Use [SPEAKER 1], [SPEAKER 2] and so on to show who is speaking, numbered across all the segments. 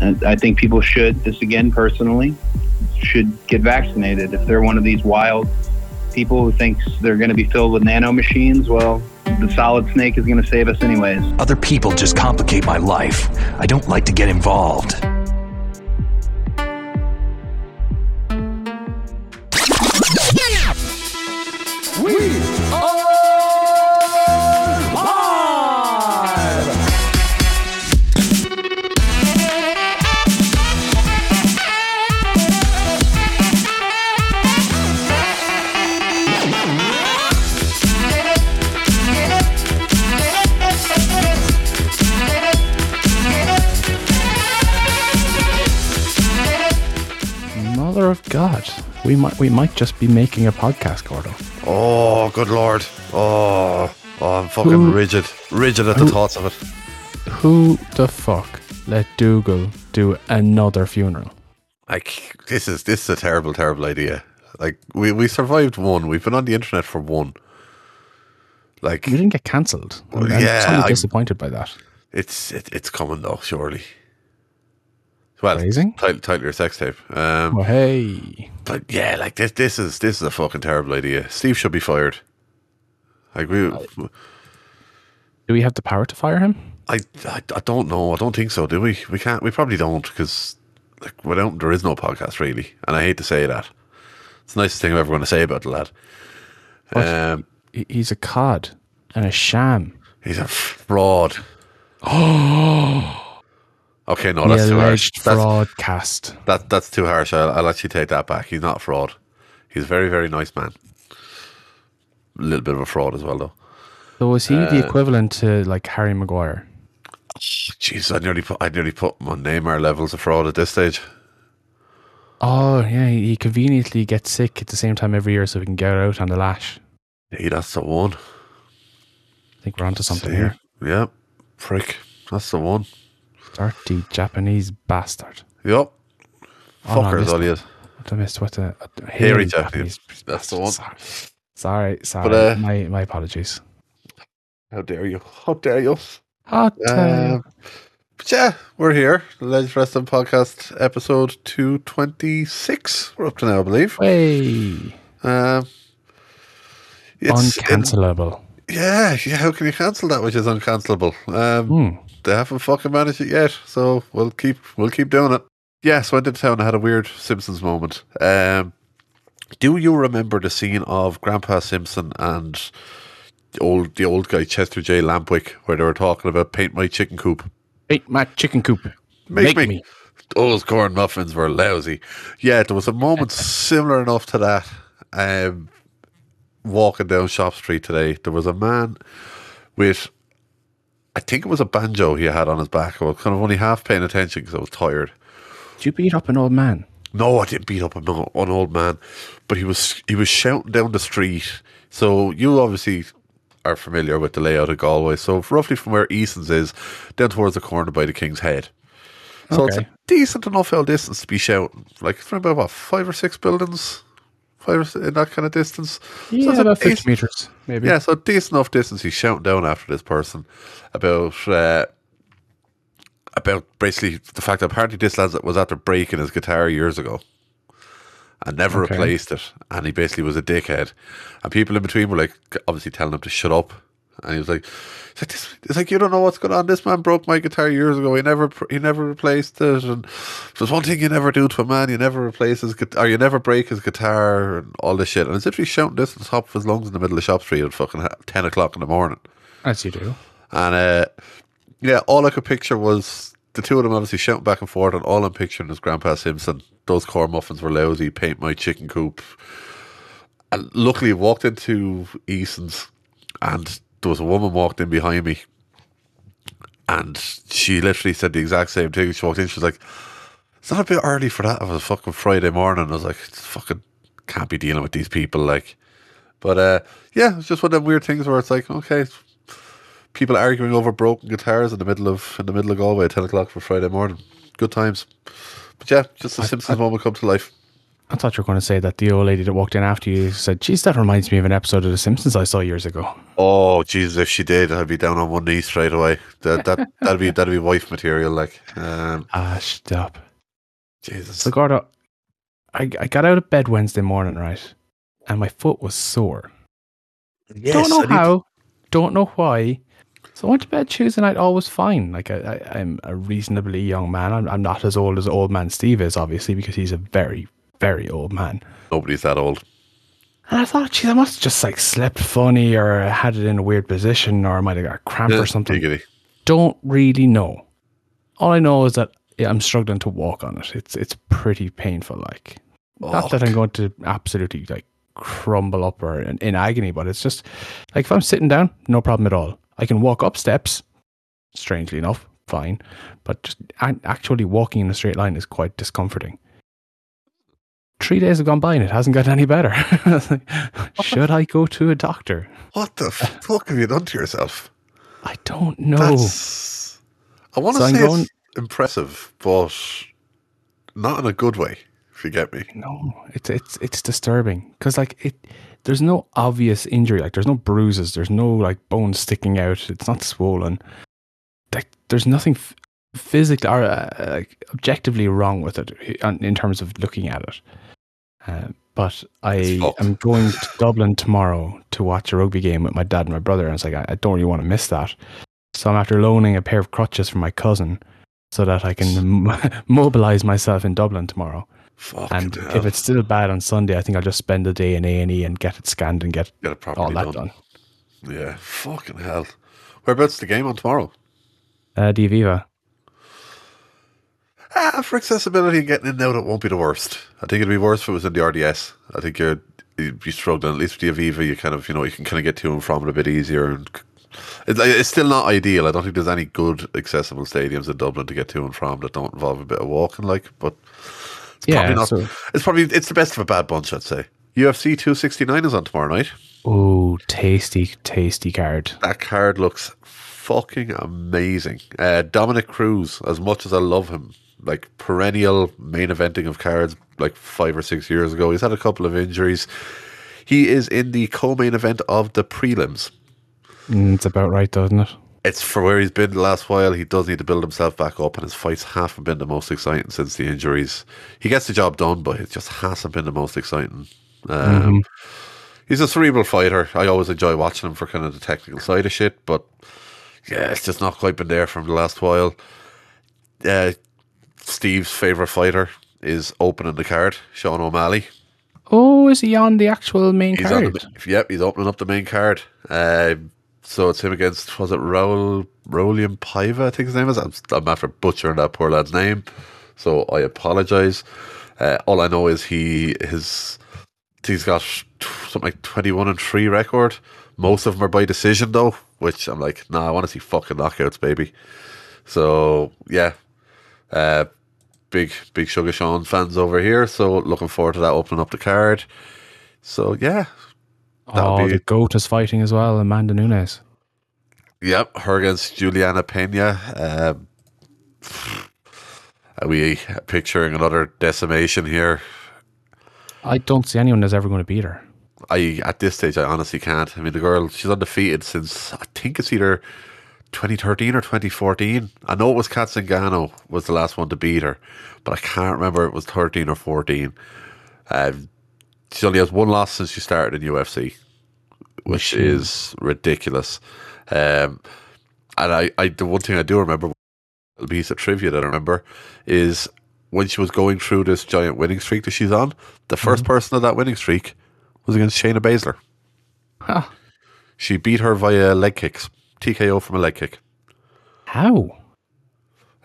[SPEAKER 1] I think people should, this again personally, should get vaccinated. If they're one of these wild people who thinks they're going to be filled with nano machines, well, the solid snake is going to save us anyways.
[SPEAKER 2] Other people just complicate my life. I don't like to get involved.
[SPEAKER 3] We are live!
[SPEAKER 4] Mother of God. We might we might just be making a podcast, Gordo.
[SPEAKER 5] Oh, good lord. Oh, oh I'm fucking
[SPEAKER 4] Who-
[SPEAKER 5] rigid. Rigid at the thoughts of it.
[SPEAKER 4] Who the fuck let Dougal do another funeral?
[SPEAKER 5] Like, this is this is a terrible, terrible idea. Like, we, we survived one. We've been on the internet for one. Like,
[SPEAKER 4] You didn't get cancelled. I'm, I'm
[SPEAKER 5] yeah,
[SPEAKER 4] totally
[SPEAKER 5] I-
[SPEAKER 4] disappointed by that.
[SPEAKER 5] it's it, it's coming though, surely. Well,
[SPEAKER 4] Amazing.
[SPEAKER 5] title, title your sex tape. Um,
[SPEAKER 4] Oh hey.
[SPEAKER 5] But yeah, like this, this is this is a fucking terrible idea. Steve should be fired. Like we,
[SPEAKER 4] Do we have the power to fire him?
[SPEAKER 5] I, I, I don't know. I don't think so. Do we? We can't. We probably don't because like without there is no podcast really. And I hate to say that. It's the nicest thing I'm ever going to say about the lad. Um,
[SPEAKER 4] He- He's a cod and a sham.
[SPEAKER 5] he's a fraud. okay, no,
[SPEAKER 4] The
[SPEAKER 5] that's too harsh.
[SPEAKER 4] alleged
[SPEAKER 5] That's,
[SPEAKER 4] fraudcast.
[SPEAKER 5] that that's too harsh. I'll, I'll actually take that back. He's not a fraud. He's a very very nice man. A little bit of a fraud as well though.
[SPEAKER 4] So is he the equivalent to like Harry Maguire?
[SPEAKER 5] Jeez, I nearly put I nearly put my Neymar levels of fraud at this stage.
[SPEAKER 4] Oh yeah, he he conveniently gets sick at the same time every year, so we can get out on the lash.
[SPEAKER 5] Hey, that's the one.
[SPEAKER 4] I think we're onto something
[SPEAKER 5] See?
[SPEAKER 4] here.
[SPEAKER 5] Yep. Prick. That's the one.
[SPEAKER 4] Dirty Japanese bastard.
[SPEAKER 5] Yep.
[SPEAKER 4] Oh, no, I
[SPEAKER 5] Fuckers,
[SPEAKER 4] missed
[SPEAKER 5] all you.
[SPEAKER 4] I missed what the uh,
[SPEAKER 5] Hairy Japanese. That's the one.
[SPEAKER 4] Sorry, sorry. sorry.
[SPEAKER 5] uh,
[SPEAKER 4] my my apologies.
[SPEAKER 5] How dare you? How dare you?
[SPEAKER 4] Hot Uh,
[SPEAKER 5] Um, but yeah, we're here. The Legend Wrestling Podcast, episode 226. We're up to now, I believe.
[SPEAKER 4] way
[SPEAKER 5] Um, it's in-
[SPEAKER 4] uncancelable.
[SPEAKER 5] yeah, yeah, how can you cancel that which is uncancelable? Um,
[SPEAKER 4] Hmm.
[SPEAKER 5] they haven't fucking managed it yet, so we'll keep we'll keep doing it. Yeah, so I did town and had a weird Simpsons moment. Um, do you remember the scene of Grandpa Simpson and the old the old guy Chester J. Lampwick where they were talking about paint my chicken coop?
[SPEAKER 4] Eat my chicken coop.
[SPEAKER 5] Make, me. Those corn muffins were lousy. Yeah, there was a moment similar enough to that. Um, walking down Shop Street today, there was a man with, I think it was a banjo he had on his back. I was kind of only half paying attention because I was tired.
[SPEAKER 4] Did you beat up an old man?
[SPEAKER 5] No, I didn't beat up an old, an old man, but he was he was shouting down the street. So you obviously are familiar with the layout of Galway. So roughly from where Easton's is, down towards the corner by the King's Head. So it's
[SPEAKER 4] Okay.
[SPEAKER 5] a decent enough old distance to be shouting. Like it's about what five or six buildings, five or, si- in that kind of distance. so
[SPEAKER 4] Yeah,
[SPEAKER 5] it's a
[SPEAKER 4] about
[SPEAKER 5] decent-
[SPEAKER 4] fifty meters, maybe.
[SPEAKER 5] yeah, so a decent enough distance. He's shouting down after this person about uh, about basically the fact that apparently this lad was after breaking his guitar years ago and never
[SPEAKER 4] Okay.
[SPEAKER 5] replaced it, and he basically was a dickhead. And people in between were like, obviously telling him to shut up. And he was like, "It's like, this, it's like you don't know what's going on. This man broke my guitar years ago. He never, pr- he never replaced it. And if there's one thing you never do to a man, you never replace his guitar, you never break his guitar, and all this shit." And it's literally shouting this on top of his lungs in the middle of Shop Street at fucking ha- ten o'clock in the morning.
[SPEAKER 4] As you do.
[SPEAKER 5] And uh, yeah, all I could picture was the two of them obviously shouting back and forth, and all I'm picturing is Grandpa Simpson. Those corn muffins were lousy. Paint my chicken coop. And luckily, walked into Easton's, and there was a woman walked in behind me, and she literally said the exact same thing. She walked in, she was like, "It's not a bit early for that." It was a fucking Friday morning. I was like, "It's "Fucking can't be dealing with these people." Like, but uh, yeah, it's just one of them weird things where it's like, okay, people arguing over broken guitars in the middle of in the middle of Galway at ten o'clock for Friday morning. Good times. But yeah, just the Simpsons moment come to life.
[SPEAKER 4] I thought you were going to say that the old lady that walked in after you said, "Geez, that reminds me of an episode of The Simpsons I saw years ago."
[SPEAKER 5] Oh Jesus! If she did, I'd be down on one knee straight away. That that that'd be that'd be wife material. Like, um,
[SPEAKER 4] Ah, stop.
[SPEAKER 5] Jesus.
[SPEAKER 4] So, Gordo, I, I got out of bed Wednesday morning, right? And my foot was sore. don't know how, don't know why. So I went to bed Tuesday night, all was fine. Like I, I, I'm a reasonably young man. I'm, I'm not as old as old man Steve is, obviously, because he's a very, very old man.
[SPEAKER 5] Nobody's that old.
[SPEAKER 4] And I thought, geez, I must have just like slept funny or had it in a weird position or I might have got a cramp or something.
[SPEAKER 5] Giggity.
[SPEAKER 4] Don't really know. All I know is that yeah, I'm struggling to walk on it. It's it's pretty painful. Like
[SPEAKER 6] Oh,
[SPEAKER 4] not that I'm going to absolutely like crumble up or in, in agony, but it's just like if I'm sitting down, no problem at all. I can walk up steps, strangely enough, fine. But just a- actually walking in a straight line is quite discomforting. Three days have gone by and it hasn't gotten any better. I was like, Should I go to a doctor?
[SPEAKER 5] What the fuck have you done to yourself?
[SPEAKER 4] I don't know.
[SPEAKER 5] That's. I want to
[SPEAKER 4] So I'm
[SPEAKER 5] say
[SPEAKER 4] going-
[SPEAKER 5] it's impressive, but not in a good way. If you get me.
[SPEAKER 4] No, it's it's it's disturbing because like it, there's no obvious injury. Like there's no bruises. There's no like bones sticking out. It's not swollen. Like there's nothing f- physically or uh, like objectively wrong with it i- in in terms of looking at it. Uh, but I
[SPEAKER 5] It's fucked.
[SPEAKER 4] am going to Dublin tomorrow to watch a rugby game with my dad and my brother, and it's like I, I don't really want to miss that. So I'm after loaning a pair of crutches from my cousin so that I can m- mobilize myself in Dublin tomorrow.
[SPEAKER 5] Fucking
[SPEAKER 4] And
[SPEAKER 5] hell.
[SPEAKER 4] if it's still bad on Sunday, I think I'll just spend the day in A and E and get it scanned and get
[SPEAKER 5] get it properly
[SPEAKER 4] all that
[SPEAKER 5] done.
[SPEAKER 4] done.
[SPEAKER 5] Yeah, fucking hell. Whereabouts the game on tomorrow?
[SPEAKER 4] Uh, D Viva.
[SPEAKER 5] Ah, for accessibility and getting in and out, it won't be the worst. I think it'd be worse if it was in the RDS. I think you're you'd be struggling. At least with the Aviva, you kind of you know you can kind of get to and from it a bit easier. And c- it's, it's still not ideal. I don't think there's any good accessible stadiums in Dublin to get to and from that don't involve a bit of walking. Like, but it's
[SPEAKER 4] Yeah,
[SPEAKER 5] probably not.
[SPEAKER 4] so-
[SPEAKER 5] It's probably it's the best of a bad bunch, I'd say. UFC 269 is on tomorrow night.
[SPEAKER 4] Oh, tasty, tasty card.
[SPEAKER 5] That card looks fucking amazing. Uh, Dominic Cruz, as much as I love him, like perennial main eventing of cards like five or six years ago. He's had a couple of injuries. He is in the co main event of the prelims.
[SPEAKER 4] Mm, it's about right, doesn't it?
[SPEAKER 5] It's for where he's been the last while. He does need to build himself back up, and his fights haven't been the most exciting since the injuries. He gets the job done, but it just hasn't been the most exciting. Um, He's a cerebral fighter. I always enjoy watching him for kind of the technical side of shit, but yeah, it's just not quite been there from the last while. Uh, Steve's favourite fighter is opening the card, Sean O'Malley.
[SPEAKER 4] Oh, is he on the actual main
[SPEAKER 5] He's on
[SPEAKER 4] card?
[SPEAKER 5] the, yep, he's opening up the main card. Um, so it's him against was it Raul Rolian Paiva? I think his name is. I'm, I'm after butchering that poor lad's name, so I apologise. Uh, all I know is he his he's got t- something like 21 and three record. Most of them are by decision though, which I'm like, nah, I want to see fucking knockouts, baby. So yeah, uh, big big Sugar Sean fans over here. So looking forward to that opening up the card. So yeah, that'll
[SPEAKER 4] oh,
[SPEAKER 5] be-
[SPEAKER 4] the goat is fighting as well, Amanda Nunes.
[SPEAKER 5] Yep, her against Juliana Pena. Um, are we picturing another decimation here?
[SPEAKER 4] I don't see anyone that's ever going to beat her.
[SPEAKER 5] I at this stage, I honestly can't. I mean, the girl she's undefeated since I think it's either 2013 or 2014. I know it was Katzengano was the last one to beat her, but I can't remember it was 13 or 14. Um, she only has one loss since she started in UFC, which is ridiculous. Um, and I, I, the one thing I do remember, a piece of trivia that I remember, is when she was going through this giant winning streak that she's on. The 1st person of that winning streak was against Shayna Baszler.
[SPEAKER 4] Huh.
[SPEAKER 5] She beat her via leg kicks, TKO from a leg kick.
[SPEAKER 4] How?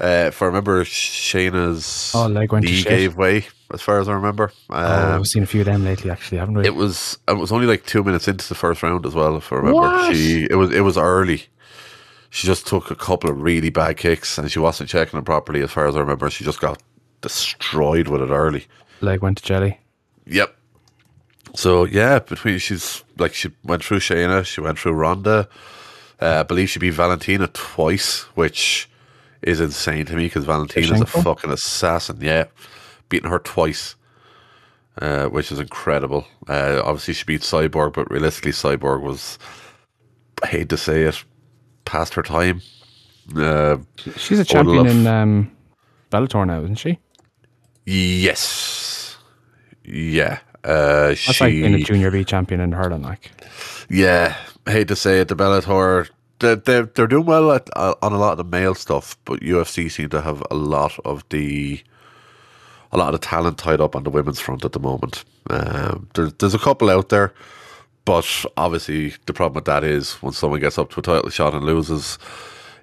[SPEAKER 5] Uh, if I remember, Shayna's
[SPEAKER 4] Oh, leg went to
[SPEAKER 5] knee
[SPEAKER 4] shit.
[SPEAKER 5] gave way, as far as I remember.
[SPEAKER 4] oh,
[SPEAKER 5] Um,
[SPEAKER 4] I've seen a few of them lately, actually, haven't we?
[SPEAKER 5] it was it was only like two minutes into the first round as well, if I remember.
[SPEAKER 4] What?
[SPEAKER 5] She it was it was early. She just took a couple of really bad kicks, and she wasn't checking them properly, as far as I remember. She just got destroyed with it early.
[SPEAKER 4] Leg went to jelly.
[SPEAKER 5] Yep. So yeah, between she's like she went through Shayna, she went through Ronda. Uh, I believe she beat Valentina twice, which is insane to me because Valentina's a
[SPEAKER 4] Shevchenko?
[SPEAKER 5] fucking assassin. Yeah, beating her twice. uh, which is incredible. Uh, obviously, she beat Cyborg, but realistically, Cyborg was, I hate to say it, past her time. Uh,
[SPEAKER 4] She's a
[SPEAKER 5] I would
[SPEAKER 4] champion
[SPEAKER 5] love-
[SPEAKER 4] in um, Bellator now, isn't she?
[SPEAKER 5] Yes. Yeah. Uh,
[SPEAKER 4] That's
[SPEAKER 5] she,
[SPEAKER 4] like being a junior B champion in hurling. Like,
[SPEAKER 5] Yeah, hate to say it, the Bellator they're they're, they're doing well at, uh, on a lot of the male stuff, but UFC seem to have a lot of the a lot of the talent tied up on the women's front at the moment. Um, there, there's a couple out there, but obviously the problem with that is when someone gets up to a title shot and loses,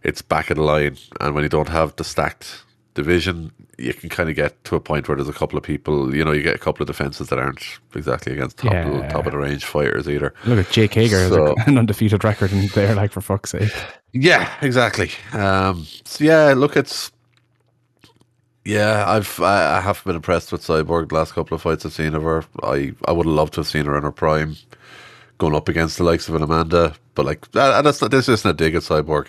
[SPEAKER 5] it's back of the line, and when you don't have the stacked division, you can kind of get to a point where there's a couple of people, you know, you get a couple of defenses that aren't exactly against top of the,
[SPEAKER 4] Yeah.
[SPEAKER 5] top of the range fighters either.
[SPEAKER 4] look at Jake Hager has
[SPEAKER 5] So-
[SPEAKER 4] an undefeated record in there. Like, for fuck's sake.
[SPEAKER 5] Yeah, exactly. Um, so yeah, look, it's yeah. I've I, I have been impressed with Cyborg. The last couple of fights I've seen of her, I I would have loved to have seen her in her prime, going up against the likes of an Amanda. But like, that, and that's not this isn't a dig at Cyborg.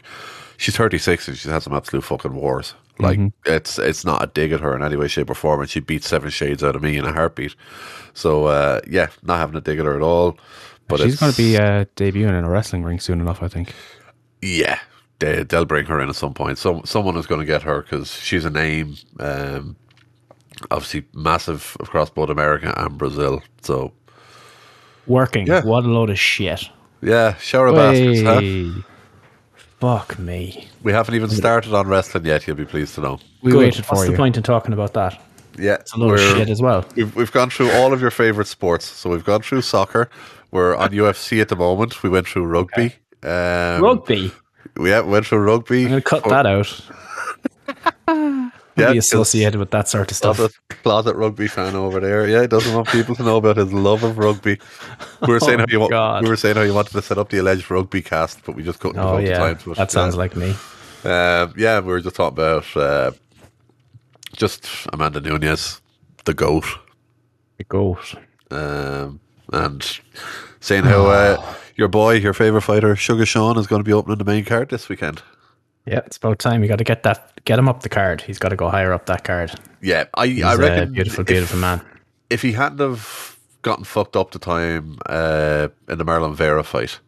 [SPEAKER 5] She's thirty six and she's had some absolute fucking wars. Like
[SPEAKER 4] Mm-hmm.
[SPEAKER 5] it's it's not a dig at her in any way, shape, or form. And she beat seven shades out of me in a heartbeat. So uh, yeah, not having a dig at her at all. But
[SPEAKER 4] She's
[SPEAKER 5] it's-
[SPEAKER 4] going to be uh, debuting in a wrestling ring soon enough, I think.
[SPEAKER 5] yeah, they, they'll bring her in at some point. Some someone is going to get her because she's a name. Um, obviously, massive across both America and Brazil. So
[SPEAKER 7] Working.
[SPEAKER 5] Yeah.
[SPEAKER 7] What a load of shit.
[SPEAKER 5] yeah, shower of bastards. Huh?
[SPEAKER 4] Hey,
[SPEAKER 7] Fuck me.
[SPEAKER 5] We haven't even started on wrestling yet. You'll be pleased to know.
[SPEAKER 4] we
[SPEAKER 7] Good.
[SPEAKER 4] waited for
[SPEAKER 7] What's
[SPEAKER 4] you.
[SPEAKER 7] the point in talking about that?
[SPEAKER 5] Yeah,
[SPEAKER 7] It's a load of shit as well.
[SPEAKER 5] We've, we've gone through all of your favorite sports. So we've gone through soccer. We're on UFC at the moment. We went through rugby. Um,
[SPEAKER 7] Rugby.
[SPEAKER 5] We yeah, went through rugby.
[SPEAKER 7] I'm going to cut that out.
[SPEAKER 5] Yeah,
[SPEAKER 7] be
[SPEAKER 5] 'cause-
[SPEAKER 7] associated with that sort of stuff.
[SPEAKER 5] Closet, closet rugby fan over there. Yeah, he doesn't want people to know about his love of rugby. We were saying how you wa-
[SPEAKER 7] Oh God.
[SPEAKER 5] we were saying how you wanted to set up the alleged rugby cast, but we just couldn't
[SPEAKER 7] Oh
[SPEAKER 5] devote the
[SPEAKER 7] yeah,
[SPEAKER 5] time to it.
[SPEAKER 7] that sounds
[SPEAKER 5] Uh,
[SPEAKER 7] like me.
[SPEAKER 5] um, yeah, we were just talking about uh, just Amanda Nunez, the goat,
[SPEAKER 7] The goat.
[SPEAKER 5] um, and saying how uh,
[SPEAKER 7] Ah.
[SPEAKER 5] your boy, your favorite fighter, Sugar Sean, is going to be opening the main card this weekend.
[SPEAKER 7] Yeah, it's about time. You got to get that, get him up the card. He's got to go higher up that card.
[SPEAKER 5] Yeah, I I
[SPEAKER 7] He's a
[SPEAKER 5] reckon
[SPEAKER 7] beautiful,
[SPEAKER 5] if-
[SPEAKER 7] beautiful man.
[SPEAKER 5] if he hadn't have gotten fucked up the time uh, in the Marlon Vera fight,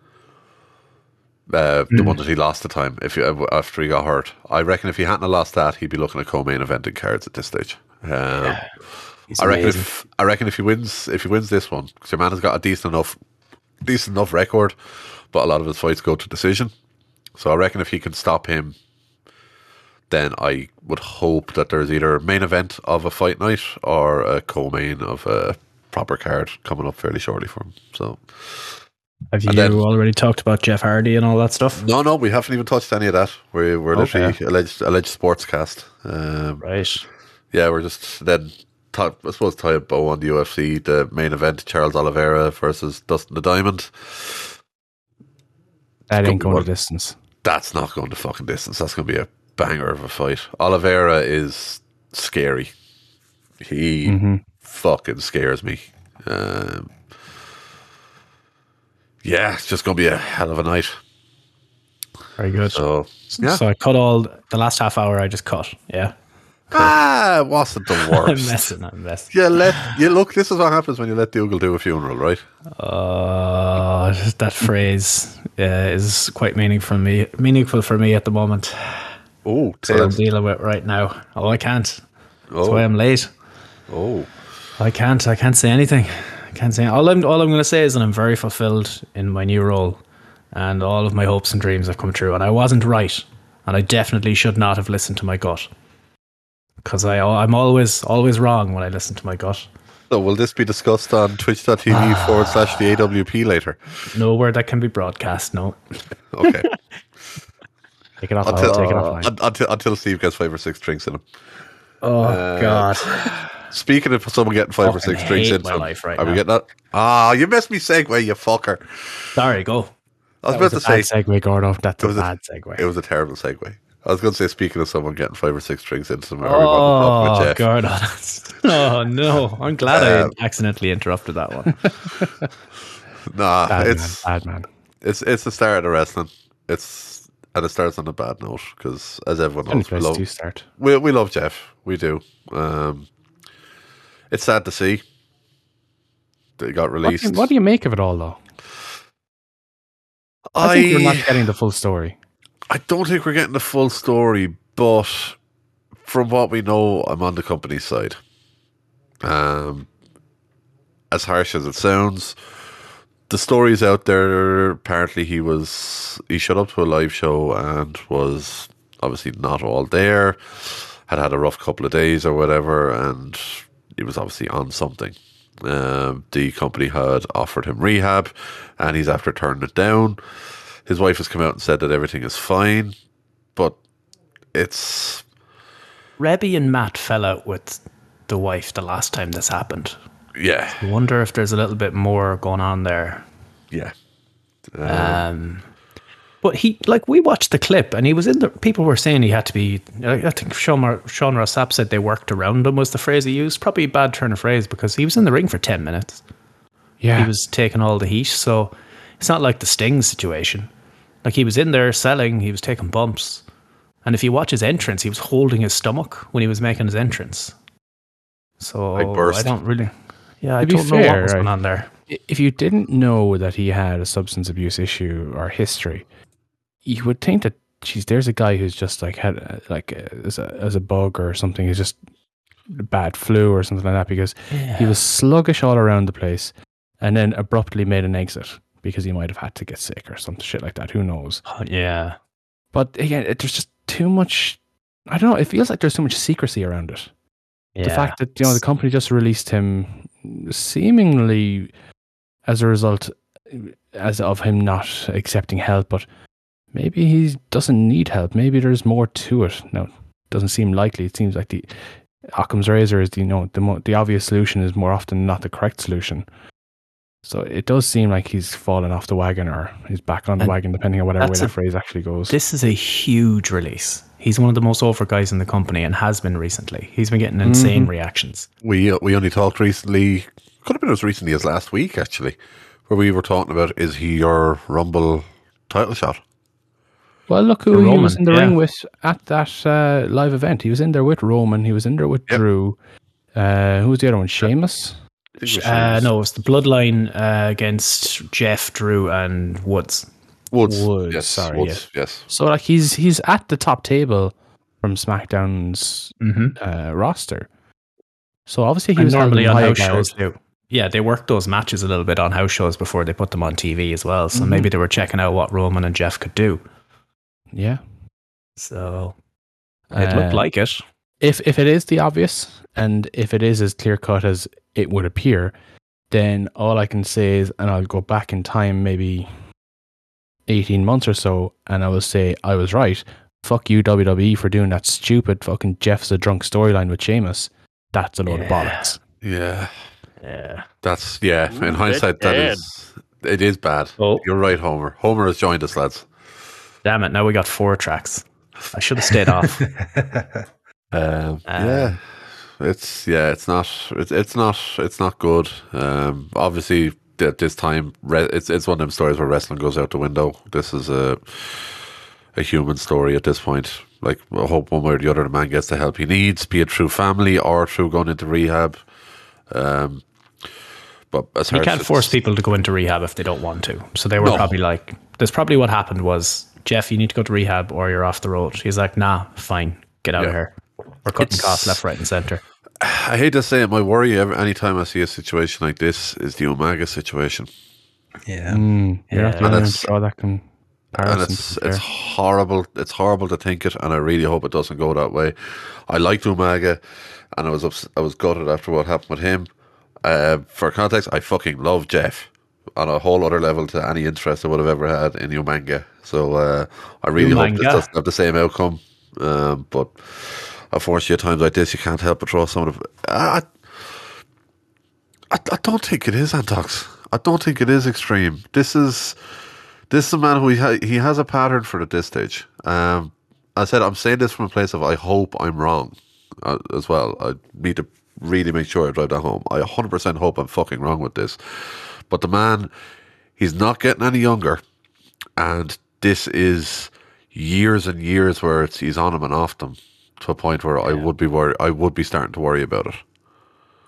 [SPEAKER 5] uh,
[SPEAKER 7] Hmm.
[SPEAKER 5] the one that he lost the time, if he, after he got hurt, I reckon if he hadn't have lost that, he'd be looking at co-main eventing cards at this stage. Um,
[SPEAKER 7] He's
[SPEAKER 5] I reckon
[SPEAKER 7] amazing.
[SPEAKER 5] if I reckon if he wins, if he wins this one, because your man has got a decent enough, decent enough record, but a lot of his fights go to decision. So I reckon if he can stop him, then I would hope that there's either a main event of a fight night or a co-main of a proper card coming up fairly shortly for him. So
[SPEAKER 7] Have you
[SPEAKER 5] then-
[SPEAKER 7] already talked about Jeff Hardy and all that stuff?
[SPEAKER 5] no, no, we haven't even touched any of that. We we're
[SPEAKER 7] Okay.
[SPEAKER 5] literally alleged alleged sports cast. Um,
[SPEAKER 7] Right.
[SPEAKER 5] yeah, we're just then. Tie, I suppose tie a bow on the UFC, the main event: Charles Oliveira versus Dustin the Diamond.
[SPEAKER 4] That ain't
[SPEAKER 5] Don't
[SPEAKER 4] going
[SPEAKER 5] work.
[SPEAKER 4] to distance.
[SPEAKER 5] That's not going to fucking distance. That's going to be a banger of a fight. Oliveira is scary. He fucking scares me. Um, yeah, it's just going to be a hell of a night.
[SPEAKER 7] Very good. So,
[SPEAKER 5] So yeah,
[SPEAKER 7] I cut all the last half hour. I just cut. Yeah.
[SPEAKER 5] ah, it wasn't the
[SPEAKER 7] I'm
[SPEAKER 5] worst.
[SPEAKER 7] messing. I'm messing.
[SPEAKER 5] Yeah, let you look. This is what happens when you let Dougal do a funeral, right?
[SPEAKER 7] Uh, that phrase uh, is quite meaningful for me. Meaningful for me at the moment.
[SPEAKER 5] Oh,
[SPEAKER 7] What I'm dealing with right now. Oh, I can't. That's why
[SPEAKER 5] oh,
[SPEAKER 7] I'm late.
[SPEAKER 5] oh.
[SPEAKER 7] I can't. I can't say anything. I can't say. All I'm. All I'm going to say is that I'm very fulfilled in my new role, and all of my hopes and dreams have come true. And I wasn't right, and I definitely should not have listened to my gut, because I. al- I'm always always wrong when I listen to my gut.
[SPEAKER 5] So will this be discussed on twitch.tv forward slash the AWP later?
[SPEAKER 7] Nowhere that can be broadcast. No.
[SPEAKER 5] Okay.
[SPEAKER 4] Take it off.
[SPEAKER 5] Until,
[SPEAKER 4] I'll take it off.
[SPEAKER 5] un- until, until Steve gets five or six drinks in him.
[SPEAKER 7] Oh God.
[SPEAKER 5] Speaking of someone getting five or
[SPEAKER 7] Fucking
[SPEAKER 5] six drinks
[SPEAKER 7] hate
[SPEAKER 5] in
[SPEAKER 7] my
[SPEAKER 5] him,
[SPEAKER 7] life right
[SPEAKER 5] are we
[SPEAKER 7] now.
[SPEAKER 5] getting that? Ah, you missed me segue, you fucker.
[SPEAKER 7] Sorry. Go.
[SPEAKER 5] I was
[SPEAKER 4] That was
[SPEAKER 5] about
[SPEAKER 4] a
[SPEAKER 5] to say
[SPEAKER 4] bad segue, Gordo. That's a
[SPEAKER 5] was a-
[SPEAKER 4] bad
[SPEAKER 5] it
[SPEAKER 4] segue.
[SPEAKER 5] was a terrible segue. I was going to say, speaking of someone getting five or six drinks into him, are we going to talk
[SPEAKER 7] Oh
[SPEAKER 5] about Jeff?
[SPEAKER 7] God. Oh no. I'm glad I accidentally interrupted that one.
[SPEAKER 5] Nah,
[SPEAKER 4] Bad
[SPEAKER 5] it's
[SPEAKER 4] man. Bad man.
[SPEAKER 5] it's it's the start of the wrestling. It's and it starts on a bad note because, as everyone
[SPEAKER 4] Any
[SPEAKER 5] knows, we
[SPEAKER 4] place to
[SPEAKER 5] love,
[SPEAKER 4] start.
[SPEAKER 5] we, we love Jeff. We do. Um, it's sad to see. that got
[SPEAKER 4] What do,
[SPEAKER 5] released.
[SPEAKER 4] you, what do you make of it all, though? I,
[SPEAKER 5] I,
[SPEAKER 4] think you're not getting the full story.
[SPEAKER 5] I don't think we're getting the full story, but from what we know, I'm on the company's side. Um, as harsh as it sounds, the story's out there. Apparently, he was he showed up to a live show and was obviously not all there. Had had a rough couple of days or whatever, and he was obviously on something. Um, the company had offered him rehab, and he's after turning it down. His wife has come out and said that everything is fine, but it's
[SPEAKER 7] Rebby and Matt fell out with the wife the last time this happened.
[SPEAKER 5] yeah,
[SPEAKER 7] I wonder if there's a little bit more going on there.
[SPEAKER 5] yeah.
[SPEAKER 7] Um, but he, like, we watched the clip and he was in the. People were saying he had to be. I I think Sean, Mar- Sean Rossap said they worked around him, was the phrase he used. Probably a bad turn of phrase because he was in the ring for 10 minutes.
[SPEAKER 4] Yeah,
[SPEAKER 7] He was taking all the heat. So it's not like the Sting situation. Like, he was in there selling, he was taking bumps. And if you watch his entrance, he was holding his stomach when he was making his entrance. So
[SPEAKER 5] Like burst.
[SPEAKER 7] I don't really. Yeah, I
[SPEAKER 4] To be
[SPEAKER 7] don't know
[SPEAKER 4] fair,
[SPEAKER 7] what was going
[SPEAKER 4] I-
[SPEAKER 7] on there.
[SPEAKER 4] I- if you didn't know that he had a substance abuse issue or history, you would think that geez, there's a guy who's just like had uh, like uh, as a as a bug or something. He's just a bad flu or something like that because he was sluggish all around the place, and then abruptly made an exit because he might have had to get sick or some shit like that. Who knows?
[SPEAKER 7] Oh, yeah.
[SPEAKER 4] But again, it, there's just too much. I don't know. It feels like there's too much secrecy around it the
[SPEAKER 7] Yeah.
[SPEAKER 4] fact that you know the company just released him seemingly as a result as of him not accepting help but maybe he doesn't need help maybe there's more to it now it doesn't seem likely it seems like the Occam's razor is the, you know the mo- the obvious solution is more often not the correct solution so it does seem like he's fallen off the wagon or he's back on the
[SPEAKER 7] And
[SPEAKER 4] wagon depending on whatever way
[SPEAKER 7] that's
[SPEAKER 4] that
[SPEAKER 7] a-
[SPEAKER 4] phrase actually goes
[SPEAKER 7] This is a huge release. He's one of the most over guys in the company and has been recently. He's been
[SPEAKER 4] Mm-hmm.
[SPEAKER 7] getting insane reactions.
[SPEAKER 5] We uh, we only talked recently, could have been as recently as last week actually, where we were talking about is he your Rumble title shot?
[SPEAKER 4] Well, look who
[SPEAKER 7] And
[SPEAKER 4] he was
[SPEAKER 7] Roman,
[SPEAKER 4] in the
[SPEAKER 7] yeah.
[SPEAKER 4] ring with at that uh, live event. He was in there with Roman. He was in there with
[SPEAKER 5] Yep.
[SPEAKER 4] Drew. Uh, who was the other one? Seamus.
[SPEAKER 5] I think it was
[SPEAKER 7] Uh,
[SPEAKER 5] Seamus.
[SPEAKER 7] no, it's the bloodline uh, against Jeff, Drew, and Woods.
[SPEAKER 5] Woods.
[SPEAKER 4] Woods,
[SPEAKER 5] Yes,
[SPEAKER 4] sorry,
[SPEAKER 5] Woods. Yes.
[SPEAKER 4] So like he's he's at the top table from SmackDown's
[SPEAKER 7] Mm-hmm.
[SPEAKER 4] uh, roster. So obviously he
[SPEAKER 7] And
[SPEAKER 4] was held
[SPEAKER 7] normally
[SPEAKER 4] in
[SPEAKER 7] on
[SPEAKER 4] high
[SPEAKER 7] house
[SPEAKER 4] regard.
[SPEAKER 7] shows too. Yeah, they worked those matches a little bit on house shows before they put them on TV as well. So maybe they were checking out what Roman and Jeff could do.
[SPEAKER 4] Yeah.
[SPEAKER 7] So it
[SPEAKER 4] Uh,
[SPEAKER 7] looked like it.
[SPEAKER 4] if if it is the obvious and if it is as clear cut as it would appear, then all I can say is, and I'll go back in time maybe eighteen months or so, and I will say I was right. Fuck you WWE for doing that stupid fucking Jeff's a drunk storyline with Sheamus. That's a load of
[SPEAKER 7] Yeah.
[SPEAKER 4] bollocks.
[SPEAKER 5] Yeah.
[SPEAKER 7] Yeah.
[SPEAKER 5] That's yeah.
[SPEAKER 8] Ooh,
[SPEAKER 5] in hindsight, that
[SPEAKER 8] that's bad.
[SPEAKER 5] is it is bad.
[SPEAKER 7] Oh.
[SPEAKER 5] You're right, Homer. Homer has joined us, lads.
[SPEAKER 7] Damn it. Now we got four tracks. I should have stayed off.
[SPEAKER 5] Um, yeah, it's yeah, it's not, it's, it's not, it's not good. Um, obviously, at this time, re- it's it's one of them stories where wrestling goes out the window. This is a a human story at this point. Like, I hope one way or the other, the man gets the help he needs, be it through family or through going into rehab. Um, but as
[SPEAKER 7] You
[SPEAKER 5] hard
[SPEAKER 7] can't
[SPEAKER 5] as
[SPEAKER 7] force
[SPEAKER 5] it's-
[SPEAKER 7] people to go into rehab if they don't want to. So they were
[SPEAKER 5] No.
[SPEAKER 7] probably like, "That's probably what happened was Jeff, you need to go to rehab or you're off the road." He's like, "Nah, fine, get out of
[SPEAKER 5] Yeah.
[SPEAKER 7] here." We're cutting
[SPEAKER 5] It's-
[SPEAKER 7] costs left, right, and center.
[SPEAKER 5] I hate to say it, my worry every anytime I see a situation like this is the Omega situation.
[SPEAKER 4] Mm. You're not
[SPEAKER 7] Yeah.
[SPEAKER 4] the only
[SPEAKER 5] And
[SPEAKER 4] one
[SPEAKER 5] it's-
[SPEAKER 4] to draw that comparison.
[SPEAKER 5] and
[SPEAKER 4] to
[SPEAKER 5] it's
[SPEAKER 4] be
[SPEAKER 5] it's
[SPEAKER 4] fair.
[SPEAKER 5] horrible. It's horrible to think it, and I really hope it doesn't go that way. I liked Umaga, and I was ups- I was gutted after what happened with him. Uh, for context, I fucking love Jeff on a whole other level to any interest I would have ever had in Umaga. So uh, I really hope this
[SPEAKER 7] Umaga.
[SPEAKER 5] doesn't have the same outcome. Um, but unfortunately, at times like this, you can't help but draw some of. The, I, I, I don't think it is Antox. I don't think it is extreme. This is this is a man who he, ha- he has a pattern for at this stage. Um, I said I'm saying this from a place of I hope I'm wrong uh, as well. I need to really make sure I drive that home. I 100% hope I'm fucking wrong with this. But the man, he's not getting any younger, and this is years and years where it's he's on him and off them to a point where I would be worried. I would be starting to worry about it.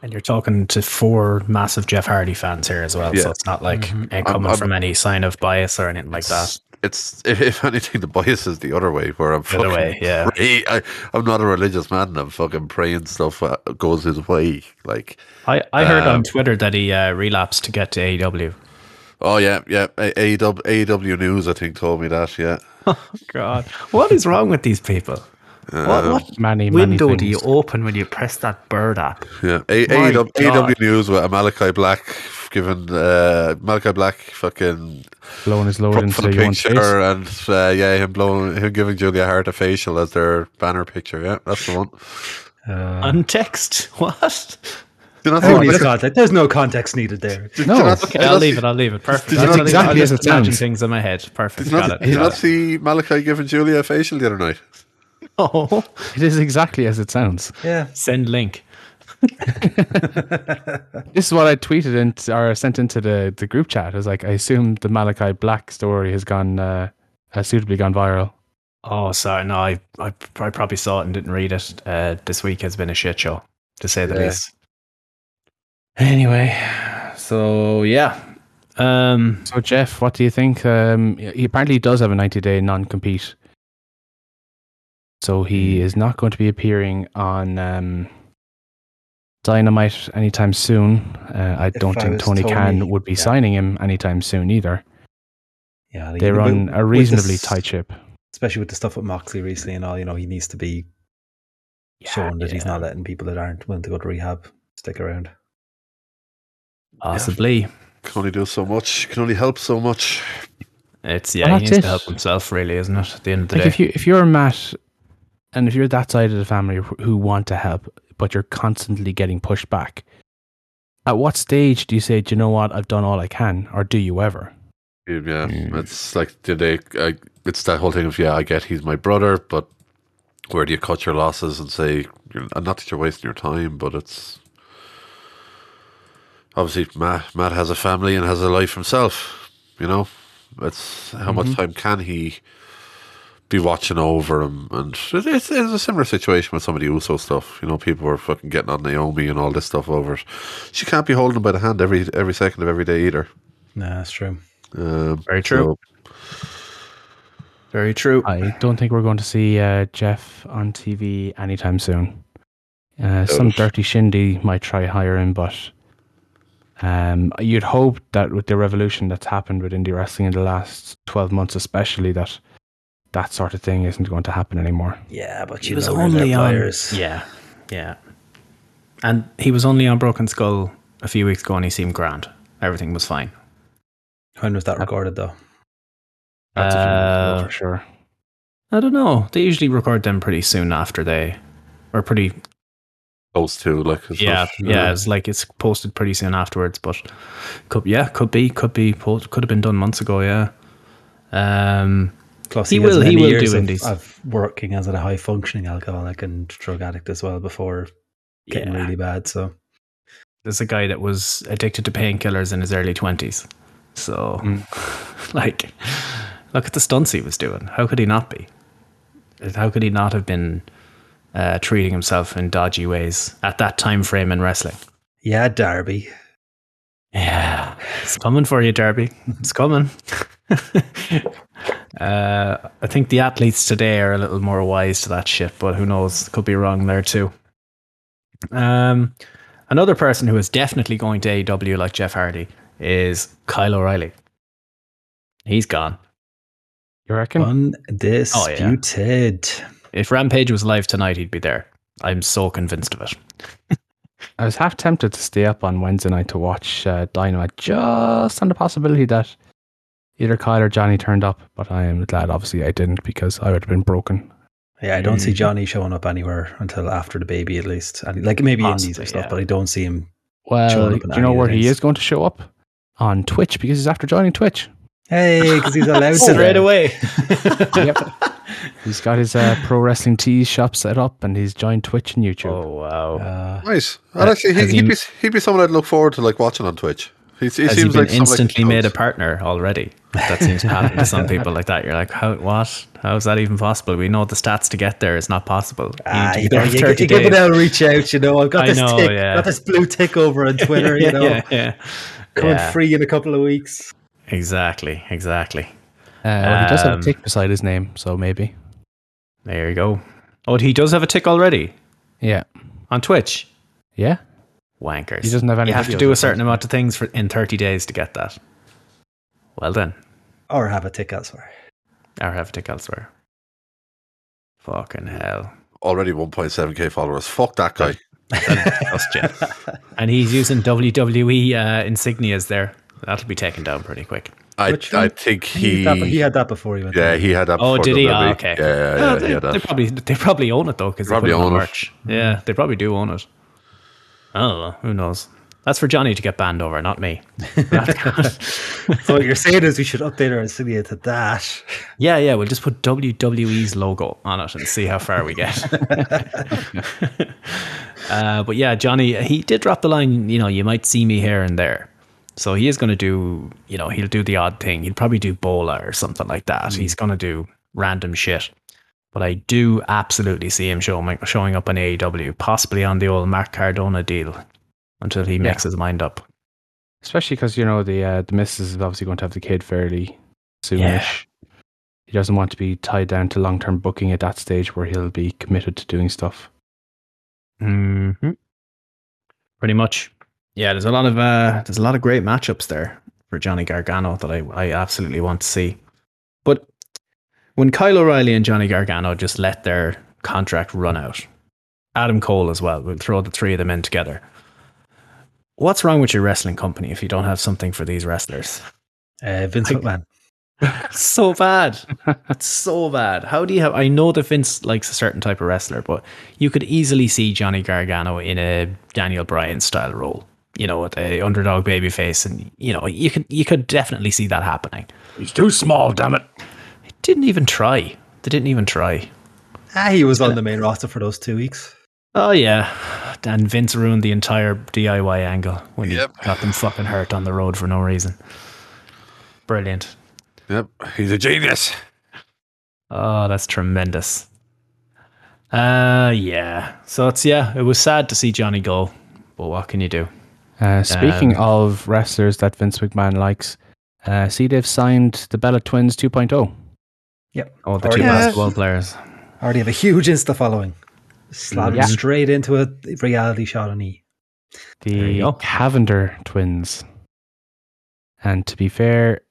[SPEAKER 7] And you're talking to four massive Jeff Hardy fans here as well,
[SPEAKER 5] Yeah.
[SPEAKER 7] so it's not like ain't coming
[SPEAKER 5] I'm-
[SPEAKER 7] from any sign of bias or anything like that.
[SPEAKER 5] It's if, if anything, the bias is the other way. Where I'm
[SPEAKER 7] other
[SPEAKER 5] fucking
[SPEAKER 7] way, yeah.
[SPEAKER 5] pray- I, I'm not a religious man. and I'm fucking praying stuff uh, goes his way. Like,
[SPEAKER 7] I, I heard on Twitter that he uh, relapsed to get to AEW.
[SPEAKER 5] oh yeah, yeah. A- AEW, AEW News, I think, told me that. Yeah,
[SPEAKER 7] God, what is wrong with these people? Um, what what
[SPEAKER 4] many, many
[SPEAKER 7] window do you
[SPEAKER 4] things.
[SPEAKER 7] open when you press that bird app?
[SPEAKER 5] yeah. A-
[SPEAKER 7] My
[SPEAKER 5] AEW,
[SPEAKER 7] God.
[SPEAKER 5] AEW News with Malachi Black giving uh, Malachi Black fucking
[SPEAKER 4] Blowing his load
[SPEAKER 5] prop
[SPEAKER 4] into
[SPEAKER 5] for the
[SPEAKER 4] your own face.
[SPEAKER 5] picture and uh, yeah, him blowing, him giving Julia Hart a facial as their banner picture. Yeah, that's the one.
[SPEAKER 7] Uh, Untext? What?
[SPEAKER 5] Did not see
[SPEAKER 8] Oh,
[SPEAKER 5] what
[SPEAKER 8] no
[SPEAKER 5] this-
[SPEAKER 8] context. There's no context needed there.
[SPEAKER 7] Oh,
[SPEAKER 5] did
[SPEAKER 4] No,
[SPEAKER 5] not-
[SPEAKER 7] Okay, I'll leave it. I'll leave it. Perfect.
[SPEAKER 5] Did
[SPEAKER 7] I'll
[SPEAKER 5] you
[SPEAKER 7] just-
[SPEAKER 5] not-
[SPEAKER 7] I'll
[SPEAKER 4] exactly
[SPEAKER 7] just
[SPEAKER 4] as it
[SPEAKER 7] imagine
[SPEAKER 4] sounds.
[SPEAKER 7] things in my head. Perfect.
[SPEAKER 5] Did
[SPEAKER 7] Got
[SPEAKER 5] not,
[SPEAKER 7] it.
[SPEAKER 5] did not
[SPEAKER 7] Got it.
[SPEAKER 5] see Malachi giving Julia a facial the other night.
[SPEAKER 7] Oh,
[SPEAKER 4] It is exactly as it sounds.
[SPEAKER 8] Yeah.
[SPEAKER 7] send link.
[SPEAKER 4] This is what I tweeted in, or sent into the, the group chat. I was like, I assume the Malachi Black story has gone, uh, has suitably gone viral.
[SPEAKER 7] Oh, sorry. No, I, I, I probably saw it and didn't read it. Uh, this week has been a shit show, to say the
[SPEAKER 5] Yeah.
[SPEAKER 7] least. Anyway, so yeah. Um,
[SPEAKER 4] So, Jeff, what do you think? Um, he apparently does have a 90 day non compete. So he
[SPEAKER 8] Hmm.
[SPEAKER 4] is not going to be appearing on um, Dynamite anytime soon. Uh, I don't
[SPEAKER 8] I
[SPEAKER 4] think
[SPEAKER 8] was
[SPEAKER 4] Tony
[SPEAKER 8] Tony,
[SPEAKER 4] Khan would be
[SPEAKER 8] yeah.
[SPEAKER 4] signing him anytime soon either.
[SPEAKER 8] Yeah.
[SPEAKER 4] They
[SPEAKER 8] run
[SPEAKER 4] run a reasonably
[SPEAKER 8] this-
[SPEAKER 4] tight ship.
[SPEAKER 8] especially with the stuff with Moxley recently and all, you know, he needs to be showing that he's not letting people that aren't willing to go to rehab stick around.
[SPEAKER 7] possibly.
[SPEAKER 5] Can only do so much. Can only help so much.
[SPEAKER 7] It's, yeah,
[SPEAKER 4] Well,
[SPEAKER 7] he
[SPEAKER 4] Oh, that's
[SPEAKER 7] needs
[SPEAKER 4] it.
[SPEAKER 7] to help himself, really, isn't it? At the end of the
[SPEAKER 4] Like
[SPEAKER 7] day.
[SPEAKER 4] if you if you're Matt, and if you're that side of the family wh- who want to help, but you're constantly getting pushed back, at what stage do you say, "Do you know what? I've done all I can," or do you ever?
[SPEAKER 5] Yeah, it's like did they? I, it's that whole thing of yeah, I get he's my brother, but where do you cut your losses and say you're, and not that you're wasting your time, but it's obviously Matt. Matt has a family and has a life himself. You know, it's how much time can he be watching over him? And it, it's, it's a similar situation with some of the Uso stuff. You know, people were fucking getting on Naomi and all this stuff over. it. She can't be holding him by the hand every every second of every day either.
[SPEAKER 8] Nah, that's true.
[SPEAKER 5] Um,
[SPEAKER 7] Very true.
[SPEAKER 5] so-
[SPEAKER 7] Very true.
[SPEAKER 4] I don't think we're going to see uh, Jeff on TV anytime soon. Uh, some dirty shindy might try hire him, but um, you'd hope that with the revolution that's happened with indie wrestling in the last twelve months, especially that that sort of thing isn't going to happen anymore.
[SPEAKER 8] Yeah, but
[SPEAKER 7] He was only on. Yeah, yeah. And he was only on Broken Skull a few weeks ago, and he seemed grand. Everything was fine.
[SPEAKER 8] When was that recorded though?
[SPEAKER 4] That's a few months
[SPEAKER 7] Uh,
[SPEAKER 4] ago for sure.
[SPEAKER 7] I don't know. They usually record them pretty soon after they, or pretty
[SPEAKER 5] those two, like it's
[SPEAKER 7] yeah
[SPEAKER 5] not-
[SPEAKER 7] yeah. It's like it's posted pretty soon afterwards, but could yeah could be could be post, could have been done months ago. Yeah. Um.
[SPEAKER 8] Plus,
[SPEAKER 7] He
[SPEAKER 8] he,
[SPEAKER 7] will-
[SPEAKER 8] has
[SPEAKER 7] he
[SPEAKER 8] many
[SPEAKER 7] will
[SPEAKER 8] years
[SPEAKER 7] do
[SPEAKER 8] of,
[SPEAKER 7] indies.
[SPEAKER 8] of working as a high functioning alcoholic and drug addict as well before getting
[SPEAKER 7] Yeah.
[SPEAKER 8] really bad. So
[SPEAKER 7] There's a guy that was addicted to painkillers in his early twenties. So, like, look at the stunts he was doing. How could he not be? How could he not have been uh, treating himself in dodgy ways at that time frame in wrestling?
[SPEAKER 8] yeah, Derby.
[SPEAKER 7] Yeah, it's coming for you, Derby. It's coming. uh, I think the athletes today are a little more wise to that shit, but who knows? Could be wrong there too. Um, another person who is definitely going to AEW like Jeff Hardy is Kyle O'Reilly. He's gone.
[SPEAKER 4] You reckon?
[SPEAKER 7] Oh,
[SPEAKER 8] Undisputed.
[SPEAKER 7] If Rampage was live tonight, he'd be there. I'm so convinced of it.
[SPEAKER 4] I was half tempted to stay up on Wednesday night to watch uh, Dynamite, just on the possibility that either Kyle or Johnny turned up. But I am glad, obviously, I didn't because I would have been broken.
[SPEAKER 8] yeah. I don't
[SPEAKER 7] Mm.
[SPEAKER 8] see Johnny showing up anywhere until after the baby at least. And like maybe indies
[SPEAKER 7] Possibly,
[SPEAKER 8] and stuff,
[SPEAKER 7] yeah.
[SPEAKER 8] but I don't see him.
[SPEAKER 4] Well,
[SPEAKER 8] Showing
[SPEAKER 4] do
[SPEAKER 8] up in
[SPEAKER 4] you know
[SPEAKER 8] any
[SPEAKER 4] where he
[SPEAKER 8] events.
[SPEAKER 4] is going to show up on Twitch because he's after joining Twitch.
[SPEAKER 8] Hey, because he's allowed to
[SPEAKER 7] Straight
[SPEAKER 8] then.
[SPEAKER 7] away.
[SPEAKER 4] yep, he's got his uh, pro wrestling tees shop set up, and he's joined Twitch and YouTube.
[SPEAKER 7] oh wow.
[SPEAKER 8] Uh,
[SPEAKER 5] nice. And actually,
[SPEAKER 7] has
[SPEAKER 5] he,
[SPEAKER 7] he-
[SPEAKER 5] he'd be he'd be someone I'd look forward to like watching on Twitch. He, he
[SPEAKER 7] Has he
[SPEAKER 5] seems
[SPEAKER 7] been
[SPEAKER 5] like someone like
[SPEAKER 7] instantly
[SPEAKER 5] Schultz.
[SPEAKER 7] made a partner already? That seems to happen to some people like that. You're like, how? What? How is that even possible? We know the stats to get there is not possible. You
[SPEAKER 8] Ah,
[SPEAKER 7] need
[SPEAKER 8] you
[SPEAKER 7] to be
[SPEAKER 8] know,
[SPEAKER 7] there
[SPEAKER 8] you,
[SPEAKER 7] 30
[SPEAKER 8] you give it
[SPEAKER 7] days.
[SPEAKER 8] out, reach out. You know, I've got
[SPEAKER 7] I
[SPEAKER 8] this
[SPEAKER 7] know,
[SPEAKER 8] tick,
[SPEAKER 7] yeah.
[SPEAKER 8] got this blue tick over on Twitter. you know,
[SPEAKER 7] yeah, yeah,
[SPEAKER 8] coming
[SPEAKER 7] Yeah.
[SPEAKER 8] free in a couple of weeks.
[SPEAKER 7] Exactly, exactly.
[SPEAKER 4] Uh, well, he does have
[SPEAKER 7] Um,
[SPEAKER 4] a tick beside his name, so maybe.
[SPEAKER 7] There you go. Oh, he does have a tick already
[SPEAKER 4] Yeah.
[SPEAKER 7] on Twitch.
[SPEAKER 4] Yeah.
[SPEAKER 7] Wankers.
[SPEAKER 4] He doesn't have any
[SPEAKER 7] You have to
[SPEAKER 4] videos
[SPEAKER 7] do
[SPEAKER 4] or
[SPEAKER 7] a certain
[SPEAKER 4] something.
[SPEAKER 7] amount of things for in 30 days to get that. Well done.
[SPEAKER 8] Or have a tick elsewhere.
[SPEAKER 7] Or have a tick elsewhere. Fucking hell.
[SPEAKER 5] already 1.7k followers. Fuck that guy.
[SPEAKER 7] Just Jeff. And he's using WWE uh, insignias there. That'll be taken down pretty quick.
[SPEAKER 5] I,
[SPEAKER 8] Which
[SPEAKER 5] I
[SPEAKER 8] one?
[SPEAKER 5] think
[SPEAKER 8] He,
[SPEAKER 5] he,
[SPEAKER 8] had that- he had that before he went.
[SPEAKER 5] yeah
[SPEAKER 8] there.
[SPEAKER 5] he had that.
[SPEAKER 7] Oh,
[SPEAKER 5] before
[SPEAKER 7] did he?
[SPEAKER 5] WWE.
[SPEAKER 7] Oh, okay.
[SPEAKER 5] Yeah, yeah,
[SPEAKER 7] Well,
[SPEAKER 5] yeah,
[SPEAKER 7] they,
[SPEAKER 5] he had
[SPEAKER 7] they
[SPEAKER 5] that.
[SPEAKER 7] probably they probably own it though because they
[SPEAKER 5] Probably
[SPEAKER 7] put it Hmm. on
[SPEAKER 5] own it.
[SPEAKER 7] merch. Yeah, they probably do own it. I don't know. Who knows? That's for Johnny to get banned over, not me.
[SPEAKER 8] So what you're saying is we should update our insignia to that.
[SPEAKER 7] Yeah, yeah, we'll just put WWE's logo on it and see how far we get. uh, but yeah, Johnny, he did drop the line, you know, you might see me here and there. So he is going to do, you know, he'll do the odd thing. He'll probably do bowler or something like that. He's going to do random shit. But I do absolutely see him showing, showing up on AEW, possibly on the old Mark Cardona deal until he makes his mind up.
[SPEAKER 4] Especially because, you know, the uh, the missus is obviously going to have the kid fairly soonish. He doesn't want to be tied down to long term booking at that stage where he'll be committed to doing stuff.
[SPEAKER 7] hmm Pretty much. Yeah, there's a lot of uh, there's a lot of great matchups there for Johnny Gargano that I, I absolutely want to see. But when Kyle O'Reilly and Johnny Gargano just let their contract run out, Adam Cole as well, we'll throw the three of them in together. What's wrong with your wrestling company if you don't have something for these wrestlers?
[SPEAKER 8] Uh, Vince McMahon.
[SPEAKER 7] so bad. That's so bad. How do you have? I know that Vince likes a certain type of wrestler, but you could easily see Johnny Gargano in a Daniel Bryan style role. You know, with a underdog babyface, and you know you could you could definitely see that happening.
[SPEAKER 4] He's too small, damn it.
[SPEAKER 7] Didn't even try. They didn't even try.
[SPEAKER 8] Ah, he was on the main roster for those two weeks.
[SPEAKER 7] Oh yeah, and Vince ruined the entire DIY angle when
[SPEAKER 5] Yep.
[SPEAKER 7] he got them fucking hurt on the road for no reason. Brilliant.
[SPEAKER 5] Yep, he's a genius.
[SPEAKER 7] Oh, that's tremendous. Uh yeah. So it's yeah, it was sad to see Johnny go, but what can you do?
[SPEAKER 4] Uh, speaking
[SPEAKER 7] Um,
[SPEAKER 4] of wrestlers that Vince McMahon likes, uh, see they've signed the Bella Twins oh. 2.0.
[SPEAKER 8] Yep.
[SPEAKER 7] Oh, the
[SPEAKER 8] Or
[SPEAKER 7] two
[SPEAKER 8] yeah.
[SPEAKER 7] basketball players.
[SPEAKER 8] Already have a huge Insta following. Slammed
[SPEAKER 4] Yeah.
[SPEAKER 8] straight into a reality shot on E.
[SPEAKER 7] There you go.
[SPEAKER 4] The Cavender Twins. And to be fair,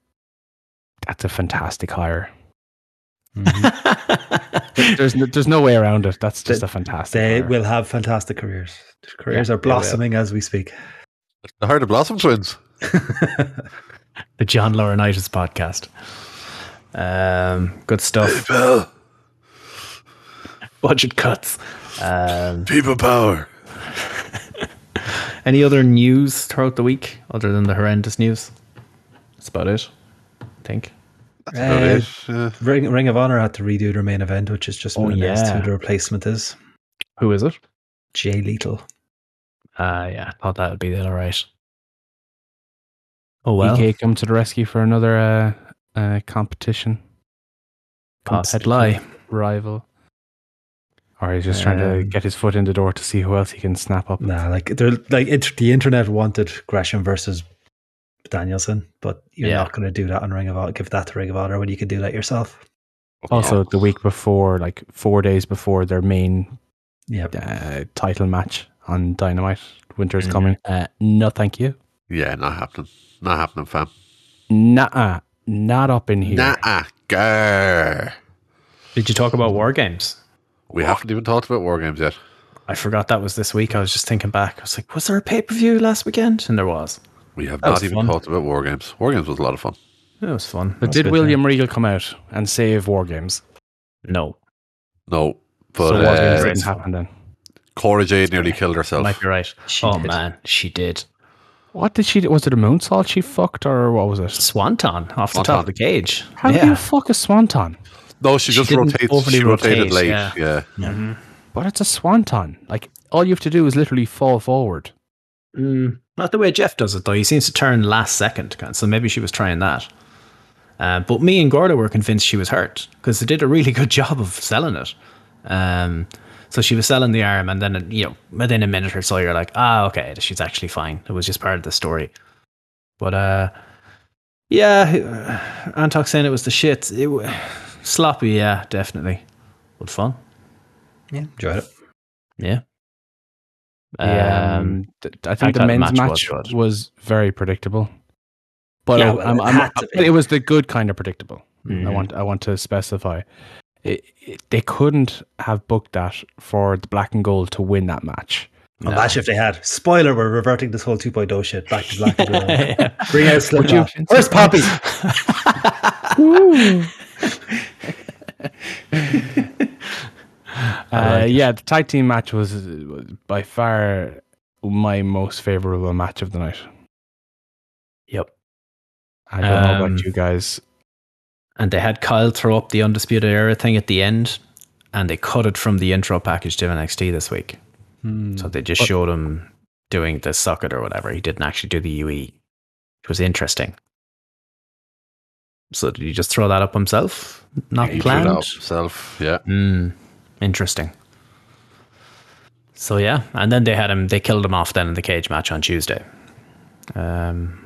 [SPEAKER 4] that's a fantastic hire. There's no, there's no way around it. That's just
[SPEAKER 8] They-
[SPEAKER 4] a fantastic.
[SPEAKER 8] They
[SPEAKER 4] hire.
[SPEAKER 8] will have fantastic careers. Their careers
[SPEAKER 4] Yeah,
[SPEAKER 8] are
[SPEAKER 4] they will.
[SPEAKER 8] blossoming as we speak.
[SPEAKER 5] I heard the Blossom twins.
[SPEAKER 7] The John Laurinaitis podcast. Um, good stuff.
[SPEAKER 5] Well,
[SPEAKER 7] Budget cuts. Um,
[SPEAKER 5] people power.
[SPEAKER 7] Any other news throughout the week other than the horrendous news? That's about it. I think.
[SPEAKER 5] That
[SPEAKER 8] Uh,
[SPEAKER 5] is, yeah.
[SPEAKER 8] Ring, Ring of Honor had to redo their main event, which is just
[SPEAKER 7] Oh,
[SPEAKER 8] been announced
[SPEAKER 7] yeah.
[SPEAKER 8] who the replacement is.
[SPEAKER 4] Who is it?
[SPEAKER 8] Jay Lethal.
[SPEAKER 7] Uh yeah, thought that would be all right. Oh well.
[SPEAKER 4] EK E come to the rescue for another uh, uh, competition
[SPEAKER 7] Possibly.
[SPEAKER 4] competitive rival. Or he's just trying to
[SPEAKER 7] Um,
[SPEAKER 4] get his foot in the door to see who else he can snap up.
[SPEAKER 8] Nah, like they're like it, the internet wanted Gresham versus Danielson, but you're
[SPEAKER 7] Yeah.
[SPEAKER 8] not going to do that on Ring of Honor. Give that to Ring of Honor when you can do that yourself.
[SPEAKER 4] Also, the week before, like four days before their main
[SPEAKER 8] Yeah,
[SPEAKER 4] uh, title match on Dynamite, Winter's
[SPEAKER 7] Mm-hmm.
[SPEAKER 4] coming. Uh, no, thank you.
[SPEAKER 5] yeah, not happening. Not happening, fam.
[SPEAKER 4] Nah, not up in here.
[SPEAKER 5] Nah, grr.
[SPEAKER 7] Did you talk about war games?
[SPEAKER 5] We haven't even talked about war games yet.
[SPEAKER 7] I forgot that was this week. I was just thinking back. I was like, was there a pay per view last weekend? And there was.
[SPEAKER 5] We have not
[SPEAKER 7] was
[SPEAKER 5] even
[SPEAKER 7] fun.
[SPEAKER 5] talked about war games. War games was a lot of fun.
[SPEAKER 7] It was fun.
[SPEAKER 4] But
[SPEAKER 7] It was
[SPEAKER 4] did
[SPEAKER 7] good
[SPEAKER 4] William Regal come out and save War Games?
[SPEAKER 7] time. No,
[SPEAKER 5] No, but
[SPEAKER 4] so War Games
[SPEAKER 5] uh,
[SPEAKER 4] didn't happen then.
[SPEAKER 5] Cora Jade nearly killed herself.
[SPEAKER 7] might be right. oh man, she did
[SPEAKER 4] What did she? do? Was it a moonsault she fucked, or what was it?
[SPEAKER 7] swanton off the
[SPEAKER 5] Swanton.
[SPEAKER 7] top of the cage.
[SPEAKER 4] How do you fuck a swanton?
[SPEAKER 5] No, she
[SPEAKER 7] She
[SPEAKER 5] just
[SPEAKER 7] didn't
[SPEAKER 5] rotates.
[SPEAKER 7] overly
[SPEAKER 5] She rotated
[SPEAKER 7] rotate,
[SPEAKER 5] late.
[SPEAKER 7] yeah.
[SPEAKER 5] Yeah.
[SPEAKER 4] But it's a swanton. Like all you have to do is literally fall forward.
[SPEAKER 7] Mm, not the way Jeff does it though. He seems to turn last second, so maybe she was trying that. Uh, but me and Gordo were convinced she was hurt because they did a really good job of selling it. Um, so she was selling the arm, and then you know within a minute or so, you're like, ah, okay, she's actually fine. It was just part of the story. But uh, yeah, uh, Antok saying it was the shit. It w- sloppy, yeah, definitely. But fun,
[SPEAKER 8] Yeah, enjoyed it.
[SPEAKER 7] yeah.
[SPEAKER 4] Yeah, um, th- I think
[SPEAKER 7] thought
[SPEAKER 4] the
[SPEAKER 7] the
[SPEAKER 4] men's
[SPEAKER 7] match
[SPEAKER 4] match,
[SPEAKER 7] was good.
[SPEAKER 4] was, very predictable, but
[SPEAKER 7] Yeah,
[SPEAKER 4] I-
[SPEAKER 7] well,
[SPEAKER 4] I'm-
[SPEAKER 7] it
[SPEAKER 4] I'm-
[SPEAKER 7] had to
[SPEAKER 4] but it was the good kind of predictable. I
[SPEAKER 7] Mhm.
[SPEAKER 4] want I want to specify, it, it, they couldn't have booked that for the black and gold to win that match.
[SPEAKER 7] No.
[SPEAKER 8] Imagine if Oh, they had. Spoiler, we're reverting this whole 2.0 shit back to black and blue. Bring out
[SPEAKER 4] Would you-
[SPEAKER 8] Slipknot. Where's Poppy?
[SPEAKER 4] Uh, yeah, the tag team match was, was by far my most favorable match of the night.
[SPEAKER 7] Yep.
[SPEAKER 4] I don't know
[SPEAKER 7] Um,
[SPEAKER 4] about you guys.
[SPEAKER 7] and they had Kyle throw up the Undisputed Era thing at the end, and they cut it from the intro package to NXT this week. So they just showed him doing the socket or whatever. He didn't actually do the UE, which was interesting. So did he just throw that up himself? Not
[SPEAKER 5] He threw that
[SPEAKER 7] planned?
[SPEAKER 5] up himself. Yeah.
[SPEAKER 7] Mm, interesting. So yeah, and then they had him. They killed him off then in the cage match on Tuesday. Um,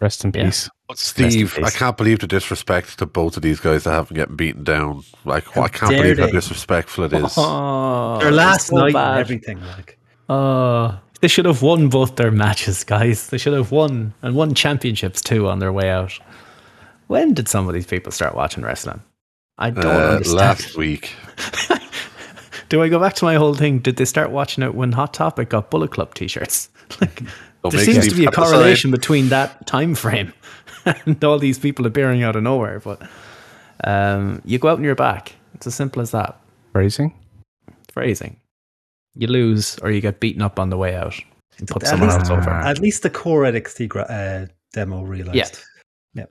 [SPEAKER 4] Rest in
[SPEAKER 7] yeah.
[SPEAKER 4] peace.
[SPEAKER 5] But Steve,
[SPEAKER 7] peace.
[SPEAKER 5] I can't believe the disrespect to both of these guys that haven't getting beaten down. Like, I can't
[SPEAKER 8] dare
[SPEAKER 5] believe how
[SPEAKER 8] they?
[SPEAKER 5] disrespectful it is.
[SPEAKER 7] oh,
[SPEAKER 8] Their last
[SPEAKER 7] so
[SPEAKER 8] night
[SPEAKER 7] bad.
[SPEAKER 8] and everything. Like,
[SPEAKER 7] Oh, they should have won both their matches, guys. They should have won and won championships too on their way out. When did some of these people start watching wrestling? I don't
[SPEAKER 5] Uh,
[SPEAKER 7] understand.
[SPEAKER 5] last week,
[SPEAKER 7] Do I go back to my whole thing? Did they start watching it when Hot Topic got Bullet Club t-shirts? Like,
[SPEAKER 5] Don't
[SPEAKER 7] there
[SPEAKER 5] make
[SPEAKER 7] seems
[SPEAKER 5] Steve
[SPEAKER 7] to be a
[SPEAKER 5] step aside.
[SPEAKER 7] correlation between that time frame and all these people appearing out of nowhere. But um, you go out on your back. It's as simple as that.
[SPEAKER 4] Phrasing.
[SPEAKER 7] Phrasing. You lose or you get beaten up on the way out and put someone else
[SPEAKER 8] least-
[SPEAKER 7] over.
[SPEAKER 8] at least the core NXT gra- uh, demo realized.
[SPEAKER 7] Yeah.
[SPEAKER 8] Yep.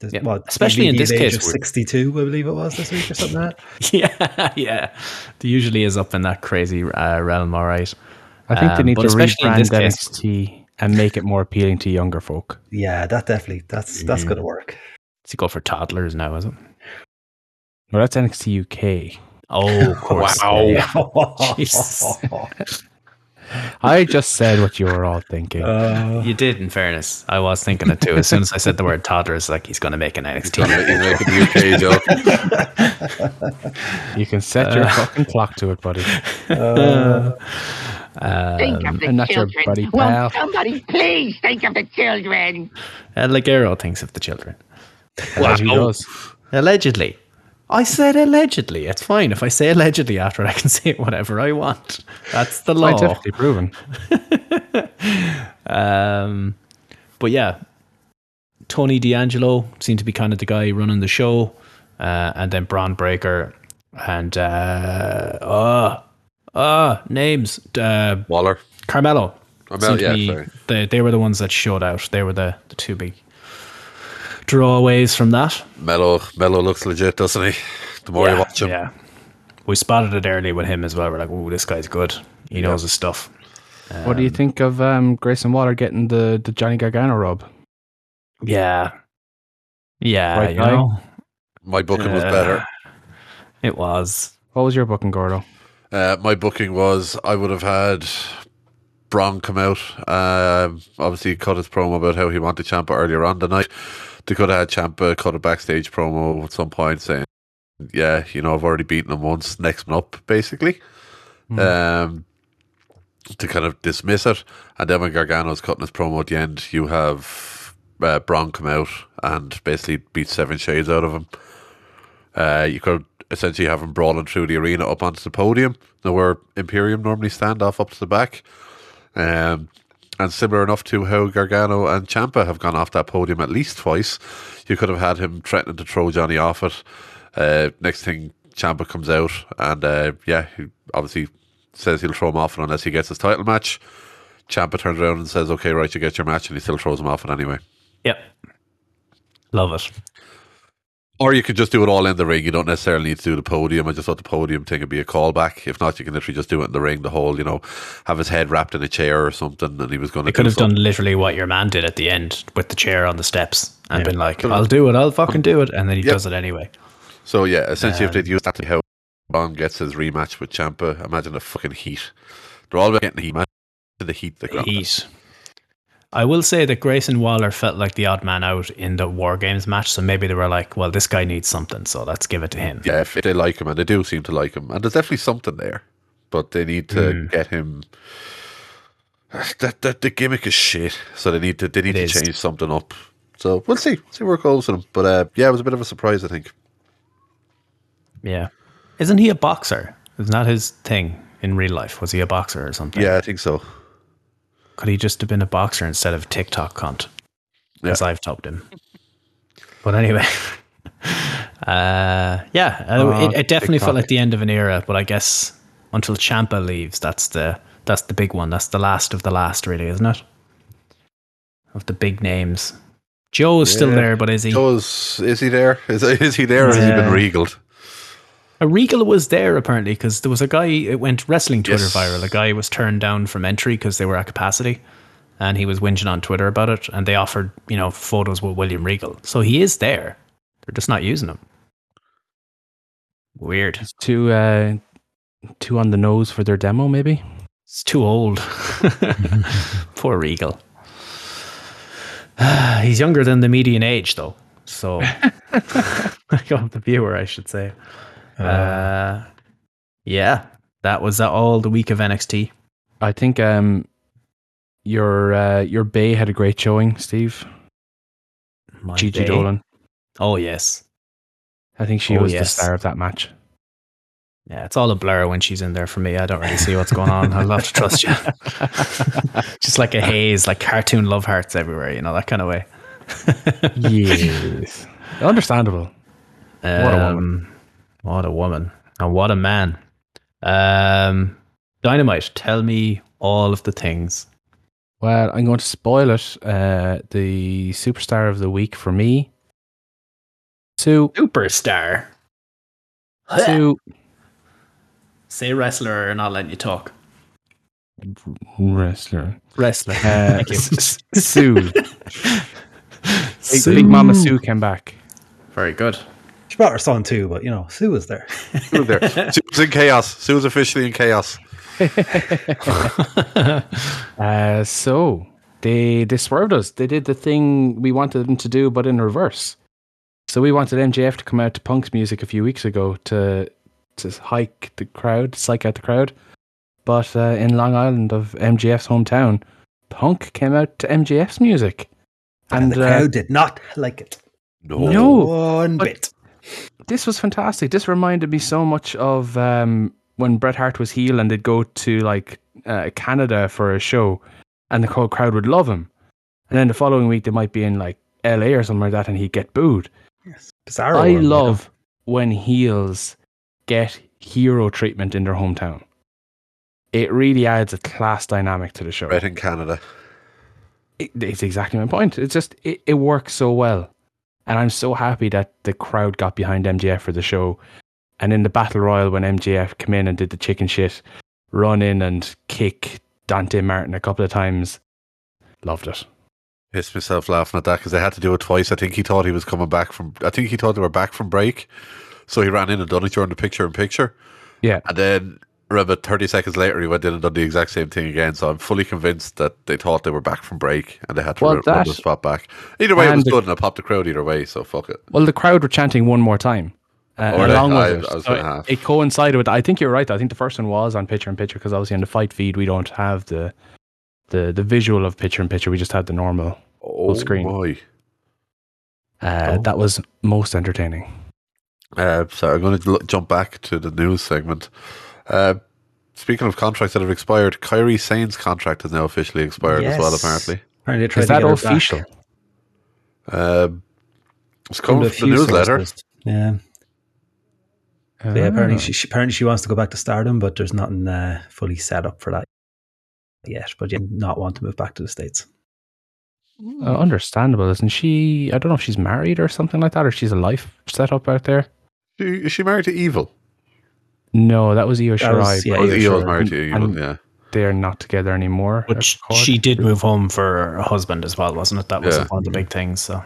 [SPEAKER 8] There's-
[SPEAKER 7] Yep.
[SPEAKER 8] What,
[SPEAKER 7] Especially in
[SPEAKER 8] DVD's
[SPEAKER 7] this
[SPEAKER 8] age
[SPEAKER 7] case,
[SPEAKER 8] of
[SPEAKER 7] we-
[SPEAKER 8] 62, I believe it was this week or something like that.
[SPEAKER 7] yeah, yeah. There usually is up in that crazy uh, realm, all right.
[SPEAKER 4] I think they
[SPEAKER 7] Um,
[SPEAKER 4] need
[SPEAKER 7] but
[SPEAKER 4] to
[SPEAKER 7] especially in
[SPEAKER 4] rebrand
[SPEAKER 7] this case-
[SPEAKER 4] NXT and make it more appealing to younger folk.
[SPEAKER 8] Yeah, that definitely, that's that's
[SPEAKER 7] Mhm.
[SPEAKER 8] going to work.
[SPEAKER 7] It's go for toddlers now, is it?
[SPEAKER 4] Well, that's NXT UK.
[SPEAKER 7] Oh, of course.
[SPEAKER 5] Wow.
[SPEAKER 7] Yeah, Jesus.
[SPEAKER 8] uh,
[SPEAKER 4] I just said what you were all thinking.
[SPEAKER 7] yeah.
[SPEAKER 8] Uh,
[SPEAKER 7] You did, in fairness. I was thinking it too. As soon as I said the word toddlers, like he's going to make an
[SPEAKER 5] Don't
[SPEAKER 7] NXT.
[SPEAKER 5] let you make it the UK joke.
[SPEAKER 4] you can set
[SPEAKER 7] uh,
[SPEAKER 4] your fucking clock to it, buddy.
[SPEAKER 8] uh,
[SPEAKER 7] Um,
[SPEAKER 9] Think of the
[SPEAKER 4] and not your
[SPEAKER 9] children.
[SPEAKER 4] um, buddy
[SPEAKER 9] Will
[SPEAKER 4] pal.
[SPEAKER 9] somebody please think of the children?
[SPEAKER 7] Ed Ligero thinks of the children.
[SPEAKER 4] As he does.
[SPEAKER 7] Allegedly. I said allegedly. It's fine. If I say allegedly after, I can say whatever I want. That's the law.
[SPEAKER 4] Scientifically proven.
[SPEAKER 7] Um, but yeah, Tony D'Angelo seemed to be kind of the guy running the show, uh, and then Braun Breaker and uh, uh, uh names uh,
[SPEAKER 5] Waller.
[SPEAKER 7] Carmelo.
[SPEAKER 5] Carmelo,
[SPEAKER 7] seemed to
[SPEAKER 5] yeah,
[SPEAKER 7] be-
[SPEAKER 5] sorry.
[SPEAKER 7] they they were the ones that showed out. They were the the two big drawaways from that.
[SPEAKER 5] Mello, Mello looks legit, doesn't he? The more you watch him,
[SPEAKER 7] Yeah. We spotted it early with him as well. We're like, oh, this guy's good. He knows his stuff.
[SPEAKER 4] what do you think of um, Grayson Waller getting the, the Johnny Gargano rub?
[SPEAKER 7] Yeah. Yeah,
[SPEAKER 4] Right
[SPEAKER 7] you
[SPEAKER 4] guy?
[SPEAKER 7] know,
[SPEAKER 5] my booking was
[SPEAKER 7] Uh,
[SPEAKER 5] better.
[SPEAKER 7] it was.
[SPEAKER 4] What was your booking, Gordo?
[SPEAKER 5] Uh, my booking was I would have had Bron come out. Um, obviously, he cut his promo about how he wanted Champa earlier on the night. They could have had Champa cut a backstage promo at some point saying, "Yeah, you know, I've already beaten him once. Next one up, basically." Um, to kind of dismiss it, and then when Gargano's cutting his promo at the end, you have uh, Bron come out and basically beat Seven Shades out of him. Uh, you could essentially have him brawling through the arena up onto the podium, now where Imperium normally stand off up to the back. Um, and similar enough to how Gargano and Champa have gone off that podium at least twice, you could have had him threatening to throw Johnny off it. Uh, next thing, Champa comes out and uh, yeah, he obviously says he'll throw him off it unless he gets his title match. Champa turns around and says, "Okay, right, you get your match," and he still throws him off it anyway.
[SPEAKER 7] Yep. Love it.
[SPEAKER 5] Or you could just do it all in the ring. You don't necessarily need to do the podium. I just thought the podium thing would be a callback. If not, you can literally just do it in the ring. The whole, you know, have his head wrapped in a chair or something, and he was going to.
[SPEAKER 7] They could have done literally what your man did at the end with the chair on the steps and been like, I'll do it, I'll fucking do it. And then he
[SPEAKER 5] Yep.
[SPEAKER 7] does it anyway.
[SPEAKER 5] So yeah, essentially, if they'd used that to be how Bond gets his rematch with Champa, imagine the fucking heat. They're all getting heat. Imagine the heat. The
[SPEAKER 7] Heat. I will say that Grayson Waller felt like the odd man out in the War Games match. So maybe they were like, well, this guy needs something. So let's give it to him.
[SPEAKER 5] Yeah, if, if they like him, and they do seem to like him, and there's definitely something there, but they need to
[SPEAKER 7] Hmm.
[SPEAKER 5] get him. That that the gimmick is shit, so they need to they need
[SPEAKER 7] It
[SPEAKER 5] to
[SPEAKER 7] is.
[SPEAKER 5] change something up. So we'll see, see where it goes with him. But uh, yeah, it was a bit of a surprise, I think.
[SPEAKER 7] Yeah. Isn't he a boxer? Isn't that his thing in real life? Was he a boxer or something?
[SPEAKER 5] Yeah, I think so.
[SPEAKER 7] Could he just have been a boxer instead of TikTok cunt? Because I've topped him. But anyway. uh, yeah, uh, it, it definitely felt like the end of an era, but I guess until Champa leaves, that's the that's the big one. That's the last of the last, really, isn't it? Of the big names. Joe is still
[SPEAKER 5] Yeah.
[SPEAKER 7] there, but is he?
[SPEAKER 5] So is is he there? Is is he there? Or has he been
[SPEAKER 7] Yeah.
[SPEAKER 5] regaled?
[SPEAKER 7] A Regal was there apparently because there was a guy. It went wrestling Twitter
[SPEAKER 5] Yes.
[SPEAKER 7] viral. A guy was turned down from entry because they were at capacity, and he was whinging on Twitter about it. And they offered, you know, photos with William Regal. So he is there. They're just not using him. Weird.
[SPEAKER 4] It's too uh, too on the nose for their demo, maybe.
[SPEAKER 7] It's too old. Poor Regal. He's younger than the median age, though. So, of the viewer, I should say.
[SPEAKER 4] Uh-huh.
[SPEAKER 7] Uh, yeah, that was uh, all the week of NXT.
[SPEAKER 4] I think um, your uh, your Bay had a great showing, Steve.
[SPEAKER 7] My
[SPEAKER 4] Gigi
[SPEAKER 7] day.
[SPEAKER 4] Dolan.
[SPEAKER 7] Oh yes,
[SPEAKER 4] I think she
[SPEAKER 7] Oh,
[SPEAKER 4] was
[SPEAKER 7] yes.
[SPEAKER 4] the star of that match.
[SPEAKER 7] yeah. It's all a blur when she's in there for me. I don't really see what's going on. I love to trust you. Just like a haze, like cartoon love hearts everywhere. You know that kind of way.
[SPEAKER 4] yes, understandable. What a woman.
[SPEAKER 7] Um, What a woman. And what a man. Um, Dynamite, tell me all of the things.
[SPEAKER 4] Well, I'm going to spoil it. Uh, the superstar of the week for me. Two,
[SPEAKER 7] Superstar.
[SPEAKER 4] two.
[SPEAKER 7] Say wrestler and I'll let you talk.
[SPEAKER 4] Wrestler.
[SPEAKER 7] Wrestler.
[SPEAKER 4] Uh,
[SPEAKER 7] Thank you.
[SPEAKER 4] S- Sue. Big, Big Mama Sue came back.
[SPEAKER 7] Very good.
[SPEAKER 8] She brought her son too, but you know, Sue was there.
[SPEAKER 5] Who was there? Sue's in chaos. Sue's officially in chaos.
[SPEAKER 4] Uh, so they they swerved us. They did the thing we wanted them to do, but in reverse. So we wanted MJF to come out to Punk's music a few weeks ago to to hike the crowd, psych out the crowd. But uh, in Long Island of MJF's hometown, Punk came out to MJF's music,
[SPEAKER 8] And,
[SPEAKER 4] and,
[SPEAKER 8] the
[SPEAKER 4] uh,
[SPEAKER 8] crowd did not like it.
[SPEAKER 5] No.
[SPEAKER 4] No.
[SPEAKER 8] One
[SPEAKER 4] But-
[SPEAKER 8] bit.
[SPEAKER 4] this was fantastic. This reminded me so much of um, when Bret Hart was heel and they'd go to like uh, Canada for a show, and the whole crowd would love him. And then the following week they might be in like LA or something like that, and he'd get booed.
[SPEAKER 8] Bizarre.
[SPEAKER 4] I
[SPEAKER 8] world, you know.
[SPEAKER 4] love when heels get hero treatment in their hometown. It really adds a class dynamic to the show.
[SPEAKER 5] Right in Canada.
[SPEAKER 4] It, it's exactly my point. It's just it, it works so well, and I'm so happy that the crowd got behind MJF for the show. And in the battle royal, when MJF came in and did the chicken shit, run in and kick Dante Martin a couple of times, loved it.
[SPEAKER 5] Pissed myself laughing at that because they had to do it twice. I think he thought he was coming back from. I think he thought they were back from break, so he ran in and done it during the picture in picture.
[SPEAKER 4] Yeah.
[SPEAKER 5] and then remember, thirty seconds later, he went in and done the exact same thing again. So I'm fully convinced that they thought they were back from break and they had to
[SPEAKER 4] Well,
[SPEAKER 5] ru- run
[SPEAKER 4] that-
[SPEAKER 5] the spot back. Either way, it
[SPEAKER 4] and
[SPEAKER 5] was
[SPEAKER 4] the-
[SPEAKER 5] good, and I popped the crowd either way. So fuck it.
[SPEAKER 4] Well, the crowd were chanting one more time. Uh,
[SPEAKER 5] Oh, were they?
[SPEAKER 4] along
[SPEAKER 5] I-
[SPEAKER 4] with it.
[SPEAKER 5] I was
[SPEAKER 4] So
[SPEAKER 5] gonna
[SPEAKER 4] it-
[SPEAKER 5] have.
[SPEAKER 4] it coincided with. I think you're right. I think the first one was on picture in picture because obviously in the fight feed we don't have the the the visual of picture in picture. We just had the normal.
[SPEAKER 5] Oh
[SPEAKER 4] screen.
[SPEAKER 5] my!
[SPEAKER 4] Uh,
[SPEAKER 7] Oh.
[SPEAKER 4] That was most entertaining.
[SPEAKER 5] Uh, so I'm going to l- jump back to the news segment. Uh, speaking of contracts that have expired, Kyrie Sane's contract has now officially expired as well.
[SPEAKER 8] Yes.
[SPEAKER 5] Apparently,
[SPEAKER 8] Apparently they tried
[SPEAKER 4] Is
[SPEAKER 8] to
[SPEAKER 4] that
[SPEAKER 8] get her back
[SPEAKER 4] official?
[SPEAKER 5] um, it's
[SPEAKER 8] from
[SPEAKER 5] coming
[SPEAKER 8] a
[SPEAKER 5] from
[SPEAKER 8] few
[SPEAKER 5] the newsletter.
[SPEAKER 8] sources. Yeah. But yeah,
[SPEAKER 4] Ah.
[SPEAKER 8] apparently she, she apparently she wants to go back to stardom, but there's nothing uh, fully set up for that yet. But you not want to move back to the states.
[SPEAKER 4] Uh, understandable, isn't she? I don't know if she's married or something like that, or she's a life setup out there.
[SPEAKER 5] She, is she married to Evil?
[SPEAKER 4] No, that was Io
[SPEAKER 8] That
[SPEAKER 4] Shirai.
[SPEAKER 8] was- yeah,
[SPEAKER 4] but
[SPEAKER 5] Oh,
[SPEAKER 8] Io
[SPEAKER 5] Evil's
[SPEAKER 8] Shirai.
[SPEAKER 5] married to Evil,
[SPEAKER 4] And-
[SPEAKER 5] yeah.
[SPEAKER 4] They are not together anymore.
[SPEAKER 7] But sh- she did move home for her husband as well, wasn't it? That was
[SPEAKER 5] Yeah.
[SPEAKER 7] one of the big things. So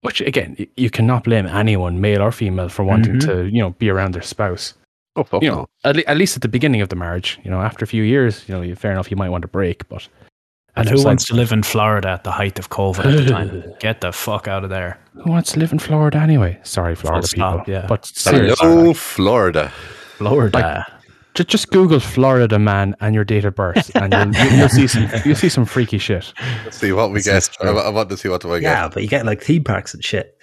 [SPEAKER 4] Which again, y- you cannot blame anyone, male or female, for wanting to you know be around their spouse.
[SPEAKER 5] Oh, fuck
[SPEAKER 4] you
[SPEAKER 5] no.
[SPEAKER 4] know, at, le- at least at the beginning of the marriage. You know, after a few years, you know, you- fair enough, you might want to break, but
[SPEAKER 7] And
[SPEAKER 4] that's
[SPEAKER 7] who
[SPEAKER 4] beside-
[SPEAKER 7] wants to live in Florida at the height of COVID at the time? Get the fuck out of there.
[SPEAKER 4] who wants to live in Florida anyway? Sorry, Florida
[SPEAKER 7] stop,
[SPEAKER 4] people.
[SPEAKER 7] yeah.
[SPEAKER 4] But
[SPEAKER 5] Hello,
[SPEAKER 4] seriously, like,
[SPEAKER 5] Florida.
[SPEAKER 7] Florida.
[SPEAKER 4] ju- just Google Florida man and your date of birth, and you'll, you'll, you'll see some you'll see some freaky shit.
[SPEAKER 5] Let's see what we
[SPEAKER 8] This
[SPEAKER 5] get.
[SPEAKER 8] is
[SPEAKER 5] I,
[SPEAKER 8] true.
[SPEAKER 5] I want to see what do I
[SPEAKER 8] Yeah,
[SPEAKER 5] get.
[SPEAKER 8] but you get like theme parks and shit.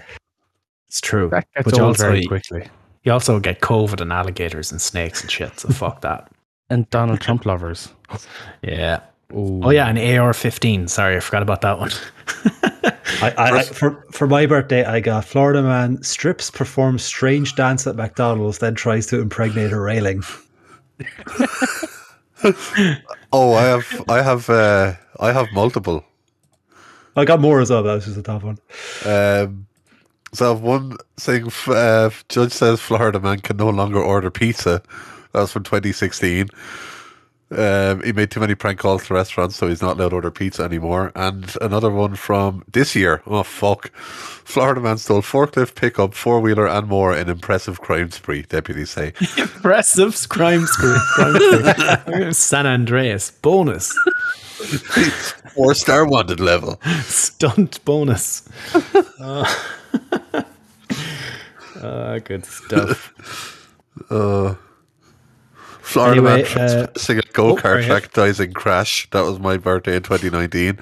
[SPEAKER 7] it's true.
[SPEAKER 4] That gets
[SPEAKER 7] But you
[SPEAKER 4] old
[SPEAKER 7] also,
[SPEAKER 4] very
[SPEAKER 7] you
[SPEAKER 4] quickly.
[SPEAKER 7] also get COVID and alligators and snakes and shit. So fuck that.
[SPEAKER 4] And Donald Trump lovers.
[SPEAKER 7] Yeah.
[SPEAKER 4] Ooh.
[SPEAKER 7] Oh yeah, an AR-15. Sorry, I forgot about that one.
[SPEAKER 8] I, I, I for for my birthday, I got Florida man strips performs strange dance at McDonald's, then tries to impregnate a railing.
[SPEAKER 5] Oh, I have, I have, uh, I have multiple.
[SPEAKER 8] I got more as well. but That was just the top one.
[SPEAKER 5] Um, so I have one thing. f- Uh, judge says Florida man can no longer order pizza. That was from 2016. Um, he made too many prank calls to restaurants, so he's not allowed to order pizza anymore. And another one from this year. Oh fuck! Florida man stole forklift, pickup, four wheeler, and more in impressive crime spree. Deputies say.
[SPEAKER 7] Impressive crime spree. Crime spree. San Andreas bonus.
[SPEAKER 5] Four star wanted level.
[SPEAKER 7] Stunt bonus. Uh, uh, good stuff.
[SPEAKER 5] Uh, Florida
[SPEAKER 8] Anyway,
[SPEAKER 5] man trips
[SPEAKER 8] uh,
[SPEAKER 5] missing at go
[SPEAKER 8] oh,
[SPEAKER 5] kart
[SPEAKER 8] right here.
[SPEAKER 5] track dies in crash. That was my birthday in 2019.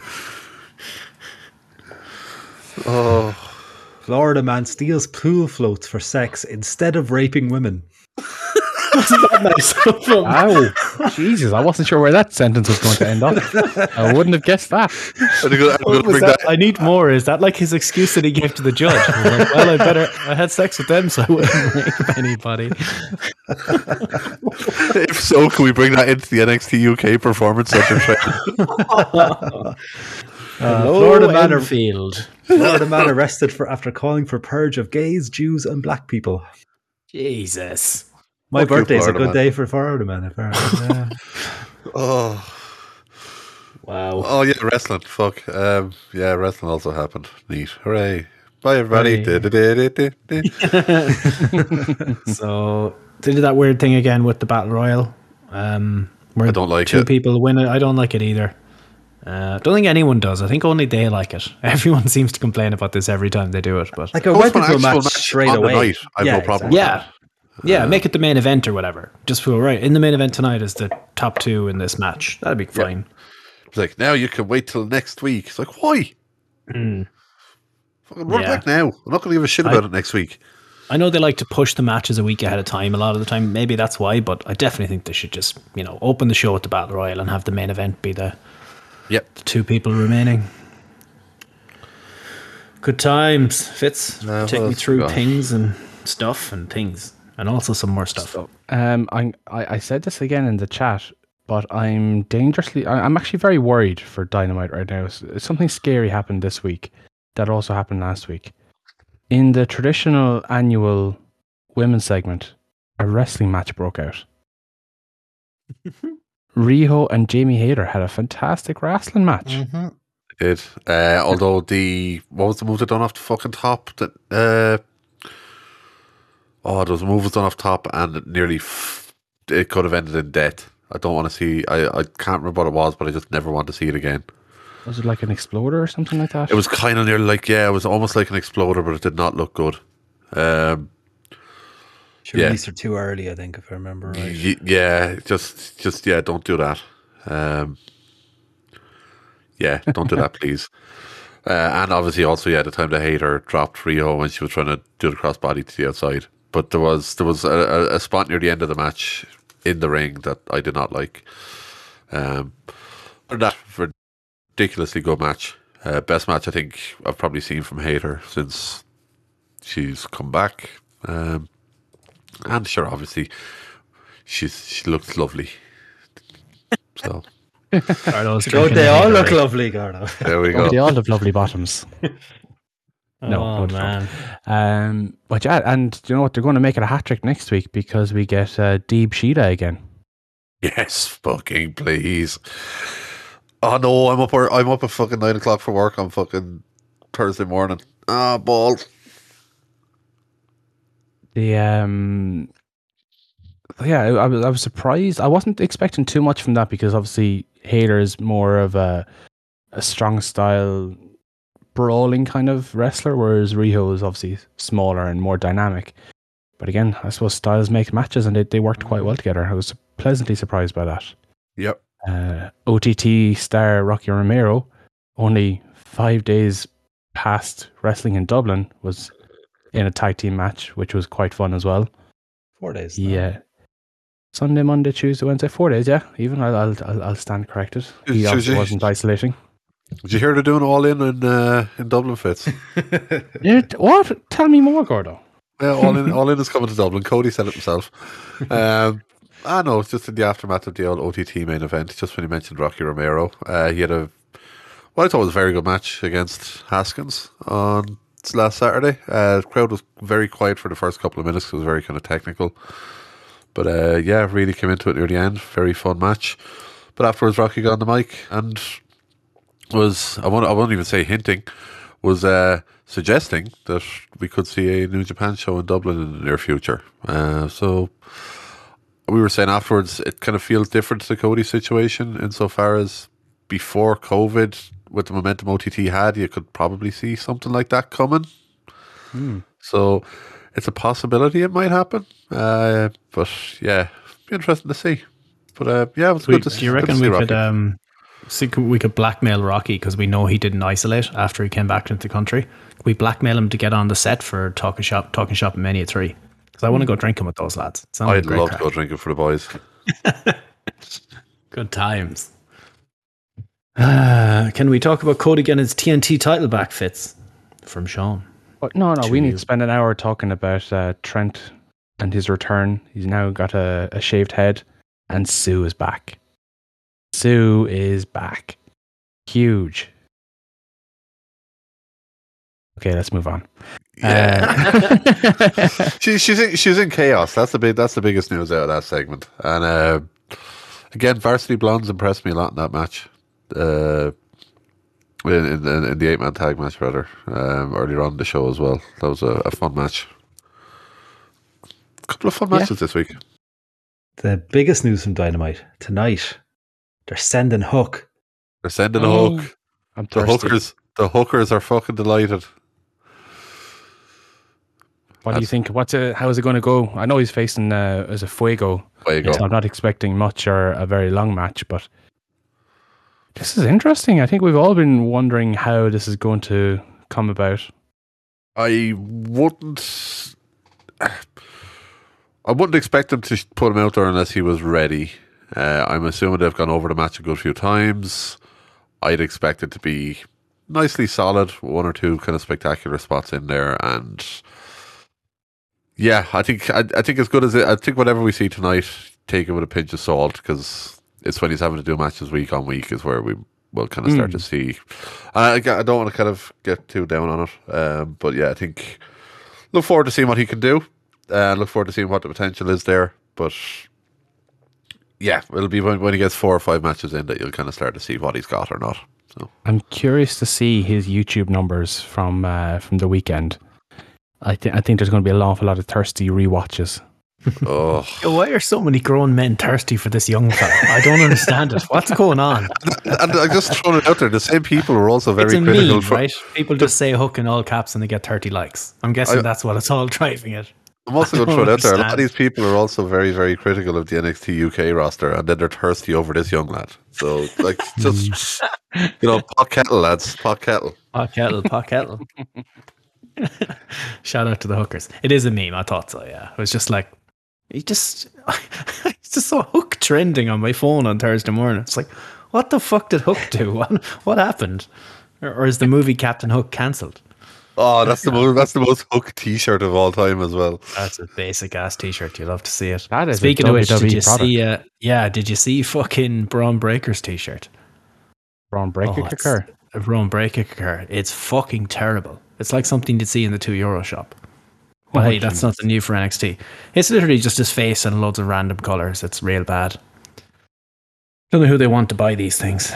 [SPEAKER 5] Oh,
[SPEAKER 8] Florida man steals pool floats for sex instead of raping women.
[SPEAKER 4] Ow. Jesus, I wasn't sure where that sentence was going to end up. I wouldn't have guessed that.
[SPEAKER 5] I'm gonna, I'm gonna
[SPEAKER 7] What was
[SPEAKER 5] bring
[SPEAKER 7] that?
[SPEAKER 5] that.
[SPEAKER 7] I need more. Is that like his excuse that he gave to the judge? He was like, well, I better. I had sex with them, so I
[SPEAKER 8] Uh,
[SPEAKER 7] wouldn't rape anybody.
[SPEAKER 5] If so, can we bring that into the NXT UK Performance Center? trailer?
[SPEAKER 8] Florida man or-
[SPEAKER 7] Field.
[SPEAKER 8] Florida man arrested for after calling for purge of gays, Jews, and black people.
[SPEAKER 7] Jesus.
[SPEAKER 8] My
[SPEAKER 5] Fuck you,
[SPEAKER 8] birthday is a
[SPEAKER 5] Florida
[SPEAKER 8] good
[SPEAKER 5] man.
[SPEAKER 8] day for Florida man. Apparently. Yeah.
[SPEAKER 5] oh,
[SPEAKER 7] Wow.
[SPEAKER 5] oh yeah, wrestling. Fuck. Um, yeah, wrestling also happened. Neat. Hooray! Bye everybody. Du-du-du-du-du-du.
[SPEAKER 7] So they did that weird thing again with the battle royal. Um, where
[SPEAKER 5] I don't like
[SPEAKER 7] two
[SPEAKER 5] it.
[SPEAKER 7] people win it. I don't like it either. Uh, don't think anyone does. I think only they like it. Everyone seems to complain about this every time they do it. But
[SPEAKER 8] like I
[SPEAKER 5] Go
[SPEAKER 8] went
[SPEAKER 5] for an
[SPEAKER 8] into a
[SPEAKER 5] actual
[SPEAKER 8] match,
[SPEAKER 5] match
[SPEAKER 8] straight
[SPEAKER 5] on the
[SPEAKER 8] away.
[SPEAKER 5] night. I've no problem with
[SPEAKER 7] yeah, Uh, yeah, make it the main event or whatever. Just feel right in the main event tonight is the top two in this match. That'd be fine.
[SPEAKER 5] It's like now you can wait till next week. It's like why? Fucking run
[SPEAKER 7] Hmm. Yeah.
[SPEAKER 5] back now. I'm not gonna give a shit about it next week.
[SPEAKER 7] I know they like to push the matches a week ahead of time a lot of the time. Maybe that's why, but I definitely think they should just you know open the show with the battle royal and have the main event be the
[SPEAKER 5] Yep.
[SPEAKER 7] two people remaining. Good times, Fitz.
[SPEAKER 5] Uh,
[SPEAKER 7] Take
[SPEAKER 5] what
[SPEAKER 7] me
[SPEAKER 5] else
[SPEAKER 7] through
[SPEAKER 5] we got?
[SPEAKER 7] things and stuff and things, and also some more stuff.
[SPEAKER 4] Um, I'm, I, I said this again in the chat, but I'm dangerously, I, I'm actually very worried for Dynamite right now. S- Something scary happened this week that also happened last week. In the traditional annual women's segment, a wrestling match broke out. Riho and Jamie Hayter had a fantastic wrestling match.
[SPEAKER 5] It did. Uh, although the what was the move that done off the fucking top that uh oh there was a move was done off top and it nearly f- it could have ended in death. I don't want to see. I, I can't remember what it was, but I just never want to see it again.
[SPEAKER 4] Was it like an exploder or something like that?
[SPEAKER 5] It was kind of near like yeah, it was almost like an exploder, but it did not look good. Um,
[SPEAKER 8] She
[SPEAKER 5] Yeah.
[SPEAKER 8] released her too early, I think, if I remember right.
[SPEAKER 5] Y- yeah, just just yeah, don't do that. Um, yeah, don't do that, please. Uh, and obviously, also yeah, the time the hater dropped Rio when she was trying to do the crossbody to the outside, but there was there was a, a, a spot near the end of the match in the ring that I did not like. Um, but that ridiculously good match, uh, best match I think I've probably seen from Hater since she's come back. Um, and sure, obviously, she's she looks lovely. So
[SPEAKER 7] Gardo's
[SPEAKER 8] Don't
[SPEAKER 7] drinking
[SPEAKER 8] they all
[SPEAKER 7] Gatorade.
[SPEAKER 8] look lovely, Gardo?
[SPEAKER 5] There we
[SPEAKER 4] They
[SPEAKER 5] go.
[SPEAKER 4] all have lovely bottoms. No, no,
[SPEAKER 7] Oh,
[SPEAKER 4] they don't.
[SPEAKER 7] man.
[SPEAKER 4] Um, but yeah, and do you know what? They're going to make it a hat trick next week because we get uh, Deeb Sheeda again.
[SPEAKER 5] Yes, fucking please. Oh no, I'm up. ear- I'm up at fucking nine o'clock for work on fucking Thursday morning. Ah, ball.
[SPEAKER 4] The um, yeah, I, I was I was surprised. I wasn't expecting too much from that because obviously Hater is more of a a strong style brawling kind of wrestler, whereas Riho is obviously smaller and more dynamic. But again, I suppose styles make matches, and they, they worked quite well together. I was pleasantly surprised by that.
[SPEAKER 5] Yep.
[SPEAKER 4] uh, OTT star Rocky Romero, only five days past wrestling in Dublin, was in a tag team match, which was quite fun as well.
[SPEAKER 8] Four days. now.
[SPEAKER 4] Yeah. Sunday, Monday, Tuesday, Wednesday, four days. Yeah, even I'll I'll, I'll, I'll stand corrected. He
[SPEAKER 5] Tuesday.
[SPEAKER 4] obviously wasn't isolating.
[SPEAKER 5] Did you hear they're doing all in in uh, in Dublin fits?
[SPEAKER 4] It- what? Tell me more, Gordo.
[SPEAKER 5] Yeah, all in, all in is coming to Dublin. Cody said it himself. Um, I know it's just in the aftermath of the old OTT main event. Just when you mentioned Rocky Romero, uh, he had a what I thought was a very good match against Haskins on s- last Saturday. Uh, the crowd was very quiet for the first couple of minutes. 'cause it was very kind of technical, but uh, yeah, really came into it near the end. Very fun match. But afterwards, Rocky got on the mic and was I won't I won't even say hinting was uh, suggesting that we could see a New Japan show in Dublin in the near future. Uh, so we were saying afterwards, it kind of feels different to the Cody situation insofar as before COVID, with the momentum OTT had, you could probably see something like that coming.
[SPEAKER 7] Hmm.
[SPEAKER 5] So it's a possibility it might happen. Uh, but yeah, be interesting to see. But uh, yeah, it was
[SPEAKER 7] We,
[SPEAKER 5] good to see.
[SPEAKER 7] do you
[SPEAKER 5] good to
[SPEAKER 7] reckon
[SPEAKER 5] see
[SPEAKER 7] we
[SPEAKER 5] Rocky.
[SPEAKER 7] could um, see, could- we could blackmail Rocky because we know he didn't isolate after he came back into the country? Could we blackmail him to get on the set for Talking Shop, Talking Shop and Mania Three? Because I want to go drinking with those lads. It sounds like
[SPEAKER 5] I'd
[SPEAKER 7] a great
[SPEAKER 5] love
[SPEAKER 7] crack.
[SPEAKER 5] to go drinking for the boys.
[SPEAKER 7] Good times. Uh, can we talk about Cody getting his TNT title back, Fitz? From Sean.
[SPEAKER 4] But no, no,
[SPEAKER 7] To
[SPEAKER 4] we need
[SPEAKER 7] you.
[SPEAKER 4] to spend an hour talking about uh, Trent and his return. He's now got a, a shaved head, and Sue is back. Sue is back. Huge. Okay, let's move on. Uh,
[SPEAKER 5] she, she's in, she's in chaos. That's the big. That's the biggest news out of that segment. And uh, again, Varsity Blondes impressed me a lot in that match. Uh, in, in, in in the eight man tag match, rather um, earlier on in the show as well. That was a, a fun match. A couple of fun
[SPEAKER 4] Yeah.
[SPEAKER 5] matches this week.
[SPEAKER 8] The biggest news from Dynamite tonight. They're sending Hook.
[SPEAKER 5] They're sending
[SPEAKER 4] Oh,
[SPEAKER 5] a hook.
[SPEAKER 4] I'm
[SPEAKER 5] The
[SPEAKER 4] thirsty.
[SPEAKER 5] hookers. The hookers are fucking delighted.
[SPEAKER 4] What do you think? What's it, how is it going to go? I know he's facing uh, as a Fuego,
[SPEAKER 5] There you go.
[SPEAKER 4] so I'm not expecting much or a very long match, but this is interesting. I think we've all been wondering how this is going to come about.
[SPEAKER 5] I wouldn't. I wouldn't expect them to put him out there unless he was ready. Uh, I'm assuming they've gone over the match a good few times. I'd expect it to be nicely solid, one or two kind of spectacular spots in there, and yeah, I think I, I think as good as it. I think whatever we see tonight, take it with a pinch of salt because it's when he's having to do matches week on week is where we will kind of start
[SPEAKER 7] Hmm.
[SPEAKER 5] to see. I, I don't want to kind of get too down on it, um, but yeah, I think look forward to seeing what he can do. Uh, look forward to seeing what the potential is there, but. Yeah, it'll be when, when he gets four or five matches in that you'll kind of start to see what he's got or not. So
[SPEAKER 4] I'm curious to see his YouTube numbers from uh, from the weekend. I think I think there's going to be an awful lot of thirsty rewatches.
[SPEAKER 5] Oh,
[SPEAKER 7] Why are so many grown men thirsty for this young fella? I don't understand it. What's going on?
[SPEAKER 5] and I just thrown it out there. The same people were also very
[SPEAKER 7] it's a
[SPEAKER 5] critical.
[SPEAKER 7] meme,
[SPEAKER 5] for-
[SPEAKER 7] right? People just say hook in all caps and they get 30 likes. I'm guessing
[SPEAKER 5] I-
[SPEAKER 7] that's what it's all driving at.
[SPEAKER 5] I'm also going to
[SPEAKER 7] I
[SPEAKER 5] throw
[SPEAKER 7] don't
[SPEAKER 5] it out there. A lot of
[SPEAKER 7] understand.
[SPEAKER 5] these people are also very, very critical of the NXT UK roster, and then they're thirsty over this young lad. So, like, just you know, pot kettle, lads, pot kettle.
[SPEAKER 7] Pot kettle, pot kettle. Shout out to the hookers. It is a meme. I thought so. Yeah, it was just like you just. I just saw hook trending on my phone on Thursday morning. It's like, what the fuck did Hook do? What, what happened? Or, or is the movie Captain Hook cancelled?
[SPEAKER 5] Oh, that's the most that's the most hook T-shirt of all time as well.
[SPEAKER 7] That's a basic ass T-shirt. You love to see it.
[SPEAKER 4] That is a
[SPEAKER 7] Speaking of which, did
[SPEAKER 4] WWE
[SPEAKER 7] you
[SPEAKER 4] product.
[SPEAKER 7] see? Uh, yeah, did you see fucking Braun Breaker's T-shirt?
[SPEAKER 4] Braun Breaker
[SPEAKER 7] Oh, it's-
[SPEAKER 4] Kicker.
[SPEAKER 7] A Braun Breaker kicker. It's fucking terrible. It's like something you'd see in the two euro shop. But hey, that's nothing new for NXT. It's literally just his face and loads of random colors. It's real bad. Don't know who they want to buy these things,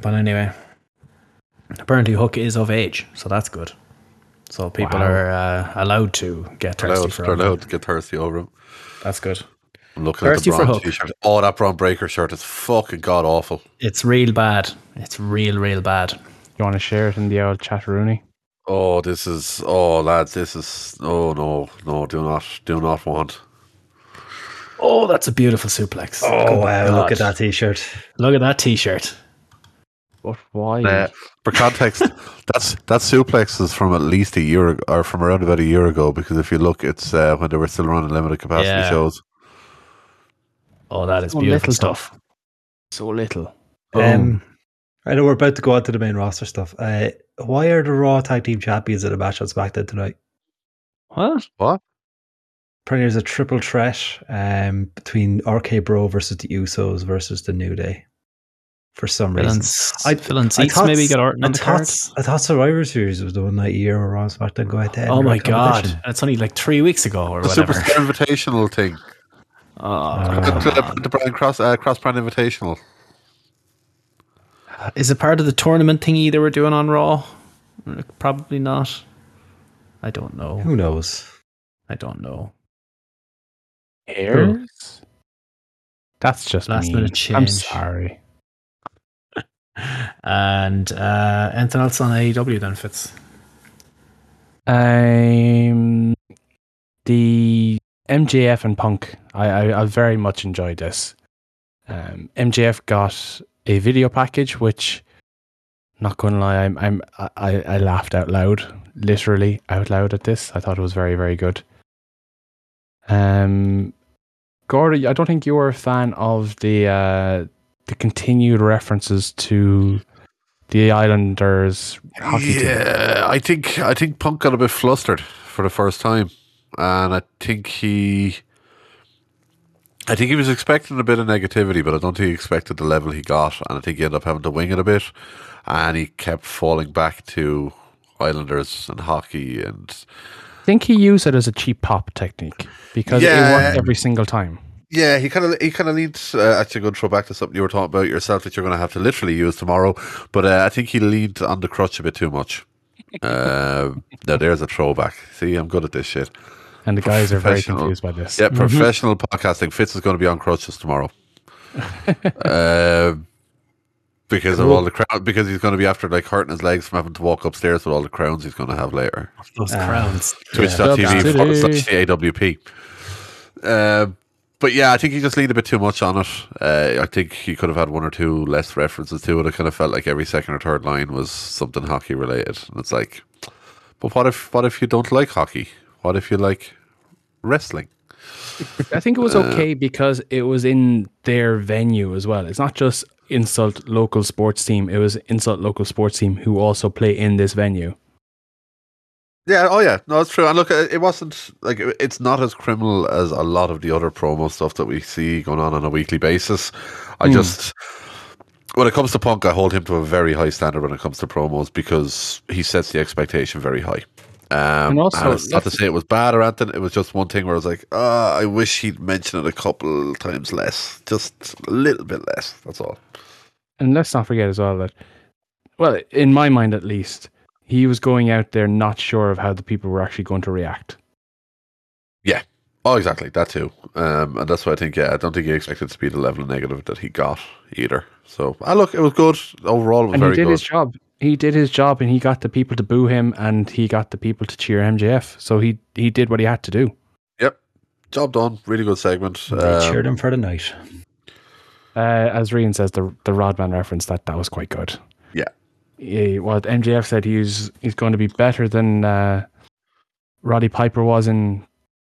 [SPEAKER 7] but anyway. Apparently, Hook is of age, so that's good. So people
[SPEAKER 4] Wow.
[SPEAKER 7] are uh, allowed to get thirsty
[SPEAKER 5] Allowed,
[SPEAKER 7] for
[SPEAKER 5] they're
[SPEAKER 7] Hook.
[SPEAKER 5] allowed to get thirsty over him.
[SPEAKER 7] That's good.
[SPEAKER 5] I'm looking at
[SPEAKER 7] Thirsty
[SPEAKER 5] the
[SPEAKER 7] for
[SPEAKER 5] Braun
[SPEAKER 7] Hook.
[SPEAKER 5] T-shirt. Oh, that Braun Breaker shirt is fucking god awful.
[SPEAKER 7] It's real bad. It's real, real bad.
[SPEAKER 4] You want to share it in the old chat, Rooney?
[SPEAKER 5] Oh, this is oh lads, this is oh no no do not do not want.
[SPEAKER 7] Oh, that's a beautiful suplex.
[SPEAKER 8] Oh, wow. Look
[SPEAKER 7] God.
[SPEAKER 8] at that t shirt.
[SPEAKER 7] Look at that T-shirt.
[SPEAKER 4] But why?
[SPEAKER 5] Uh, for context, that's that suplex is from at least a year ag- or from around about a year ago because if you look, it's uh, when they were still running limited capacity
[SPEAKER 7] Yeah.
[SPEAKER 5] shows.
[SPEAKER 7] Oh, that is
[SPEAKER 4] So
[SPEAKER 7] beautiful
[SPEAKER 4] little,
[SPEAKER 7] stuff.
[SPEAKER 4] so little.
[SPEAKER 8] Um, I know we're about to go on to the main roster stuff. Uh, why are the Raw Tag Team Champions in a match on SmackDown tonight?
[SPEAKER 7] What?
[SPEAKER 8] Apparently, there's a triple threat um, between RK Bro versus the Usos versus the New Day for some
[SPEAKER 7] Phil
[SPEAKER 8] reason.
[SPEAKER 7] and,
[SPEAKER 8] I-
[SPEAKER 7] Phil and Cease maybe got Orton
[SPEAKER 8] I
[SPEAKER 7] on the
[SPEAKER 8] thought,
[SPEAKER 7] cards.
[SPEAKER 8] I thought Survivor Series was the one night a year where Raw and SmackDown go out to
[SPEAKER 7] Oh
[SPEAKER 8] end
[SPEAKER 7] my
[SPEAKER 8] their competition.
[SPEAKER 7] god! That's only like three weeks ago or
[SPEAKER 5] the
[SPEAKER 7] whatever.
[SPEAKER 5] Superstar Invitational thing,
[SPEAKER 7] Oh,
[SPEAKER 5] the, the, the brand cross uh, cross brand Invitational.
[SPEAKER 7] Uh, is it part of the tournament thingy they were doing on Raw? Uh, Probably not. I don't know.
[SPEAKER 8] Who knows?
[SPEAKER 7] I don't know.
[SPEAKER 4] Hairs? That's just
[SPEAKER 7] Last
[SPEAKER 4] mean.
[SPEAKER 7] minute
[SPEAKER 4] I'm
[SPEAKER 7] change.
[SPEAKER 4] sorry.
[SPEAKER 7] And uh, anything else on AEW then, Fitz?
[SPEAKER 4] Um, the MJF and Punk. I, I, I very much enjoyed this. Um, MJF got a video package, which, not gonna lie, I'm, I'm I- I, I laughed out loud, literally out loud at this. I thought it was very very good. Um, Gordy, I don't think you were a fan of the uh, the continued references to the Islanders hockey team.
[SPEAKER 5] Yeah, I think I think Punk got a bit flustered for the first time, and I think he, I think he was expecting a bit of negativity, but I don't think he expected the level he got, and I think he ended up having to wing it a bit, and he kept falling back to Islanders and hockey, and
[SPEAKER 4] think he used it as a cheap pop technique because it
[SPEAKER 5] Yeah.
[SPEAKER 4] worked every single time.
[SPEAKER 5] yeah, he kind of he kind of leans uh, actually going to throw back to something you were talking about yourself that you're going to have to literally use tomorrow, but uh, I think he leaned on the crutch a bit too much. uh, now there's a throwback. See, I'm good at this shit.
[SPEAKER 4] And the guys are very
[SPEAKER 5] Professional.
[SPEAKER 4] confused by this.
[SPEAKER 5] Yeah, professional podcasting. Fitz is going to be on crutches tomorrow. Um because of all the crowd, because he's going to be after like hurting his legs from having to walk upstairs with all the crowns he's going to have later.
[SPEAKER 7] Those
[SPEAKER 4] Ah.
[SPEAKER 7] crowns.
[SPEAKER 5] Twitch.tv
[SPEAKER 4] Today.
[SPEAKER 5] forward slash the AWP. Um, but yeah, I think he just leaned a bit too much on it. Uh, I think he could have had one or two less references to it. It kind of felt like every second or third line was something hockey related, and it's like, but what if what if you don't like hockey? What if you like wrestling?
[SPEAKER 4] I think it was
[SPEAKER 5] Uh,
[SPEAKER 4] okay because it was in their venue as well. It's not just insult local sports team, it was insult local sports team who also play in this venue.
[SPEAKER 5] Yeah, oh yeah, no, it's true. And look, uh, it wasn't like it- it's not as criminal as a lot of the other promo stuff that we see going on on a weekly basis. I
[SPEAKER 4] Hmm.
[SPEAKER 5] just, when it comes to Punk, I hold him to a very high standard when it comes to promos because he sets the expectation very high. Um,
[SPEAKER 4] And also,
[SPEAKER 5] and it's not to
[SPEAKER 4] let's-
[SPEAKER 5] say it was bad or anything. It was just one thing where I was like, ah, I wish he'd mention it a couple times less, just a little bit less. That's all.
[SPEAKER 4] And let's not forget as well that, well, in my mind at least, he was going out there not sure of how the people were actually going to react.
[SPEAKER 5] Oh, exactly that too, um, and that's why I think yeah, I don't think he expected to be the level of negative that he got either. So, ah, look, it was good overall. It was
[SPEAKER 4] And he
[SPEAKER 5] very
[SPEAKER 4] did
[SPEAKER 5] good.
[SPEAKER 4] his job. He did his job and he got the people to boo him and he got the people to cheer MJF. So he, he did what he had to do.
[SPEAKER 5] yep, job done. Really good segment.
[SPEAKER 8] They cheered
[SPEAKER 5] Um,
[SPEAKER 8] him for the night.
[SPEAKER 4] Uh, as Rian says, the the Rodman reference that that was quite good.
[SPEAKER 5] Yeah.
[SPEAKER 4] Yeah. Well, MJF said he's he's going to be better than uh, Roddy Piper was in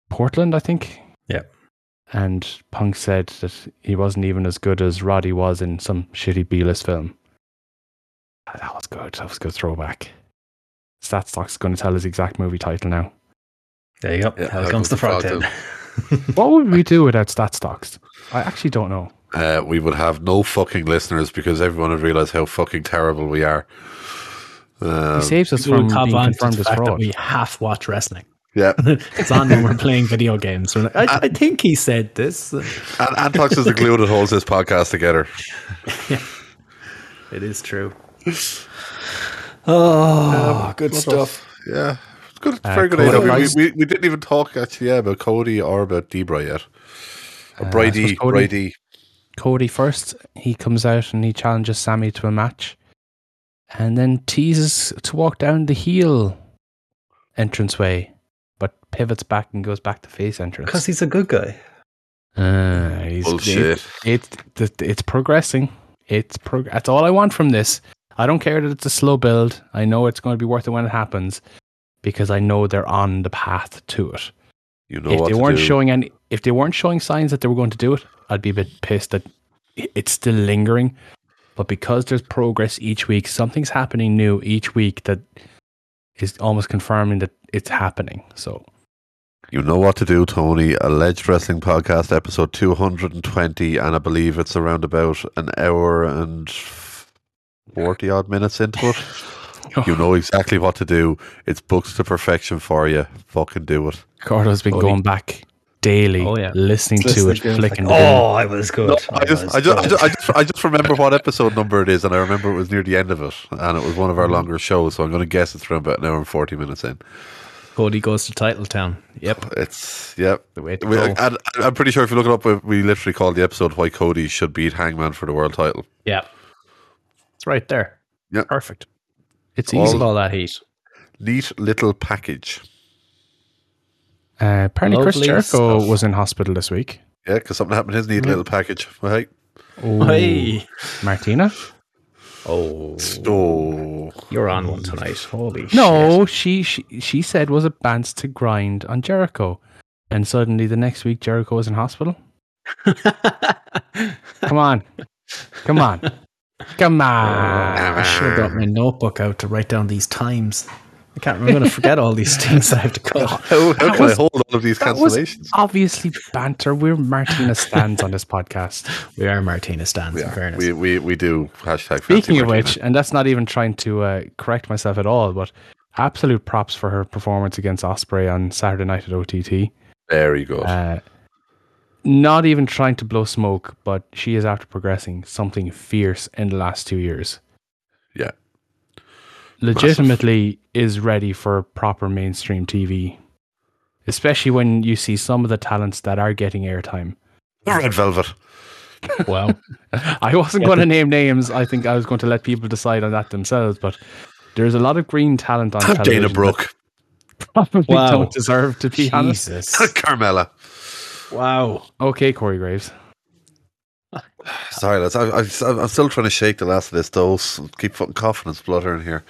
[SPEAKER 4] Portland, I think.
[SPEAKER 8] Yeah.
[SPEAKER 4] And Punk said that he wasn't even as good as Roddy was in some shitty B list film. Ah, That was good. That was a good throwback. StatStock's going to tell us exact movie title now.
[SPEAKER 8] There you go.
[SPEAKER 5] Yeah,
[SPEAKER 8] Here comes the frog tip.
[SPEAKER 4] What would we do without StatStocks? I actually don't know.
[SPEAKER 5] Uh, we would have no fucking listeners because everyone would realize how fucking terrible we are.
[SPEAKER 4] He
[SPEAKER 5] Um,
[SPEAKER 4] saves us
[SPEAKER 7] We
[SPEAKER 4] from
[SPEAKER 7] would
[SPEAKER 4] being
[SPEAKER 7] cop on to
[SPEAKER 4] confirmed
[SPEAKER 7] the
[SPEAKER 4] as
[SPEAKER 7] fact that
[SPEAKER 4] fraud.
[SPEAKER 7] we half watch wrestling.
[SPEAKER 5] yeah,
[SPEAKER 7] It's on when we're playing video games. We're like, I, I think he said this.
[SPEAKER 5] and Antox is the glue that holds this podcast together.
[SPEAKER 7] It is true. Oh, good stuff.
[SPEAKER 5] Yeah, it's good,
[SPEAKER 4] Uh,
[SPEAKER 5] very good.
[SPEAKER 4] Cody
[SPEAKER 5] idea. We,
[SPEAKER 4] Rice.
[SPEAKER 5] we, we didn't even talk actually yeah, about Cody or about Debra yet. Or
[SPEAKER 4] Uh, I
[SPEAKER 5] Brady,
[SPEAKER 4] suppose Cody-
[SPEAKER 5] Brady.
[SPEAKER 4] Cody first. He comes out and he challenges Sammy to a match, and then teases to walk down the heel entranceway, but pivots back and goes back to face entrance.
[SPEAKER 8] Because he's a good guy.
[SPEAKER 4] Ah, he's
[SPEAKER 5] Bullshit.
[SPEAKER 4] It's th- it's progressing. It's prog- That's all I want from this. I don't care that it's a slow build. I know it's going to be worth it when it happens, because I know they're on the path to it.
[SPEAKER 5] You know
[SPEAKER 4] if
[SPEAKER 5] what
[SPEAKER 4] they
[SPEAKER 5] to
[SPEAKER 4] weren't
[SPEAKER 5] do.
[SPEAKER 4] showing any, if they weren't showing signs that they were going to do it, I'd be a bit pissed that i- it's still lingering. But because there's progress each week, something's happening new each week that is almost confirming that it's happening. So
[SPEAKER 5] You know what to do, Tony. Alleged Wrestling Podcast, episode 220, and I believe it's around about an hour and 40 odd minutes into it. you know exactly what to do. It's books to perfection for you. Fucking do it.
[SPEAKER 4] Cardo's been
[SPEAKER 7] Oh,
[SPEAKER 4] going back daily,
[SPEAKER 7] Oh, yeah.
[SPEAKER 4] listening to
[SPEAKER 8] Listening
[SPEAKER 4] it,
[SPEAKER 8] to it,
[SPEAKER 4] flicking. the
[SPEAKER 8] Oh, I was good.
[SPEAKER 5] I just,
[SPEAKER 8] was
[SPEAKER 5] I just, I
[SPEAKER 8] good.
[SPEAKER 5] just, I just, I just remember what episode number it is, and I remember it was near the end of it, and it was one of our longer shows. So I'm going to guess it's around about an hour and forty minutes in.
[SPEAKER 7] Cody goes to Title Town. Yep.
[SPEAKER 5] It's yep.
[SPEAKER 4] The way to
[SPEAKER 5] We,
[SPEAKER 4] go.
[SPEAKER 5] and, and I'm pretty sure if you look it up, we, we literally called the episode "Why Cody Should Beat Hangman for the World Title."
[SPEAKER 7] Yep. It's right there.
[SPEAKER 5] Yeah.
[SPEAKER 7] Perfect.
[SPEAKER 4] It's
[SPEAKER 5] All-
[SPEAKER 4] easy.
[SPEAKER 7] All that heat.
[SPEAKER 5] Neat little package.
[SPEAKER 4] Uh, apparently, Chris
[SPEAKER 7] Lovely
[SPEAKER 4] Jericho
[SPEAKER 7] stuff.
[SPEAKER 4] was in hospital this week.
[SPEAKER 5] Yeah, because something happened in his neat
[SPEAKER 4] Mm-hmm.
[SPEAKER 5] little package. Right?
[SPEAKER 7] Hey.
[SPEAKER 4] Martina?
[SPEAKER 7] Oh,
[SPEAKER 5] Oh,
[SPEAKER 7] you're on one tonight. Holy
[SPEAKER 4] No, she, she she said was advanced to grind on Jericho, and suddenly the next week Jericho was in hospital.
[SPEAKER 7] shit.
[SPEAKER 4] Come on, come on, come on.
[SPEAKER 7] Ah, I should have got my notebook out to write down these times. I can't. I'm going to forget all these things I have to call.
[SPEAKER 5] how, how can I
[SPEAKER 4] Oh, was-
[SPEAKER 5] hold all of these
[SPEAKER 4] That was
[SPEAKER 5] cancellations?
[SPEAKER 4] obviously banter. We're Martina stands on this podcast.
[SPEAKER 7] We are Martina stands. in fairness.
[SPEAKER 5] We, we we do hashtag. fancy
[SPEAKER 4] Speaking of
[SPEAKER 5] Martina.
[SPEAKER 4] which, and that's not even trying to uh, correct myself at all, but absolute props for her performance against Osprey on Saturday night at OTT.
[SPEAKER 5] very good.
[SPEAKER 4] Uh, not even trying to blow smoke, but she is after progressing something fierce in the last two years.
[SPEAKER 5] yeah,
[SPEAKER 4] Legitimately is ready for proper mainstream TV, especially when you see some of the talents that are getting airtime.
[SPEAKER 5] red velvet.
[SPEAKER 7] wow.
[SPEAKER 4] I wasn't going to name names. I think I was going to let people decide on that themselves. But there's a lot of green talent on television
[SPEAKER 5] Dana
[SPEAKER 4] that
[SPEAKER 5] Brooke.
[SPEAKER 4] probably
[SPEAKER 7] Wow.
[SPEAKER 4] don't deserve to be honest.
[SPEAKER 7] Jesus.
[SPEAKER 5] Carmella.
[SPEAKER 7] wow.
[SPEAKER 4] Okay, Corey Graves.
[SPEAKER 5] Sorry, lads. I, I, I'm still trying to shake the last of this dose. Keep fucking coughing and spluttering here.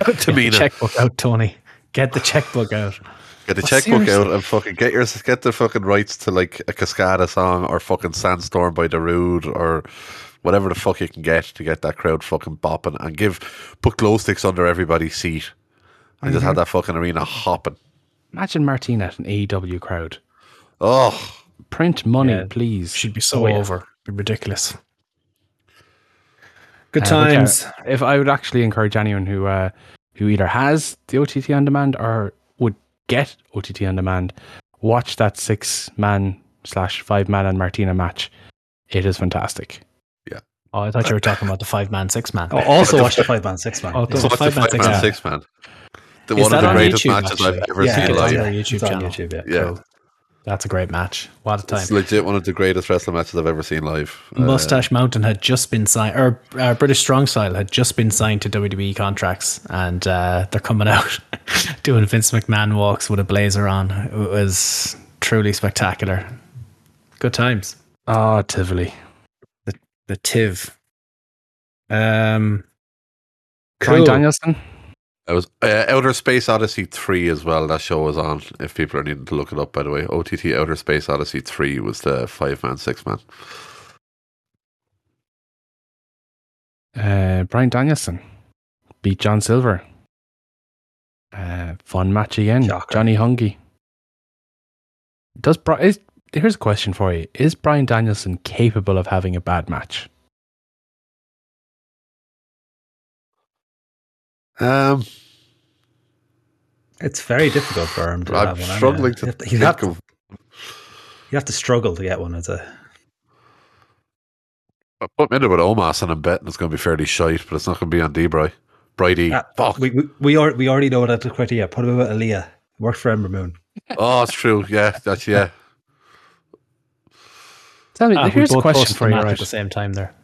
[SPEAKER 5] Tamina,
[SPEAKER 7] Checkbook out, Tony. Get the checkbook out.
[SPEAKER 5] get the
[SPEAKER 4] Oh,
[SPEAKER 5] checkbook
[SPEAKER 4] seriously?
[SPEAKER 5] out and fucking get your get the fucking rights to like a Cascada song or fucking Sandstorm by Darude or whatever the fuck you can get to get that crowd fucking bopping and give put glow sticks under everybody's seat and just
[SPEAKER 7] Mm-hmm.
[SPEAKER 5] have that fucking arena hopping.
[SPEAKER 4] Imagine Martina at an AEW crowd.
[SPEAKER 5] Oh,
[SPEAKER 4] Print money,
[SPEAKER 7] Yeah.
[SPEAKER 4] please.
[SPEAKER 7] She'd be so
[SPEAKER 4] Oh, yeah.
[SPEAKER 7] over. Be ridiculous.
[SPEAKER 8] Good
[SPEAKER 4] Uh, but yeah,
[SPEAKER 8] times.
[SPEAKER 4] if I would actually encourage anyone who uh, who either has the OTT on demand or would get OTT on demand, watch that six man slash five man and Martina match. It is fantastic.
[SPEAKER 7] Oh, I thought you were talking about the five man, six man.
[SPEAKER 8] Oh, also watch the five man, six man.
[SPEAKER 7] Oh,
[SPEAKER 8] Yeah.
[SPEAKER 5] so much the
[SPEAKER 7] Five Man,
[SPEAKER 5] five
[SPEAKER 7] Six
[SPEAKER 5] man,
[SPEAKER 7] Man.
[SPEAKER 5] six man. The,
[SPEAKER 7] Is
[SPEAKER 5] one of
[SPEAKER 7] that
[SPEAKER 5] the
[SPEAKER 7] on
[SPEAKER 5] greatest
[SPEAKER 7] YouTube,
[SPEAKER 5] matches I've
[SPEAKER 7] actually?
[SPEAKER 5] ever
[SPEAKER 8] Yeah,
[SPEAKER 5] seen
[SPEAKER 7] it's on
[SPEAKER 5] live.
[SPEAKER 7] their YouTube
[SPEAKER 8] It's on
[SPEAKER 7] channel.
[SPEAKER 8] YouTube, yeah.
[SPEAKER 5] Yeah.
[SPEAKER 7] Cool. That's a great match. What a time.
[SPEAKER 5] It's legit one of the greatest wrestling matches I've ever seen live. Uh,
[SPEAKER 7] Mustache Mountain had just been signed, or uh, British Strong Style had just been signed to WWE contracts, and uh, they're coming out doing Vince McMahon walks with a blazer on. It was truly spectacular. Good times.
[SPEAKER 4] Ah, Tivoli.
[SPEAKER 7] The Tiv. Um,
[SPEAKER 4] Brian Danielson.
[SPEAKER 5] It was uh, Outer Space Odyssey 3 as well. That show was on, if people are needing to look it up, by the way. OTT Outer Space Odyssey 3 was the five man, six man.
[SPEAKER 4] Uh, Brian Danielson beat John Silver Uh, fun match again.
[SPEAKER 8] Shocker.
[SPEAKER 4] Johnny Hungy. Does Bri- is, here's a question for you: Is Brian Danielson capable of having a bad match?
[SPEAKER 5] Um,
[SPEAKER 8] It's very difficult for him to
[SPEAKER 5] I'm
[SPEAKER 8] have one. I mean,
[SPEAKER 5] struggling to
[SPEAKER 8] you have to,
[SPEAKER 5] think
[SPEAKER 8] you'd have to-
[SPEAKER 5] of.
[SPEAKER 8] you'd have to struggle to get one. It's a
[SPEAKER 5] I put him into with Omas, and I'm betting it's going to be fairly shite, but it's not going to be on Debray. Brady,
[SPEAKER 8] Ah,
[SPEAKER 5] fuck.
[SPEAKER 8] We, we, we, are, we already know that criteria. Put him about Aaliyah. Worked for Ember Moon.
[SPEAKER 5] oh, it's true. Yeah, that's yeah.
[SPEAKER 4] Tell me,
[SPEAKER 7] Ah, we
[SPEAKER 4] here's a
[SPEAKER 7] both
[SPEAKER 4] question
[SPEAKER 7] posted
[SPEAKER 4] for
[SPEAKER 7] the
[SPEAKER 4] you,
[SPEAKER 7] match at
[SPEAKER 4] right?
[SPEAKER 7] the same time there.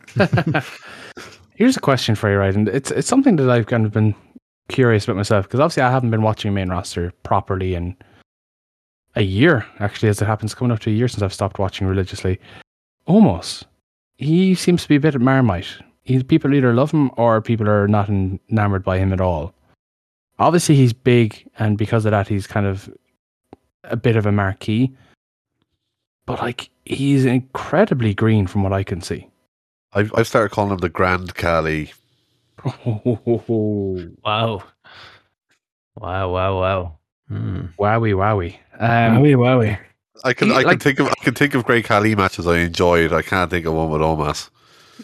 [SPEAKER 4] Here's a question for you, right? And it's it's something that I've kind of been curious about myself because obviously I haven't been watching main roster properly in a year, actually, as it happens, coming up to a year since I've stopped watching religiously. Almost. He seems to be a bit of marmite. He, people either love him or people are not enamored by him at all. Obviously, he's big, and because of that, he's kind of a bit of a marquee. But like, he's incredibly green from what I can see.
[SPEAKER 5] I've, I've started calling him the Grand Cali.
[SPEAKER 4] Wowie
[SPEAKER 7] Wow. Wow, wow, wow. Hmm.
[SPEAKER 4] wowie. Um,
[SPEAKER 7] Wowie, wowie.
[SPEAKER 5] I can
[SPEAKER 4] He-
[SPEAKER 5] I can
[SPEAKER 4] like-
[SPEAKER 5] think of I can think of great Cali matches I enjoyed. I can't think of one with Omas.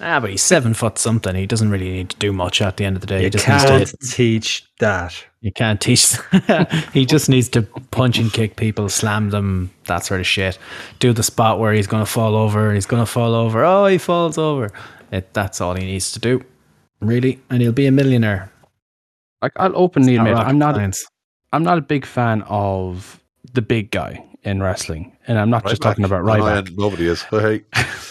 [SPEAKER 7] Ah, but he's seven foot something. He doesn't really need to do much at the end of the day. he
[SPEAKER 8] You
[SPEAKER 7] just needs to
[SPEAKER 8] can't
[SPEAKER 7] hit-
[SPEAKER 8] teach that.
[SPEAKER 7] You can't teach. he just needs to punch and kick people, slam them, that sort of shit. Do the spot where he's going to fall over and he's going to fall over. Oh, he falls over. It, that's all he needs to do, really. And he'll be a millionaire.
[SPEAKER 4] like I'll openly admit,
[SPEAKER 7] rocket
[SPEAKER 4] I'm not.
[SPEAKER 7] science.
[SPEAKER 4] I'm not a big fan of the big guy in wrestling, and I'm not just
[SPEAKER 5] Ryback.
[SPEAKER 4] talking about
[SPEAKER 5] No, no,
[SPEAKER 4] Ryback.
[SPEAKER 5] and nobody is. Hey,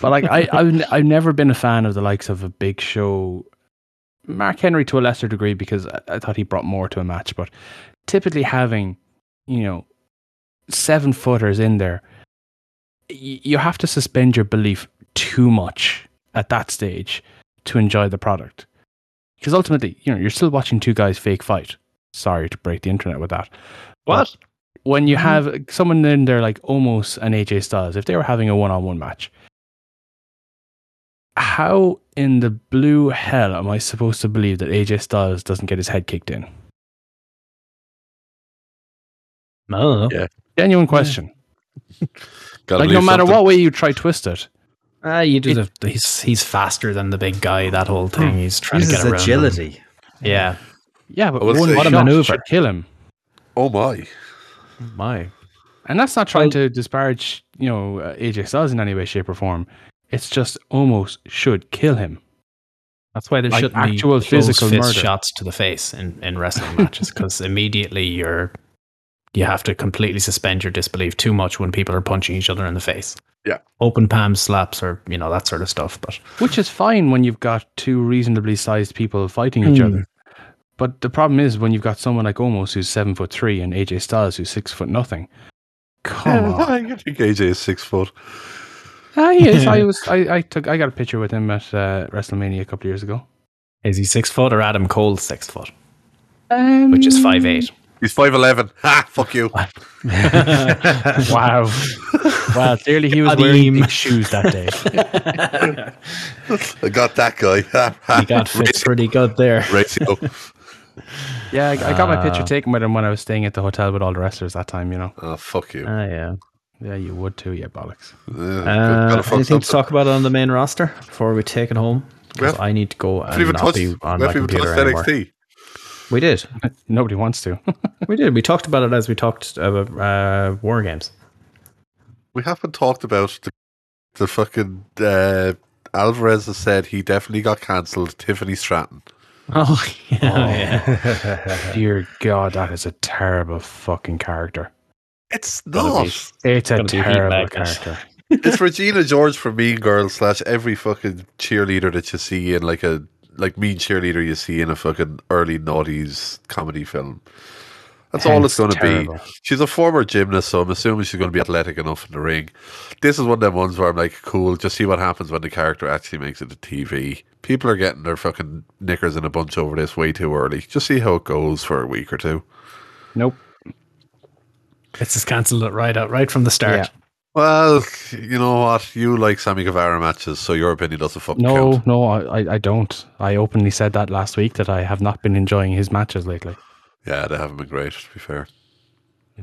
[SPEAKER 4] But like, I, I've, I've never been a fan of the likes of a Big Show, Mark Henry to a lesser degree because I, I thought he brought more to a match. But typically having, you know, seven footers in there, y- you have to suspend your belief too much at that stage to enjoy the product. Because ultimately, you know, you're still watching two guys fake fight. Sorry to break the internet with that. What? When you have someone in there like Omos and AJ Styles, if they were having a one on one match, how in the blue hell am I supposed to believe that AJ Styles doesn't get his head kicked in?
[SPEAKER 7] I don't know.
[SPEAKER 5] Yeah.
[SPEAKER 4] Genuine question.
[SPEAKER 5] Gotta
[SPEAKER 4] Like, no
[SPEAKER 5] leave
[SPEAKER 4] matter
[SPEAKER 5] something.
[SPEAKER 4] what way you try twist it,
[SPEAKER 7] Ah, you just have, he's he's faster than the big guy. That whole thing. He's trying to
[SPEAKER 8] Uses
[SPEAKER 7] get around. him.
[SPEAKER 8] agility.
[SPEAKER 7] Yeah.
[SPEAKER 4] yeah, but
[SPEAKER 5] I will
[SPEAKER 4] one
[SPEAKER 5] say-
[SPEAKER 4] shot
[SPEAKER 5] What a
[SPEAKER 7] maneuver.
[SPEAKER 4] should kill him.
[SPEAKER 5] Oh my!
[SPEAKER 7] My.
[SPEAKER 4] And that's not trying to disparage, you know, uh, AJ Styles in any way, shape, or form. It's just almost should kill him.
[SPEAKER 7] That's why there
[SPEAKER 4] Like
[SPEAKER 7] shouldn't
[SPEAKER 4] actual
[SPEAKER 7] be
[SPEAKER 4] physical
[SPEAKER 7] physical fist
[SPEAKER 4] murder.
[SPEAKER 7] shots to the face in, in wrestling matches because immediately you're you have to completely suspend your disbelief too much when people are punching each other in the face.
[SPEAKER 5] Yeah.
[SPEAKER 7] open palm slaps or you know that sort of stuff. But
[SPEAKER 4] Which is fine when you've got two reasonably sized people fighting each
[SPEAKER 7] Hmm.
[SPEAKER 4] other. But the problem is when you've got someone like Omos who's seven foot three and AJ Styles who's six foot nothing. Come on.
[SPEAKER 5] I think AJ is six foot.
[SPEAKER 4] Ah, he is. I was. I, I took. I got a picture with him at uh, WrestleMania a couple of years ago.
[SPEAKER 7] is he six foot or Adam Cole six foot,
[SPEAKER 4] Um,
[SPEAKER 7] which is five eight?
[SPEAKER 5] He's five eleven. Ha! Fuck you.
[SPEAKER 4] Wow. wow. Clearly, he was
[SPEAKER 7] Got
[SPEAKER 4] wearing
[SPEAKER 7] him.
[SPEAKER 4] big shoes that day.
[SPEAKER 5] I got that guy. Ha, ha.
[SPEAKER 7] He got fit pretty good there.
[SPEAKER 5] Ratio.
[SPEAKER 4] yeah, I, I got my picture
[SPEAKER 7] Ah.
[SPEAKER 4] taken with him when I was staying at the hotel with all the wrestlers that time. You know.
[SPEAKER 5] oh fuck you.
[SPEAKER 7] Ah, yeah.
[SPEAKER 4] Yeah, you would too. Yeah, bollocks.
[SPEAKER 5] Uh,
[SPEAKER 7] Uh,
[SPEAKER 5] gotta fuck
[SPEAKER 7] anything to
[SPEAKER 5] something.
[SPEAKER 7] talk about on the main roster before we take it home?
[SPEAKER 5] We
[SPEAKER 7] 'Cause
[SPEAKER 5] haven't-
[SPEAKER 7] I need to go
[SPEAKER 5] We
[SPEAKER 7] and
[SPEAKER 5] haven't
[SPEAKER 7] not
[SPEAKER 5] touched,
[SPEAKER 7] be
[SPEAKER 5] we
[SPEAKER 7] on my
[SPEAKER 5] haven't even touched
[SPEAKER 7] computer anymore.
[SPEAKER 5] NXT.
[SPEAKER 7] We did.
[SPEAKER 4] Nobody wants to.
[SPEAKER 7] We did. We talked about it as we talked about uh, war games.
[SPEAKER 5] We haven't talked about the, the fucking uh, Alvarez has said he definitely got cancelled. Tiffany Stratton.
[SPEAKER 7] Oh yeah, yeah.
[SPEAKER 4] Dear God, that is a terrible fucking character.
[SPEAKER 5] It's
[SPEAKER 7] Gotta be.
[SPEAKER 5] not.
[SPEAKER 4] It's a
[SPEAKER 7] Gonna be a heat
[SPEAKER 4] terrible
[SPEAKER 7] magnet.
[SPEAKER 4] character.
[SPEAKER 5] it's Regina George from Mean Girls slash every fucking cheerleader that you see in like a like mean cheerleader you see in a fucking early noughties comedy film. That's all it's going to be.
[SPEAKER 4] terrible.
[SPEAKER 5] She's a former gymnast, so I'm assuming she's going to be athletic enough in the ring. This is one of them ones where I'm like, cool, just see what happens when the character actually makes it to TV. People are getting their fucking knickers in a bunch over this way too early. Just see how it goes for a week or two.
[SPEAKER 4] Nope.
[SPEAKER 7] Let's just cancel it right out, right from the start.
[SPEAKER 5] Well, you know what? You like Sammy Guevara matches, so your opinion doesn't fucking
[SPEAKER 4] No,
[SPEAKER 5] count.
[SPEAKER 4] no, I, I- I don't. I openly said that last week that I have not been enjoying his matches lately.
[SPEAKER 5] Yeah, they haven't been great, to be fair.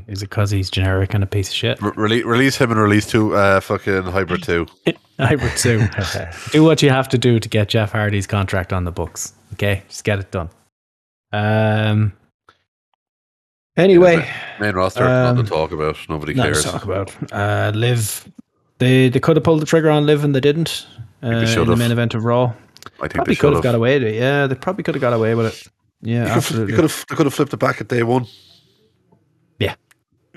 [SPEAKER 7] Is it because he's generic and a piece of shit?
[SPEAKER 5] Re- release, release him and release two uh, fucking Hybrid 2.
[SPEAKER 7] I would too. do what you have to do to get Jeff Hardy's contract on the books. Okay, just get it done. Um. Anyway,
[SPEAKER 5] Main roster, nothing
[SPEAKER 7] Um,
[SPEAKER 5] to talk about. Nobody
[SPEAKER 7] nothing
[SPEAKER 5] cares.
[SPEAKER 7] to talk about. Uh, Liv, they they could have pulled the trigger on Liv and they didn't. Uh,
[SPEAKER 5] they should
[SPEAKER 7] in the
[SPEAKER 5] have.
[SPEAKER 7] main event of Raw,
[SPEAKER 5] I think
[SPEAKER 7] probably
[SPEAKER 5] they should
[SPEAKER 7] could
[SPEAKER 5] have.
[SPEAKER 7] have got away with it. Yeah, they probably could have got away with it. Yeah,
[SPEAKER 5] You could,
[SPEAKER 7] absolutely.
[SPEAKER 5] you could have you could have flipped it back at day one.
[SPEAKER 7] Yeah.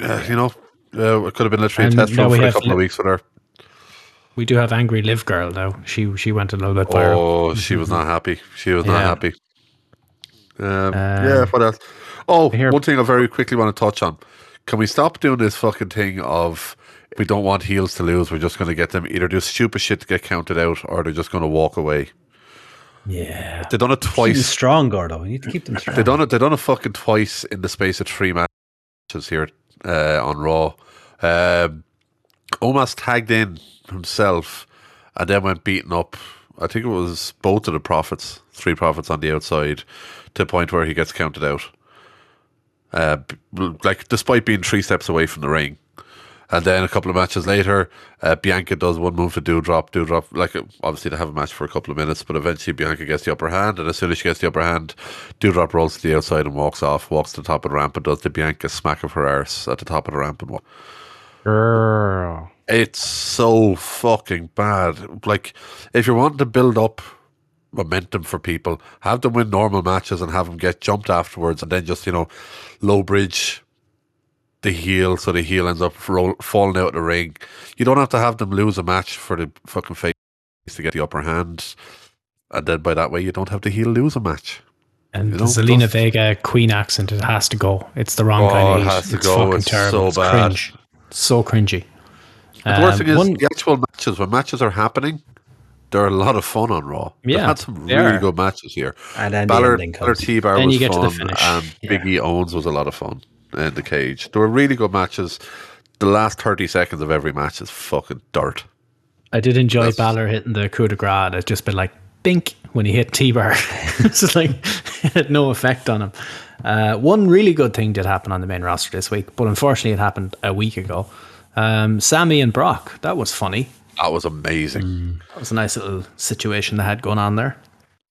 [SPEAKER 5] Uh, you know, uh, it could have been literally
[SPEAKER 7] And
[SPEAKER 5] a test
[SPEAKER 7] now
[SPEAKER 5] run
[SPEAKER 7] we
[SPEAKER 5] for a
[SPEAKER 7] have
[SPEAKER 5] couple
[SPEAKER 7] to-
[SPEAKER 5] of weeks with her.
[SPEAKER 7] We do have angry Liv girl now. She she went a little bit viral.
[SPEAKER 5] Oh, she was not happy. She was not
[SPEAKER 7] Mm-hmm. Yeah. Uh,
[SPEAKER 5] happy. Um, yeah, what else? Oh,
[SPEAKER 7] I hear-
[SPEAKER 5] one thing I very quickly want to touch on. Can we stop doing this fucking thing of if we don't want heels to lose, we're just going to get them either do stupid shit to get counted out or they're just going to walk away?
[SPEAKER 7] Yeah,
[SPEAKER 5] They've done it
[SPEAKER 8] Keep them
[SPEAKER 5] twice.
[SPEAKER 8] strong, Gordo. We need to keep them strong.
[SPEAKER 5] They done it. They done it fucking twice in the space of three matches here uh, on Raw. Um, Omas tagged in himself and then went beating up. I think it was both of the profits, three profits on the outside, to a point where he gets counted out. Uh, b- like despite being three steps away from the ring. And then a couple of matches later, uh, Bianca does one move to Dewdrop. Dewdrop, like uh, obviously they have a match for a couple of minutes, but eventually Bianca gets the upper hand. And as soon as she gets the upper hand, Dewdrop rolls to the outside and walks off, walks to the top of the ramp and does the Bianca smack of her arse at the top of the ramp. And wa-
[SPEAKER 4] Girl.
[SPEAKER 5] it's so fucking bad. Like, if you want to build up momentum for people, have them win normal matches and have them get jumped afterwards, and then just you know, low bridge the heel, so the heel ends up roll, falling out of the ring. You don't have to have them lose a match for the fucking face to get the upper hand, and then by that way, you don't have the heel lose a match.
[SPEAKER 7] and
[SPEAKER 5] You
[SPEAKER 7] the
[SPEAKER 5] know,
[SPEAKER 7] Selena
[SPEAKER 5] that's-
[SPEAKER 7] Vega Queen accent it has to go. It's the wrong
[SPEAKER 5] Oh,
[SPEAKER 7] kind of
[SPEAKER 5] it
[SPEAKER 7] heat.
[SPEAKER 5] has to
[SPEAKER 7] it's
[SPEAKER 5] go.
[SPEAKER 7] fucking
[SPEAKER 5] It's so
[SPEAKER 7] terrible. it's
[SPEAKER 5] bad.
[SPEAKER 7] cringe. So cringy.
[SPEAKER 5] The worst
[SPEAKER 7] Um,
[SPEAKER 5] thing is
[SPEAKER 7] one-
[SPEAKER 5] the actual matches. When matches are happening, they're a lot of fun on Raw. They've
[SPEAKER 7] Yeah,
[SPEAKER 5] had some
[SPEAKER 7] they
[SPEAKER 5] really
[SPEAKER 7] are.
[SPEAKER 5] good matches here.
[SPEAKER 8] And then
[SPEAKER 5] Balor,
[SPEAKER 8] the ending
[SPEAKER 5] Balor
[SPEAKER 8] comes.
[SPEAKER 5] T-Bar
[SPEAKER 7] Then
[SPEAKER 5] was
[SPEAKER 7] you get to the
[SPEAKER 5] fun,
[SPEAKER 7] finish.
[SPEAKER 5] and Big E Owens was a lot of fun in the cage. There were really good matches. The last 30 seconds of every match is fucking dirt.
[SPEAKER 7] I did enjoy Balor hitting the coup de grace. and It's just been like bink when he hit T bar. it's just like it had no effect on him. Uh, one really good thing did happen on the main roster this week, but unfortunately it happened a week ago. Um, Sammy and Brock. That was funny.
[SPEAKER 5] That was amazing.
[SPEAKER 7] That was a nice little situation they had going on there.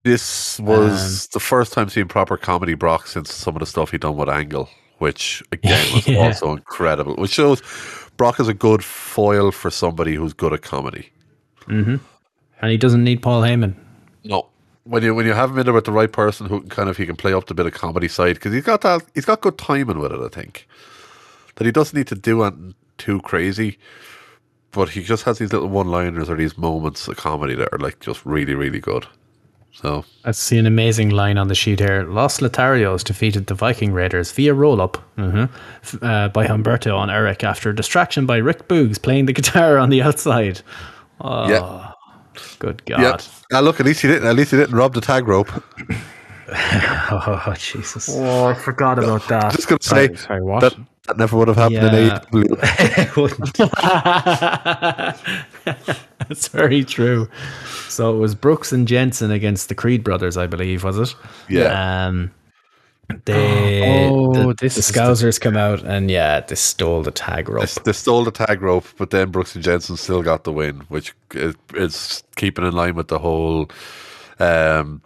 [SPEAKER 5] This
[SPEAKER 7] Um,
[SPEAKER 5] was the first time seeing proper comedy Brock since some of the stuff he done with Angle, which again was
[SPEAKER 7] Yeah.
[SPEAKER 5] also incredible. Which shows Brock is a good foil for somebody who's good at comedy.
[SPEAKER 7] And he doesn't need Paul Heyman.
[SPEAKER 5] No. When you when you have him in there with the right person who can kind of he can play up the bit of comedy side because he's got that he's got good timing with it I think that he doesn't need to do anything too crazy, but he just has these little one liners or these moments of comedy that are like just really really good. So
[SPEAKER 7] I see an amazing line on the sheet here. Los Lotharios defeated the Viking Raiders via roll up uh, by Humberto on Eric after a distraction by Rick Boogs playing the guitar on the outside.
[SPEAKER 4] Ah,
[SPEAKER 5] yeah
[SPEAKER 7] Good
[SPEAKER 5] yeah.
[SPEAKER 7] God.
[SPEAKER 5] Ah, look, at least he didn't. At least he didn't rob the tag rope.
[SPEAKER 8] Oh, Jesus.
[SPEAKER 7] Oh, I forgot about that.
[SPEAKER 5] Just gonna say
[SPEAKER 4] Ah, Sorry, what?
[SPEAKER 5] that that never would have happened
[SPEAKER 7] Yeah.
[SPEAKER 5] in AEW.
[SPEAKER 8] It wouldn't.
[SPEAKER 7] That's very true. So it was Brooks and Jensen against the Creed brothers, I believe, was it?
[SPEAKER 5] Yeah.
[SPEAKER 7] Um, they,
[SPEAKER 4] Oh,
[SPEAKER 7] the,
[SPEAKER 4] this
[SPEAKER 7] the
[SPEAKER 4] is the-
[SPEAKER 7] Scousers come out and yeah, they stole the tag rope.
[SPEAKER 5] They stole the tag rope, but then Brooks and Jensen still got the win, which is, is keeping in line with the whole um,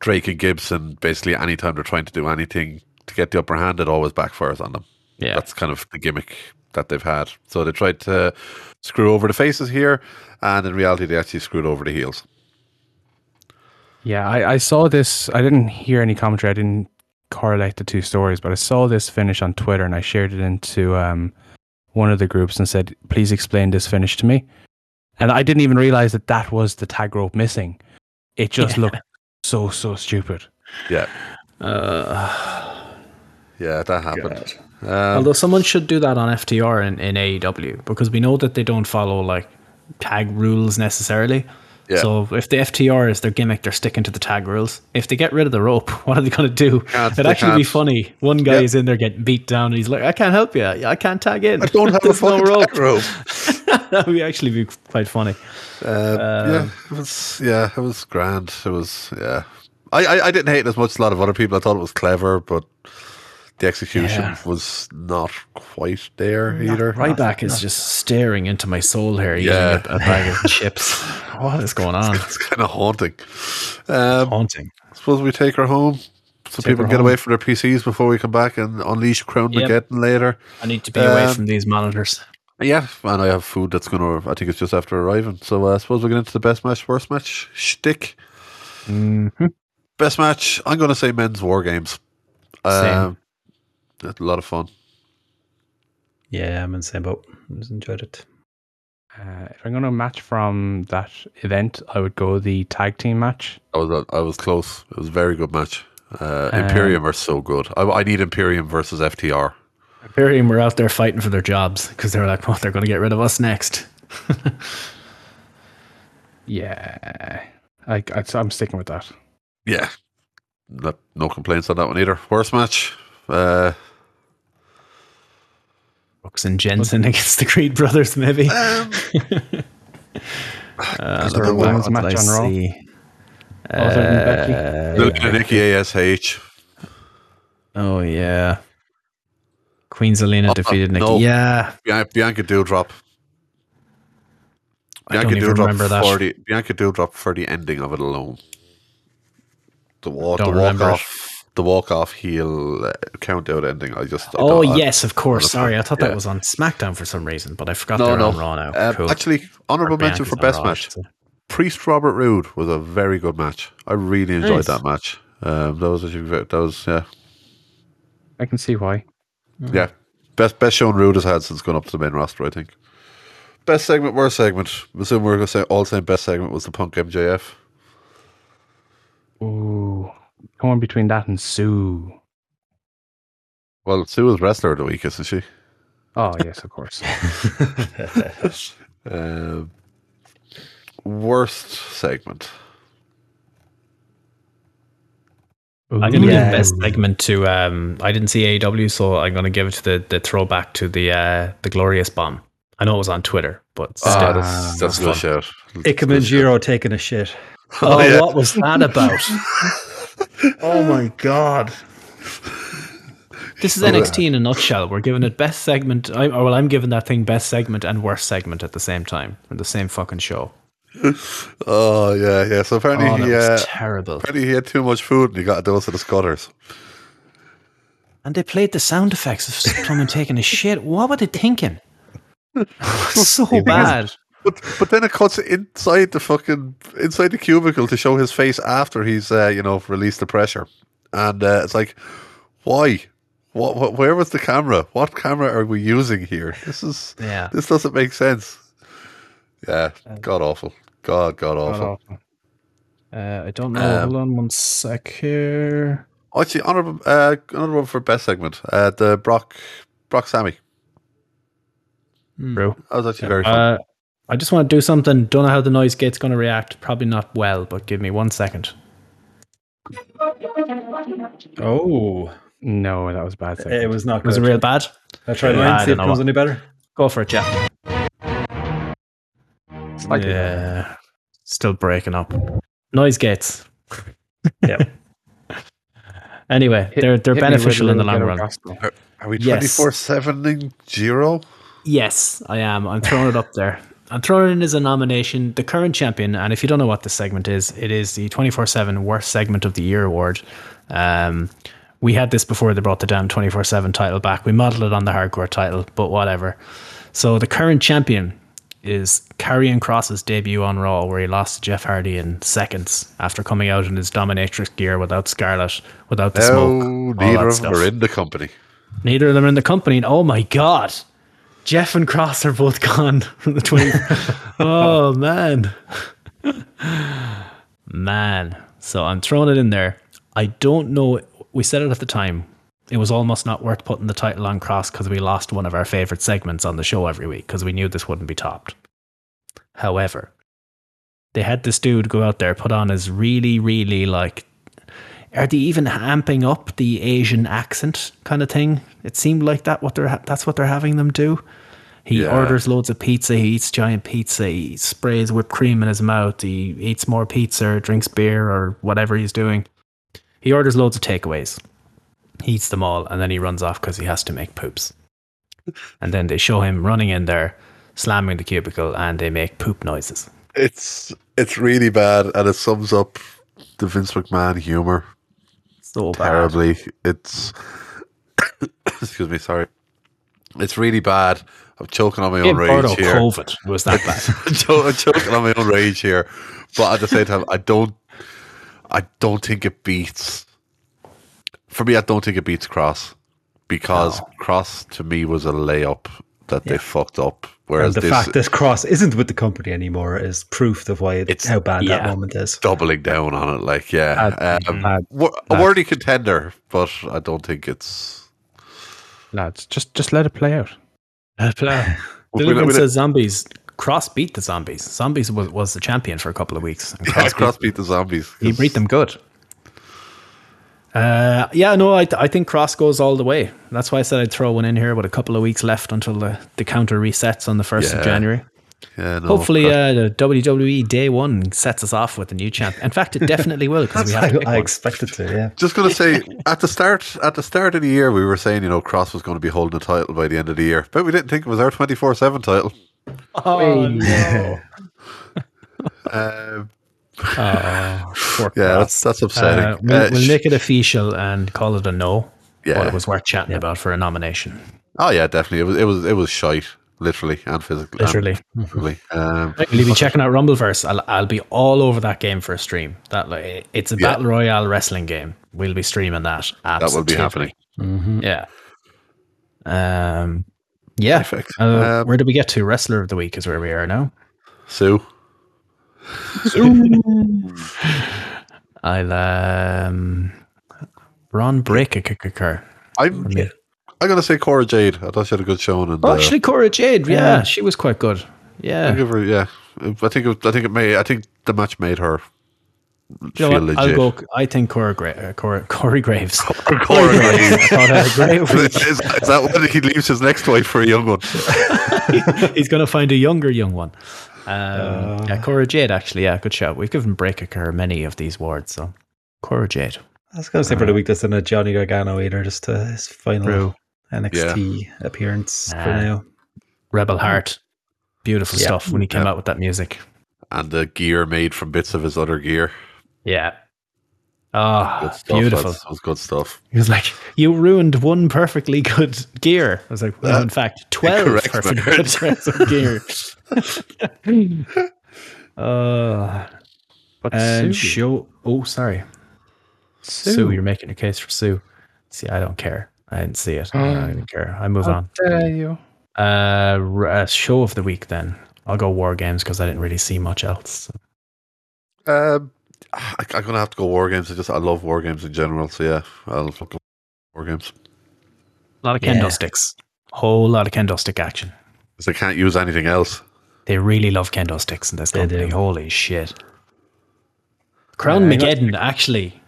[SPEAKER 5] Drake and Gibson. Basically, anytime they're trying to do anything to get the upper hand, it always backfires on them.
[SPEAKER 7] Yeah.
[SPEAKER 5] That's kind of the gimmick that they've had. So they tried to screw over the faces here, and in reality, they actually screwed over the heels.
[SPEAKER 4] Yeah, I, I saw this. I didn't hear any commentary. I didn't correlate the two stories, but I saw this finish on Twitter and I shared it into um, one of the groups and said, please explain this finish to me. And I didn't even realize that that was the tag rope missing. It just looked so, so stupid.
[SPEAKER 5] Yeah,
[SPEAKER 7] Uh,
[SPEAKER 5] yeah, that happened. Um,
[SPEAKER 7] Although someone should do that on FTR and in AEW because we know that they don't follow like tag rules necessarily.
[SPEAKER 5] Yeah.
[SPEAKER 7] So if the FTR is their gimmick, they're sticking to the tag rules. If they get rid of the rope, what are they going to do?
[SPEAKER 5] Can't-
[SPEAKER 7] It'd
[SPEAKER 5] they
[SPEAKER 7] actually be
[SPEAKER 5] can't.
[SPEAKER 7] funny. One guy
[SPEAKER 5] Yeah.
[SPEAKER 7] is in there getting beat down, and he's like, "I can't help you. I can't tag in.
[SPEAKER 5] I don't have a
[SPEAKER 7] There's no
[SPEAKER 5] fucking
[SPEAKER 7] rope."
[SPEAKER 5] tag rope.
[SPEAKER 7] that would actually be quite funny.
[SPEAKER 5] yeah,
[SPEAKER 7] Um,
[SPEAKER 5] it was yeah, it was grand. It was yeah. I, I, I didn't hate it as much as a lot of other people. I thought it was clever, but The execution
[SPEAKER 7] Yeah.
[SPEAKER 5] was not quite there either.
[SPEAKER 7] Ryback is just staring into my soul here, eating
[SPEAKER 5] Yeah.
[SPEAKER 7] a, a bag of chips. What is going on?
[SPEAKER 5] It's kind of haunting. Um,
[SPEAKER 7] Haunting.
[SPEAKER 5] suppose we take her home. So
[SPEAKER 7] Take her
[SPEAKER 5] people get
[SPEAKER 7] home.
[SPEAKER 5] away from their PCs before we come back and unleash Crown
[SPEAKER 7] Yep.
[SPEAKER 5] Mageddon later.
[SPEAKER 7] I need to be away
[SPEAKER 5] Um,
[SPEAKER 7] from these monitors.
[SPEAKER 5] Yeah, and I have food that's going to, I think it's just after arriving. So uh, I suppose we'll get into the best match, worst match shtick. Best match, I'm going to say men's war games. Um, that's a lot of fun.
[SPEAKER 8] Yeah, I'm in the same boat. I just enjoyed it.
[SPEAKER 4] Uh, if I'm going to match from that event, I would go the tag team match.
[SPEAKER 5] I was I was close. It was a very good match. Uh, Imperium are so good. I, I need Imperium versus FTR.
[SPEAKER 7] Imperium were out there fighting for their jobs because they were like, well, they're going to get rid of us next.
[SPEAKER 4] Yeah. I, I, I'm sticking with that.
[SPEAKER 5] Yeah, no, no complaints on that one either. Worst match, uh,
[SPEAKER 7] Brooks and Jensen against the Creed brothers, maybe.
[SPEAKER 5] Uh, is
[SPEAKER 4] there a women's match on Raw? Other than
[SPEAKER 5] uh,
[SPEAKER 4] Becky.
[SPEAKER 5] Nikki Ash.
[SPEAKER 7] Oh, yeah. Queen Zelina
[SPEAKER 5] Oh,
[SPEAKER 7] defeated Nikki.
[SPEAKER 5] no.
[SPEAKER 7] Yeah.
[SPEAKER 5] Bian- Bianca Dewdrop.
[SPEAKER 7] I don't even remember that.
[SPEAKER 5] for the Bianca Dewdrop for the ending of it alone. The walk,
[SPEAKER 7] Don't
[SPEAKER 5] the walk
[SPEAKER 7] remember it.
[SPEAKER 5] off, the walk off heel uh, count out ending. I just I
[SPEAKER 7] Oh,
[SPEAKER 5] don't- I-
[SPEAKER 7] yes, of course. Sorry, I thought
[SPEAKER 5] Yeah.
[SPEAKER 7] that was on SmackDown for some reason, but I forgot
[SPEAKER 5] no
[SPEAKER 7] they were
[SPEAKER 5] no
[SPEAKER 7] on Raw now.
[SPEAKER 5] Um,
[SPEAKER 7] cool.
[SPEAKER 5] Actually, honorable
[SPEAKER 7] Or
[SPEAKER 5] mention
[SPEAKER 7] Bianca's
[SPEAKER 5] for
[SPEAKER 7] on
[SPEAKER 5] best
[SPEAKER 7] Raw, I
[SPEAKER 5] match.
[SPEAKER 7] should say.
[SPEAKER 5] Priest Robert Roode was a very good match. I really enjoyed
[SPEAKER 7] Nice.
[SPEAKER 5] that match. Um, that was actually ve- that was yeah
[SPEAKER 4] I can see why.
[SPEAKER 5] yeah best best shown Roode has had since going up to the main roster. I think best segment, worst segment. I assume we're going to say all time best segment was the Punk MJF.
[SPEAKER 4] Ooh. Come on between that and Sue.
[SPEAKER 5] Well, Sue was wrestler of the week, isn't she?
[SPEAKER 4] Oh, yes, of course.
[SPEAKER 5] Um, worst segment.
[SPEAKER 7] I'm gonna
[SPEAKER 8] Yeah.
[SPEAKER 7] give best segment to. Um, I didn't see AEW, so I'm gonna give it to the, the throwback to the uh, the glorious bomb. I know it was on Twitter, but still.
[SPEAKER 5] Ah, that's that's a good shout.
[SPEAKER 8] Ikemanjiro taking a shit.
[SPEAKER 7] oh,
[SPEAKER 5] yeah.
[SPEAKER 7] what was that about?
[SPEAKER 5] Oh my god! Oh,
[SPEAKER 7] this is NXT in a nutshell. We're giving it best segment. I, or well, I'm giving that thing best segment and worst segment at the same time on the same fucking show.
[SPEAKER 5] Oh yeah, yeah. So apparently
[SPEAKER 7] Oh, that
[SPEAKER 5] he uh,
[SPEAKER 7] was terrible.
[SPEAKER 5] apparently he had too much food and he got a dose of the scudders.
[SPEAKER 7] And they played the sound effects of someone taking a shit. What were they thinking? so bad.
[SPEAKER 5] But but then it cuts inside the fucking inside the cubicle to show his face after he's uh, you know released the pressure, and uh, it's like, why? What, what? Where was the camera? What camera are we using here? This is
[SPEAKER 7] Yeah.
[SPEAKER 5] This doesn't make sense. Yeah, god awful. God, god awful.
[SPEAKER 7] Uh, I don't know.
[SPEAKER 5] Um,
[SPEAKER 7] Hold on one sec here.
[SPEAKER 5] Actually, honorable uh, another one for best segment. Uh, the Brock Brock Sammy.
[SPEAKER 7] Bro.
[SPEAKER 5] That was actually very fun.
[SPEAKER 7] Uh, I just want to do something. Don't know how the noise gate's going to react. Probably not well, but give me one second.
[SPEAKER 8] Oh,
[SPEAKER 4] no, that was a bad. Segment.
[SPEAKER 8] it was not
[SPEAKER 7] Was it
[SPEAKER 8] good.
[SPEAKER 7] real bad?
[SPEAKER 8] I tried
[SPEAKER 7] Yeah,
[SPEAKER 8] mine,
[SPEAKER 7] I
[SPEAKER 8] see if it
[SPEAKER 7] don't know
[SPEAKER 8] comes
[SPEAKER 7] what-
[SPEAKER 8] any better.
[SPEAKER 7] Go for it, yeah.
[SPEAKER 4] Slightly better.
[SPEAKER 7] Yeah. Still breaking up. Noise gates.
[SPEAKER 8] Yep.
[SPEAKER 7] Anyway,
[SPEAKER 4] Hit-
[SPEAKER 7] they're they're
[SPEAKER 4] hit me
[SPEAKER 7] beneficial
[SPEAKER 4] with
[SPEAKER 7] in
[SPEAKER 4] a
[SPEAKER 7] the long
[SPEAKER 4] little
[SPEAKER 7] run.
[SPEAKER 4] bit of gospel.
[SPEAKER 5] are we
[SPEAKER 7] yes.
[SPEAKER 5] twenty four seven in zero?
[SPEAKER 7] Yes, I am. I'm throwing it up there. I'm throwing it in as a nomination. The current champion, and if you don't know what this segment is, it is the 24 7 Worst Segment of the Year award. Um, we had this before they brought the damn 24 7 title back. We modeled it on the hardcore title, but whatever. So the current champion is Karrion Cross's debut on Raw, where he lost to Jeff Hardy in seconds after coming out in his dominatrix gear without Scarlett, without the smoke.
[SPEAKER 5] No,
[SPEAKER 7] all
[SPEAKER 5] neither
[SPEAKER 7] that
[SPEAKER 5] of them
[SPEAKER 7] stuff.
[SPEAKER 5] are in the company.
[SPEAKER 7] Neither of them are in the company. And oh my god, Jeff and Cross are both gone from the twenty. oh man, man. So I'm throwing it in there. I don't know. We said it at the time. It was almost not worth putting the title on Cross because we lost one of our favorite segments on the show every week because we knew this wouldn't be topped. However, they had this dude go out there, put on his really, really like are they even amping up the Asian accent kind of thing? It seemed like that what they're ha- that's what they're having them do. He
[SPEAKER 5] Yeah.
[SPEAKER 7] orders loads of pizza. He eats giant pizza. He sprays whipped cream in his mouth. He eats more pizza, drinks beer, or whatever he's doing. He orders loads of takeaways. He eats them all and then he runs off because he has to make poops. And then they show him running in there, slamming the cubicle, and they make poop noises.
[SPEAKER 5] It's it's really bad, and it sums up the Vince McMahon humor
[SPEAKER 7] So bad.
[SPEAKER 5] terribly. It's excuse me, sorry. It's really bad. I'm choking on my own
[SPEAKER 7] In Porto,
[SPEAKER 5] rage here.
[SPEAKER 7] COVID was that bad.
[SPEAKER 5] I'm cho- I'm choking on my own rage here, but at the same time, I don't, I don't think it beats. For me, I don't think it beats Cross because Cross to me was a layup that they fucked up. Whereas
[SPEAKER 8] And the
[SPEAKER 5] this
[SPEAKER 8] fact that Cross isn't with the company anymore is proof of why it,
[SPEAKER 5] It's-
[SPEAKER 8] how bad that
[SPEAKER 7] yeah.
[SPEAKER 8] moment is.
[SPEAKER 5] doubling down on it, like yeah,
[SPEAKER 7] Bad,
[SPEAKER 5] um,
[SPEAKER 7] bad,
[SPEAKER 5] wor- a worthy contender, but I don't think it's.
[SPEAKER 4] lads. Just just let it play out.
[SPEAKER 5] We- we- we-
[SPEAKER 7] Deliverance says zombies. Cross beat the zombies. Zombies was, was the champion for a couple of weeks. And Cross
[SPEAKER 5] Yeah, Cross beat the zombies.
[SPEAKER 7] He beat them good. Uh, yeah, no, I, I think Cross goes all the way. That's why I said I'd throw one in here with a couple of weeks left until the, the counter resets on the 1st
[SPEAKER 5] Yeah. Oh,
[SPEAKER 7] of January.
[SPEAKER 5] Yeah, no,
[SPEAKER 7] Hopefully,
[SPEAKER 5] Cross-
[SPEAKER 7] uh, the WWE Day 1 sets us off with a new champ. In fact, it definitely will because we have to pick
[SPEAKER 8] I, I
[SPEAKER 7] one.
[SPEAKER 8] expected to, yeah.
[SPEAKER 5] Just gonna say at the start at the start of the year we were saying, you know, Cross was gonna be holding the title by the end of the year. But we didn't think it was our twenty four seven title.
[SPEAKER 7] Oh, no.
[SPEAKER 5] Um
[SPEAKER 7] Poor
[SPEAKER 5] yeah,
[SPEAKER 7] Cross.
[SPEAKER 5] that's that's upsetting.
[SPEAKER 7] Uh, we'll,
[SPEAKER 5] Uh,
[SPEAKER 7] we'll
[SPEAKER 5] sh-
[SPEAKER 7] make it official and call it a no.
[SPEAKER 5] Yeah.
[SPEAKER 7] But it was worth chatting about for a nomination.
[SPEAKER 5] oh yeah, definitely. It was it was it was shite, literally and physically. and
[SPEAKER 7] Literally.
[SPEAKER 5] physically. Um,
[SPEAKER 7] Will you be checking out Rumbleverse? I'll, I'll be all over that game for a stream. That like, it's a
[SPEAKER 5] Yeah.
[SPEAKER 7] battle royale wrestling game. We'll be streaming that.
[SPEAKER 5] that will be
[SPEAKER 7] Absolutely.
[SPEAKER 5] happening.
[SPEAKER 7] Yeah. Um. Yeah.
[SPEAKER 5] Perfect.
[SPEAKER 7] Uh,
[SPEAKER 5] Um,
[SPEAKER 7] where do we get to? Wrestler of the week is where we are now.
[SPEAKER 5] Sue.
[SPEAKER 7] I'll um. Ron break a
[SPEAKER 5] Uh,
[SPEAKER 7] kicker.
[SPEAKER 5] I'm I'm gonna say Cora Jade. I thought she had a good showing and
[SPEAKER 7] Oh,
[SPEAKER 5] uh,
[SPEAKER 7] actually, Cora Jade. Yeah, she was quite good.
[SPEAKER 5] I
[SPEAKER 7] Yeah.
[SPEAKER 5] give her yeah. I think it, I think it may I think the match made her
[SPEAKER 7] You
[SPEAKER 5] feel
[SPEAKER 7] know what? I'll
[SPEAKER 5] legit. Oh.
[SPEAKER 7] go. I think Cora Gra- uh, Cora Corey Graves.
[SPEAKER 5] Cora Jade.
[SPEAKER 7] I thought I had a great
[SPEAKER 5] is, is that when he leaves his next wife for a young one?
[SPEAKER 7] He's going to find a younger young one. Um, yeah, Cora Jade, actually. Yeah, good shout. We've given Breakaker many of these wards, so Cora Jade.
[SPEAKER 8] I was going to say for the week that's in a Johnny Gargano either, just uh, his final
[SPEAKER 7] Uh-huh. True.
[SPEAKER 8] NXT appearance for
[SPEAKER 7] Ah.
[SPEAKER 8] now.
[SPEAKER 7] Rebel Heart. Beautiful
[SPEAKER 8] Yeah.
[SPEAKER 7] stuff when he came
[SPEAKER 5] Yeah.
[SPEAKER 7] out with that music.
[SPEAKER 5] And the gear made from bits of his other gear.
[SPEAKER 7] Yeah. Oh,
[SPEAKER 5] Good stuff.
[SPEAKER 7] beautiful.
[SPEAKER 5] That's- That was good stuff.
[SPEAKER 7] He was like, You ruined one perfectly good gear. I was like, No, in fact, 12
[SPEAKER 5] incorrect,
[SPEAKER 7] perfect
[SPEAKER 5] Mark.
[SPEAKER 7] good sets of gear. uh,
[SPEAKER 4] But
[SPEAKER 7] and
[SPEAKER 4] Sue-
[SPEAKER 7] show. Oh, sorry. Sue.
[SPEAKER 4] Sue.
[SPEAKER 7] you're making a case for Sue. See, I don't care. I didn't see it. I don't even care. I move on.
[SPEAKER 4] dare you?
[SPEAKER 7] Uh, r- uh, show of the week then. I'll go War Games because I didn't really see much else.
[SPEAKER 5] Um, I, I'm gonna have to go war games. I just I love war games in general. So yeah, I'll fucking war games.
[SPEAKER 7] A lot of
[SPEAKER 8] Yeah.
[SPEAKER 7] kendo sticks. Whole lot of kendo stick action.
[SPEAKER 5] 'Cause I can't use anything else.
[SPEAKER 7] They really love kendo sticks in this
[SPEAKER 8] They
[SPEAKER 7] company.
[SPEAKER 8] do.
[SPEAKER 7] Holy shit. Crown Mageddon, actually.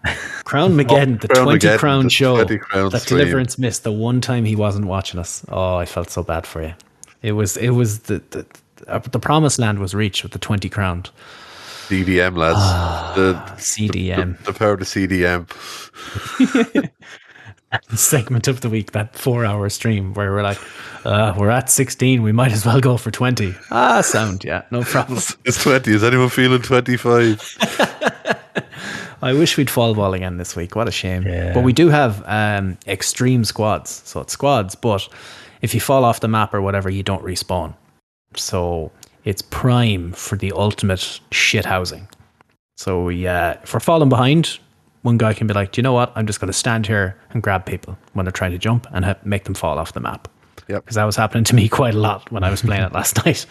[SPEAKER 7] Crown Mageddon, the
[SPEAKER 5] Crown
[SPEAKER 7] 20
[SPEAKER 5] Mageddon,
[SPEAKER 7] crown
[SPEAKER 5] the
[SPEAKER 7] show
[SPEAKER 5] 20 crown
[SPEAKER 7] that
[SPEAKER 5] stream.
[SPEAKER 7] Deliverance missed the one time he wasn't watching us. Oh, I felt so bad for you. It was, it was the, the, uh, the promised land was reached with the 20 crowned
[SPEAKER 5] DDM lads.
[SPEAKER 7] Ah,
[SPEAKER 5] the,
[SPEAKER 7] CDM
[SPEAKER 5] the power of the CDM.
[SPEAKER 7] segment of the week, that four hour stream where we're like, uh, we're at 16, we might as well go for 20. Ah, sound, yeah, no problem.
[SPEAKER 5] It's twenty. Is anyone feeling twenty five?
[SPEAKER 7] I wish we'd fall ball again this week. What a shame.
[SPEAKER 8] Yeah.
[SPEAKER 7] But we do have um, extreme squads. So it's squads, but if you fall off the map or whatever, you don't respawn. So it's prime for the ultimate shit housing. So yeah, if we're falling behind, one guy can be like, do you know what? I'm just going to stand here and grab people when they're trying to jump and ha- make them fall off the map.
[SPEAKER 5] Yep.
[SPEAKER 7] Because that was happening to me quite a lot when I was playing it last night.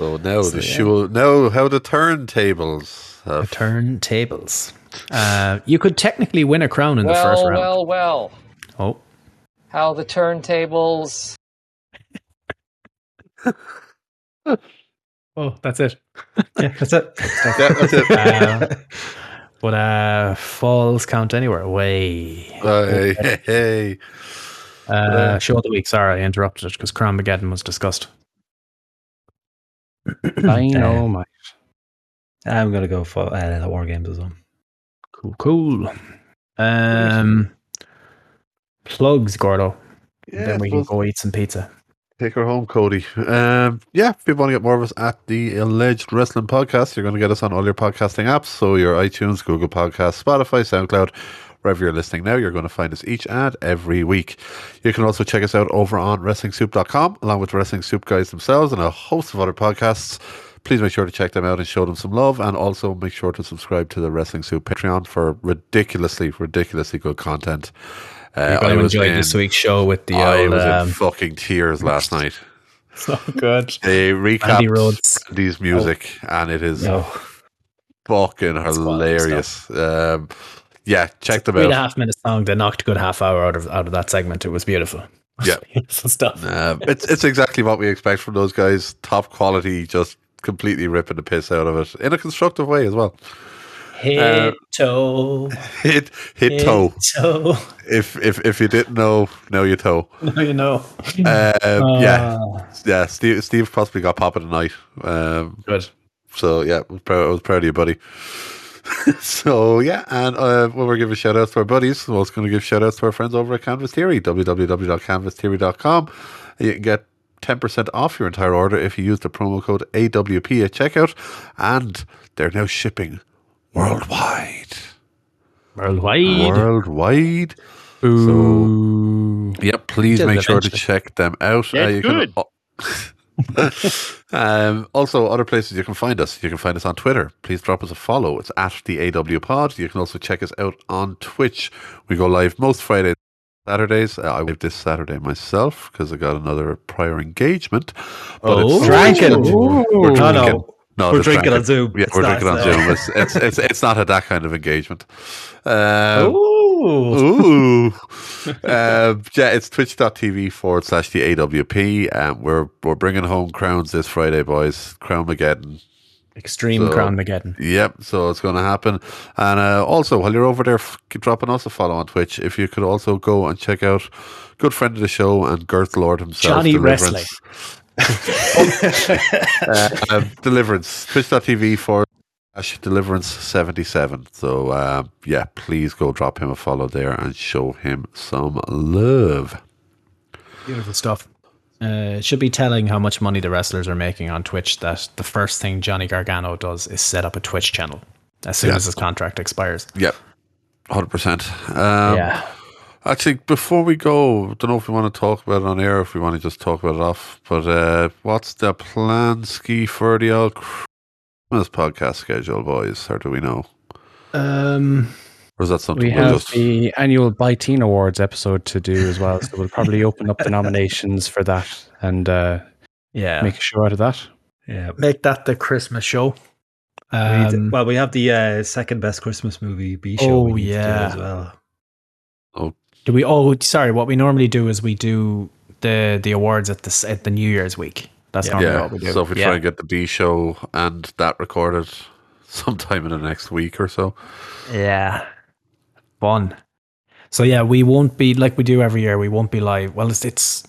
[SPEAKER 5] So now the shul. Now how the turntables have
[SPEAKER 7] Turntables. Uh, you could technically win a crown in the first
[SPEAKER 3] Well,
[SPEAKER 7] round.
[SPEAKER 3] well, well.
[SPEAKER 7] Oh.
[SPEAKER 3] How the turntables.
[SPEAKER 7] Oh, that's it.
[SPEAKER 8] Yeah, that's it.
[SPEAKER 5] Yeah, that's it.
[SPEAKER 7] Uh, but uh, falls count anywhere. Way.
[SPEAKER 5] Uh, hey, hey, hey.
[SPEAKER 7] Uh, show of the week. Sorry, I interrupted it because Cromageddon was discussed.
[SPEAKER 4] I know, my
[SPEAKER 8] I'm going to go for uh, War Games as well.
[SPEAKER 7] Cool, cool. Um, plugs, Gordo.
[SPEAKER 5] Yeah,
[SPEAKER 7] then we
[SPEAKER 5] I
[SPEAKER 7] can
[SPEAKER 5] suppose-
[SPEAKER 7] go eat some pizza.
[SPEAKER 5] Take her home, Cody. Um, yeah, if you want to get more of us at the Alleged Wrestling Podcast, you're going to get us on all your podcasting apps. So your iTunes, Google Podcasts, Spotify, SoundCloud, wherever you're listening now, you're going to find us each and every week. You can also check us out over on WrestlingSoup.com, along with Wrestling Soup Guys themselves and a host of other podcasts. Please make sure to check them out and show them some love. And also make sure to subscribe to the Wrestling Soup Patreon for ridiculously, ridiculously good content. Uh,
[SPEAKER 7] You're going to
[SPEAKER 5] was
[SPEAKER 7] enjoy
[SPEAKER 5] in-
[SPEAKER 7] this week's show with the
[SPEAKER 5] I
[SPEAKER 7] old,
[SPEAKER 5] was
[SPEAKER 7] um,
[SPEAKER 5] in fucking tears last night.
[SPEAKER 7] so good.
[SPEAKER 5] They
[SPEAKER 7] Andy
[SPEAKER 5] recapped
[SPEAKER 7] Rhodes. Oh.
[SPEAKER 5] Randy's music, and it is
[SPEAKER 7] No,
[SPEAKER 5] fucking
[SPEAKER 7] wild
[SPEAKER 5] hilarious. Um, yeah, check them
[SPEAKER 7] three and a
[SPEAKER 5] out.
[SPEAKER 7] half minute song. They knocked a good half hour out of out of that segment. It was beautiful.
[SPEAKER 5] Yeah.
[SPEAKER 7] beautiful stuff.
[SPEAKER 5] Um, it's it's exactly what we expect from those guys. Top quality, just completely ripping the piss out of it in a constructive way as well. Uh,
[SPEAKER 7] Hit toe,
[SPEAKER 5] Hit hit toe.
[SPEAKER 7] toe.
[SPEAKER 5] If if if you didn't know, now you toe.
[SPEAKER 7] No, you know.
[SPEAKER 5] Um, yeah,
[SPEAKER 7] Ah,
[SPEAKER 5] yeah. Steve Steve possibly got popping tonight. Um,
[SPEAKER 7] good.
[SPEAKER 5] So yeah, I was proud, I was proud of you, buddy. so yeah, and uh, well, we're giving shout outs to our buddies. We're also going to give shout outs to our friends over at Canvas Theory, www.canvastheory.com. You can get 10% off your entire order if you use the promo code AWP at checkout, and they're now shipping worldwide.
[SPEAKER 7] Worldwide.
[SPEAKER 5] Worldwide.
[SPEAKER 4] Ooh.
[SPEAKER 5] Yep, please
[SPEAKER 7] Did it
[SPEAKER 5] make sure to
[SPEAKER 7] eventually.
[SPEAKER 5] check them out. Uh,
[SPEAKER 6] Yeah,
[SPEAKER 5] you
[SPEAKER 6] good.
[SPEAKER 5] Can, um, also, other places you can find us. You can find us on Twitter. Please drop us a follow. It's at the AW Pod. You can also check us out on Twitch. We go live most Fridays. Saturdays, uh, I live this Saturday myself because I got another prior engagement. But
[SPEAKER 7] Oh.
[SPEAKER 5] it's
[SPEAKER 7] Drinking.
[SPEAKER 5] We're
[SPEAKER 4] Ooh.
[SPEAKER 5] drinking.
[SPEAKER 8] Oh. No, no.
[SPEAKER 5] No,
[SPEAKER 8] We're
[SPEAKER 5] just
[SPEAKER 8] drinking on Zoom.
[SPEAKER 5] Yeah,
[SPEAKER 8] It's
[SPEAKER 5] we're
[SPEAKER 8] not-
[SPEAKER 5] drinking on
[SPEAKER 8] no.
[SPEAKER 5] Zoom. It's, it's it's it's not at that kind of engagement. Um,
[SPEAKER 8] Oh.
[SPEAKER 7] Ooh.
[SPEAKER 5] Ooh. um, yeah, it's twitch.tv forward slash the AWP. Um, we're, we're bringing home crowns this Friday, boys. Crown Mageddon.
[SPEAKER 7] Extreme
[SPEAKER 5] So-
[SPEAKER 7] Crown Mageddon.
[SPEAKER 5] Yep, so it's going to happen. And uh, also, while you're over there, f- keep dropping us a follow on Twitch. If you could also go and check out good friend of the show and Girth Lord himself,
[SPEAKER 7] Johnny
[SPEAKER 5] Deliverance.
[SPEAKER 7] Wrestling.
[SPEAKER 5] Uh, um, Deliverance. Twitch.tv forward slash Deliverance seventy seven. So uh, yeah, please go drop him a follow there and show him some love.
[SPEAKER 7] Beautiful stuff. Uh, it should be telling how much money the wrestlers are making on Twitch that the first thing Johnny Gargano does is set up a Twitch channel as soon
[SPEAKER 5] Yeah.
[SPEAKER 7] as his contract expires.
[SPEAKER 5] Yep. Hundred percent. Um,
[SPEAKER 7] yeah.
[SPEAKER 5] Actually, before we go, don't know if we want to talk about it on air, if we want to just talk about it off. But uh, what's the plan ski for the old Christmas podcast schedule, boys? Or do we know?
[SPEAKER 7] Um,
[SPEAKER 5] Or is that something
[SPEAKER 4] We
[SPEAKER 5] we'll
[SPEAKER 4] have
[SPEAKER 5] just-
[SPEAKER 4] the annual By Teen Awards episode to do as well, so we'll probably open up the nominations for that and uh,
[SPEAKER 7] yeah.
[SPEAKER 4] make a show out of that.
[SPEAKER 8] Yeah.
[SPEAKER 7] Make that the Christmas show.
[SPEAKER 8] We need to-
[SPEAKER 7] Um,
[SPEAKER 8] well, we have the uh, second best Christmas movie B show.
[SPEAKER 7] Oh,
[SPEAKER 8] we need to do
[SPEAKER 7] yeah.
[SPEAKER 8] as well.
[SPEAKER 7] do we? Oh, sorry. What we normally do is we do the the awards at the s- at the New Year's week. That's
[SPEAKER 5] Yeah.
[SPEAKER 7] normally what we do.
[SPEAKER 5] So if we
[SPEAKER 7] Yeah.
[SPEAKER 5] try and get the B show and that recorded sometime in the next week or so.
[SPEAKER 7] Yeah. Fun. So yeah, we won't be like we do every year. We won't be live. Well, it's it's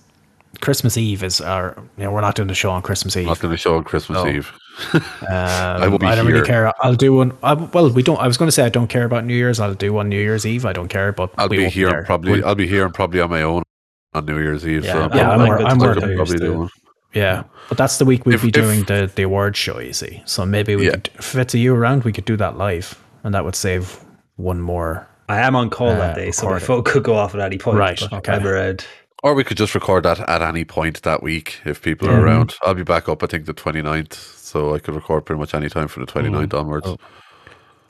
[SPEAKER 7] Christmas Eve is our. You know, we're not doing the show on Christmas Eve.
[SPEAKER 5] Not going to show on Christmas
[SPEAKER 7] No.
[SPEAKER 5] Eve.
[SPEAKER 7] Um,
[SPEAKER 5] I will be
[SPEAKER 7] don't
[SPEAKER 5] here.
[SPEAKER 7] really care. I'll do one. I, well, we don't. I was going to say I don't care about New Year's. I'll do one New Year's Eve. I don't care, but
[SPEAKER 5] I'll
[SPEAKER 7] we
[SPEAKER 5] be
[SPEAKER 7] won't
[SPEAKER 5] here
[SPEAKER 7] there.
[SPEAKER 5] and probably
[SPEAKER 7] We'll-
[SPEAKER 5] I'll be here and probably on my own on New Year's Eve.
[SPEAKER 7] Yeah,
[SPEAKER 5] so
[SPEAKER 7] yeah,
[SPEAKER 5] probably-
[SPEAKER 7] I'm wor- I'm
[SPEAKER 5] I
[SPEAKER 7] working
[SPEAKER 5] could
[SPEAKER 7] New
[SPEAKER 5] probably
[SPEAKER 7] Year's
[SPEAKER 5] do
[SPEAKER 7] too.
[SPEAKER 5] one.
[SPEAKER 7] yeah, but that's the week we'll
[SPEAKER 5] If-
[SPEAKER 7] be
[SPEAKER 5] if-
[SPEAKER 7] doing the the award show. You see, so maybe we
[SPEAKER 5] Yeah.
[SPEAKER 7] could, if it's a year round, we could do that live, and that would save one more.
[SPEAKER 8] I am on call
[SPEAKER 7] Uh,
[SPEAKER 8] that day, so my
[SPEAKER 7] recording.
[SPEAKER 8] phone could go off at any point.
[SPEAKER 7] Right,
[SPEAKER 8] but
[SPEAKER 7] okay.
[SPEAKER 8] I'm around.
[SPEAKER 5] Or we could just record that at any point that week if people are
[SPEAKER 7] Mhm.
[SPEAKER 5] around. I'll be back up, I think, the 29th. So I could record pretty much any time from the 29th onwards.
[SPEAKER 4] Oh.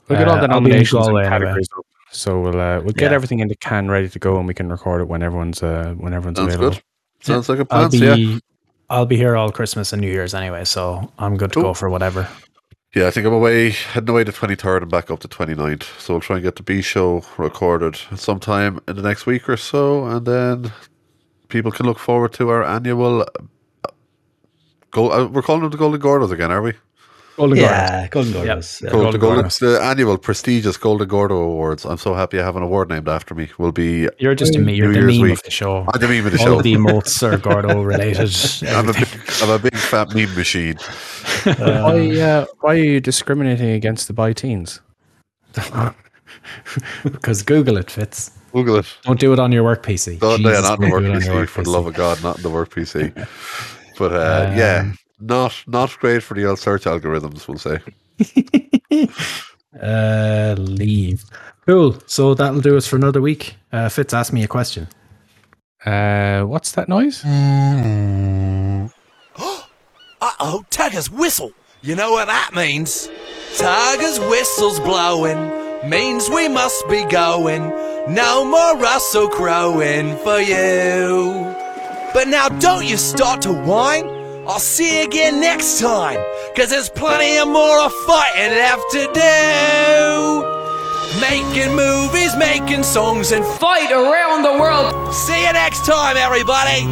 [SPEAKER 4] We'll get all
[SPEAKER 7] Uh,
[SPEAKER 4] the
[SPEAKER 7] I'll be in
[SPEAKER 4] nominations and
[SPEAKER 7] Galway anyway.
[SPEAKER 4] categories up. So we'll uh, we'll get
[SPEAKER 7] Yeah.
[SPEAKER 4] everything in the can ready to go, and we can record it when everyone's uh, when everyone's
[SPEAKER 5] Sounds
[SPEAKER 4] available.
[SPEAKER 5] good. Sounds like a
[SPEAKER 7] I'll
[SPEAKER 5] plan. so yeah.
[SPEAKER 7] be I'll be here all Christmas and New Year's anyway, so I'm good to
[SPEAKER 5] Cool.
[SPEAKER 7] go for whatever.
[SPEAKER 5] yeah, I think I'm away, heading away the 23rd and back up the 29th. So we'll try and get the B show recorded sometime in the next week or so. And then people can look forward to our annual. uh, Go, uh, we're calling them the Golden Gordos again, are we?
[SPEAKER 4] Golden Gordos.
[SPEAKER 8] Yeah, Golden Gorgeous.
[SPEAKER 5] Gold-
[SPEAKER 7] Golden
[SPEAKER 5] the, Golden,
[SPEAKER 7] Gordos.
[SPEAKER 5] the annual prestigious Golden Gordo Awards. I'm so happy I have an award named after me. Will be
[SPEAKER 7] You're just a me. You're
[SPEAKER 5] New
[SPEAKER 7] the
[SPEAKER 5] Year's
[SPEAKER 7] meme
[SPEAKER 5] week.
[SPEAKER 7] of the show.
[SPEAKER 5] I didn't even the
[SPEAKER 7] All
[SPEAKER 5] show.
[SPEAKER 7] of the emotes are Gordo related.
[SPEAKER 5] I'm a
[SPEAKER 7] everything.
[SPEAKER 5] big, I'm a big fat meme machine.
[SPEAKER 4] why, uh, why are you discriminating against the by teens?
[SPEAKER 7] because Google it fits.
[SPEAKER 5] Google it.
[SPEAKER 7] Don't do it on your work PC.
[SPEAKER 5] Don't, yeah,
[SPEAKER 7] Oh, Jesus,
[SPEAKER 5] not in the
[SPEAKER 7] don't
[SPEAKER 5] work
[SPEAKER 7] do it on your
[SPEAKER 5] PC, for the love of God, not in the work PC. But uh, yeah,
[SPEAKER 7] Um,
[SPEAKER 5] not not great for the old search algorithms, we'll say.
[SPEAKER 7] Uh, leave. Cool. So that'll do us for another week. Uh, Fitz, ask me a question.
[SPEAKER 4] Uh, what's that noise?
[SPEAKER 6] Uh oh, Tiger's whistle. You know what that means? Tiger's whistle's blowing, means we must be going. No more Russell crowing for you. But now don't you start to whine. I'll see you again next time, cause there's plenty of more of fighting left to do. Making movies, making songs, and
[SPEAKER 3] Fight around the world!
[SPEAKER 6] see you next time, everybody!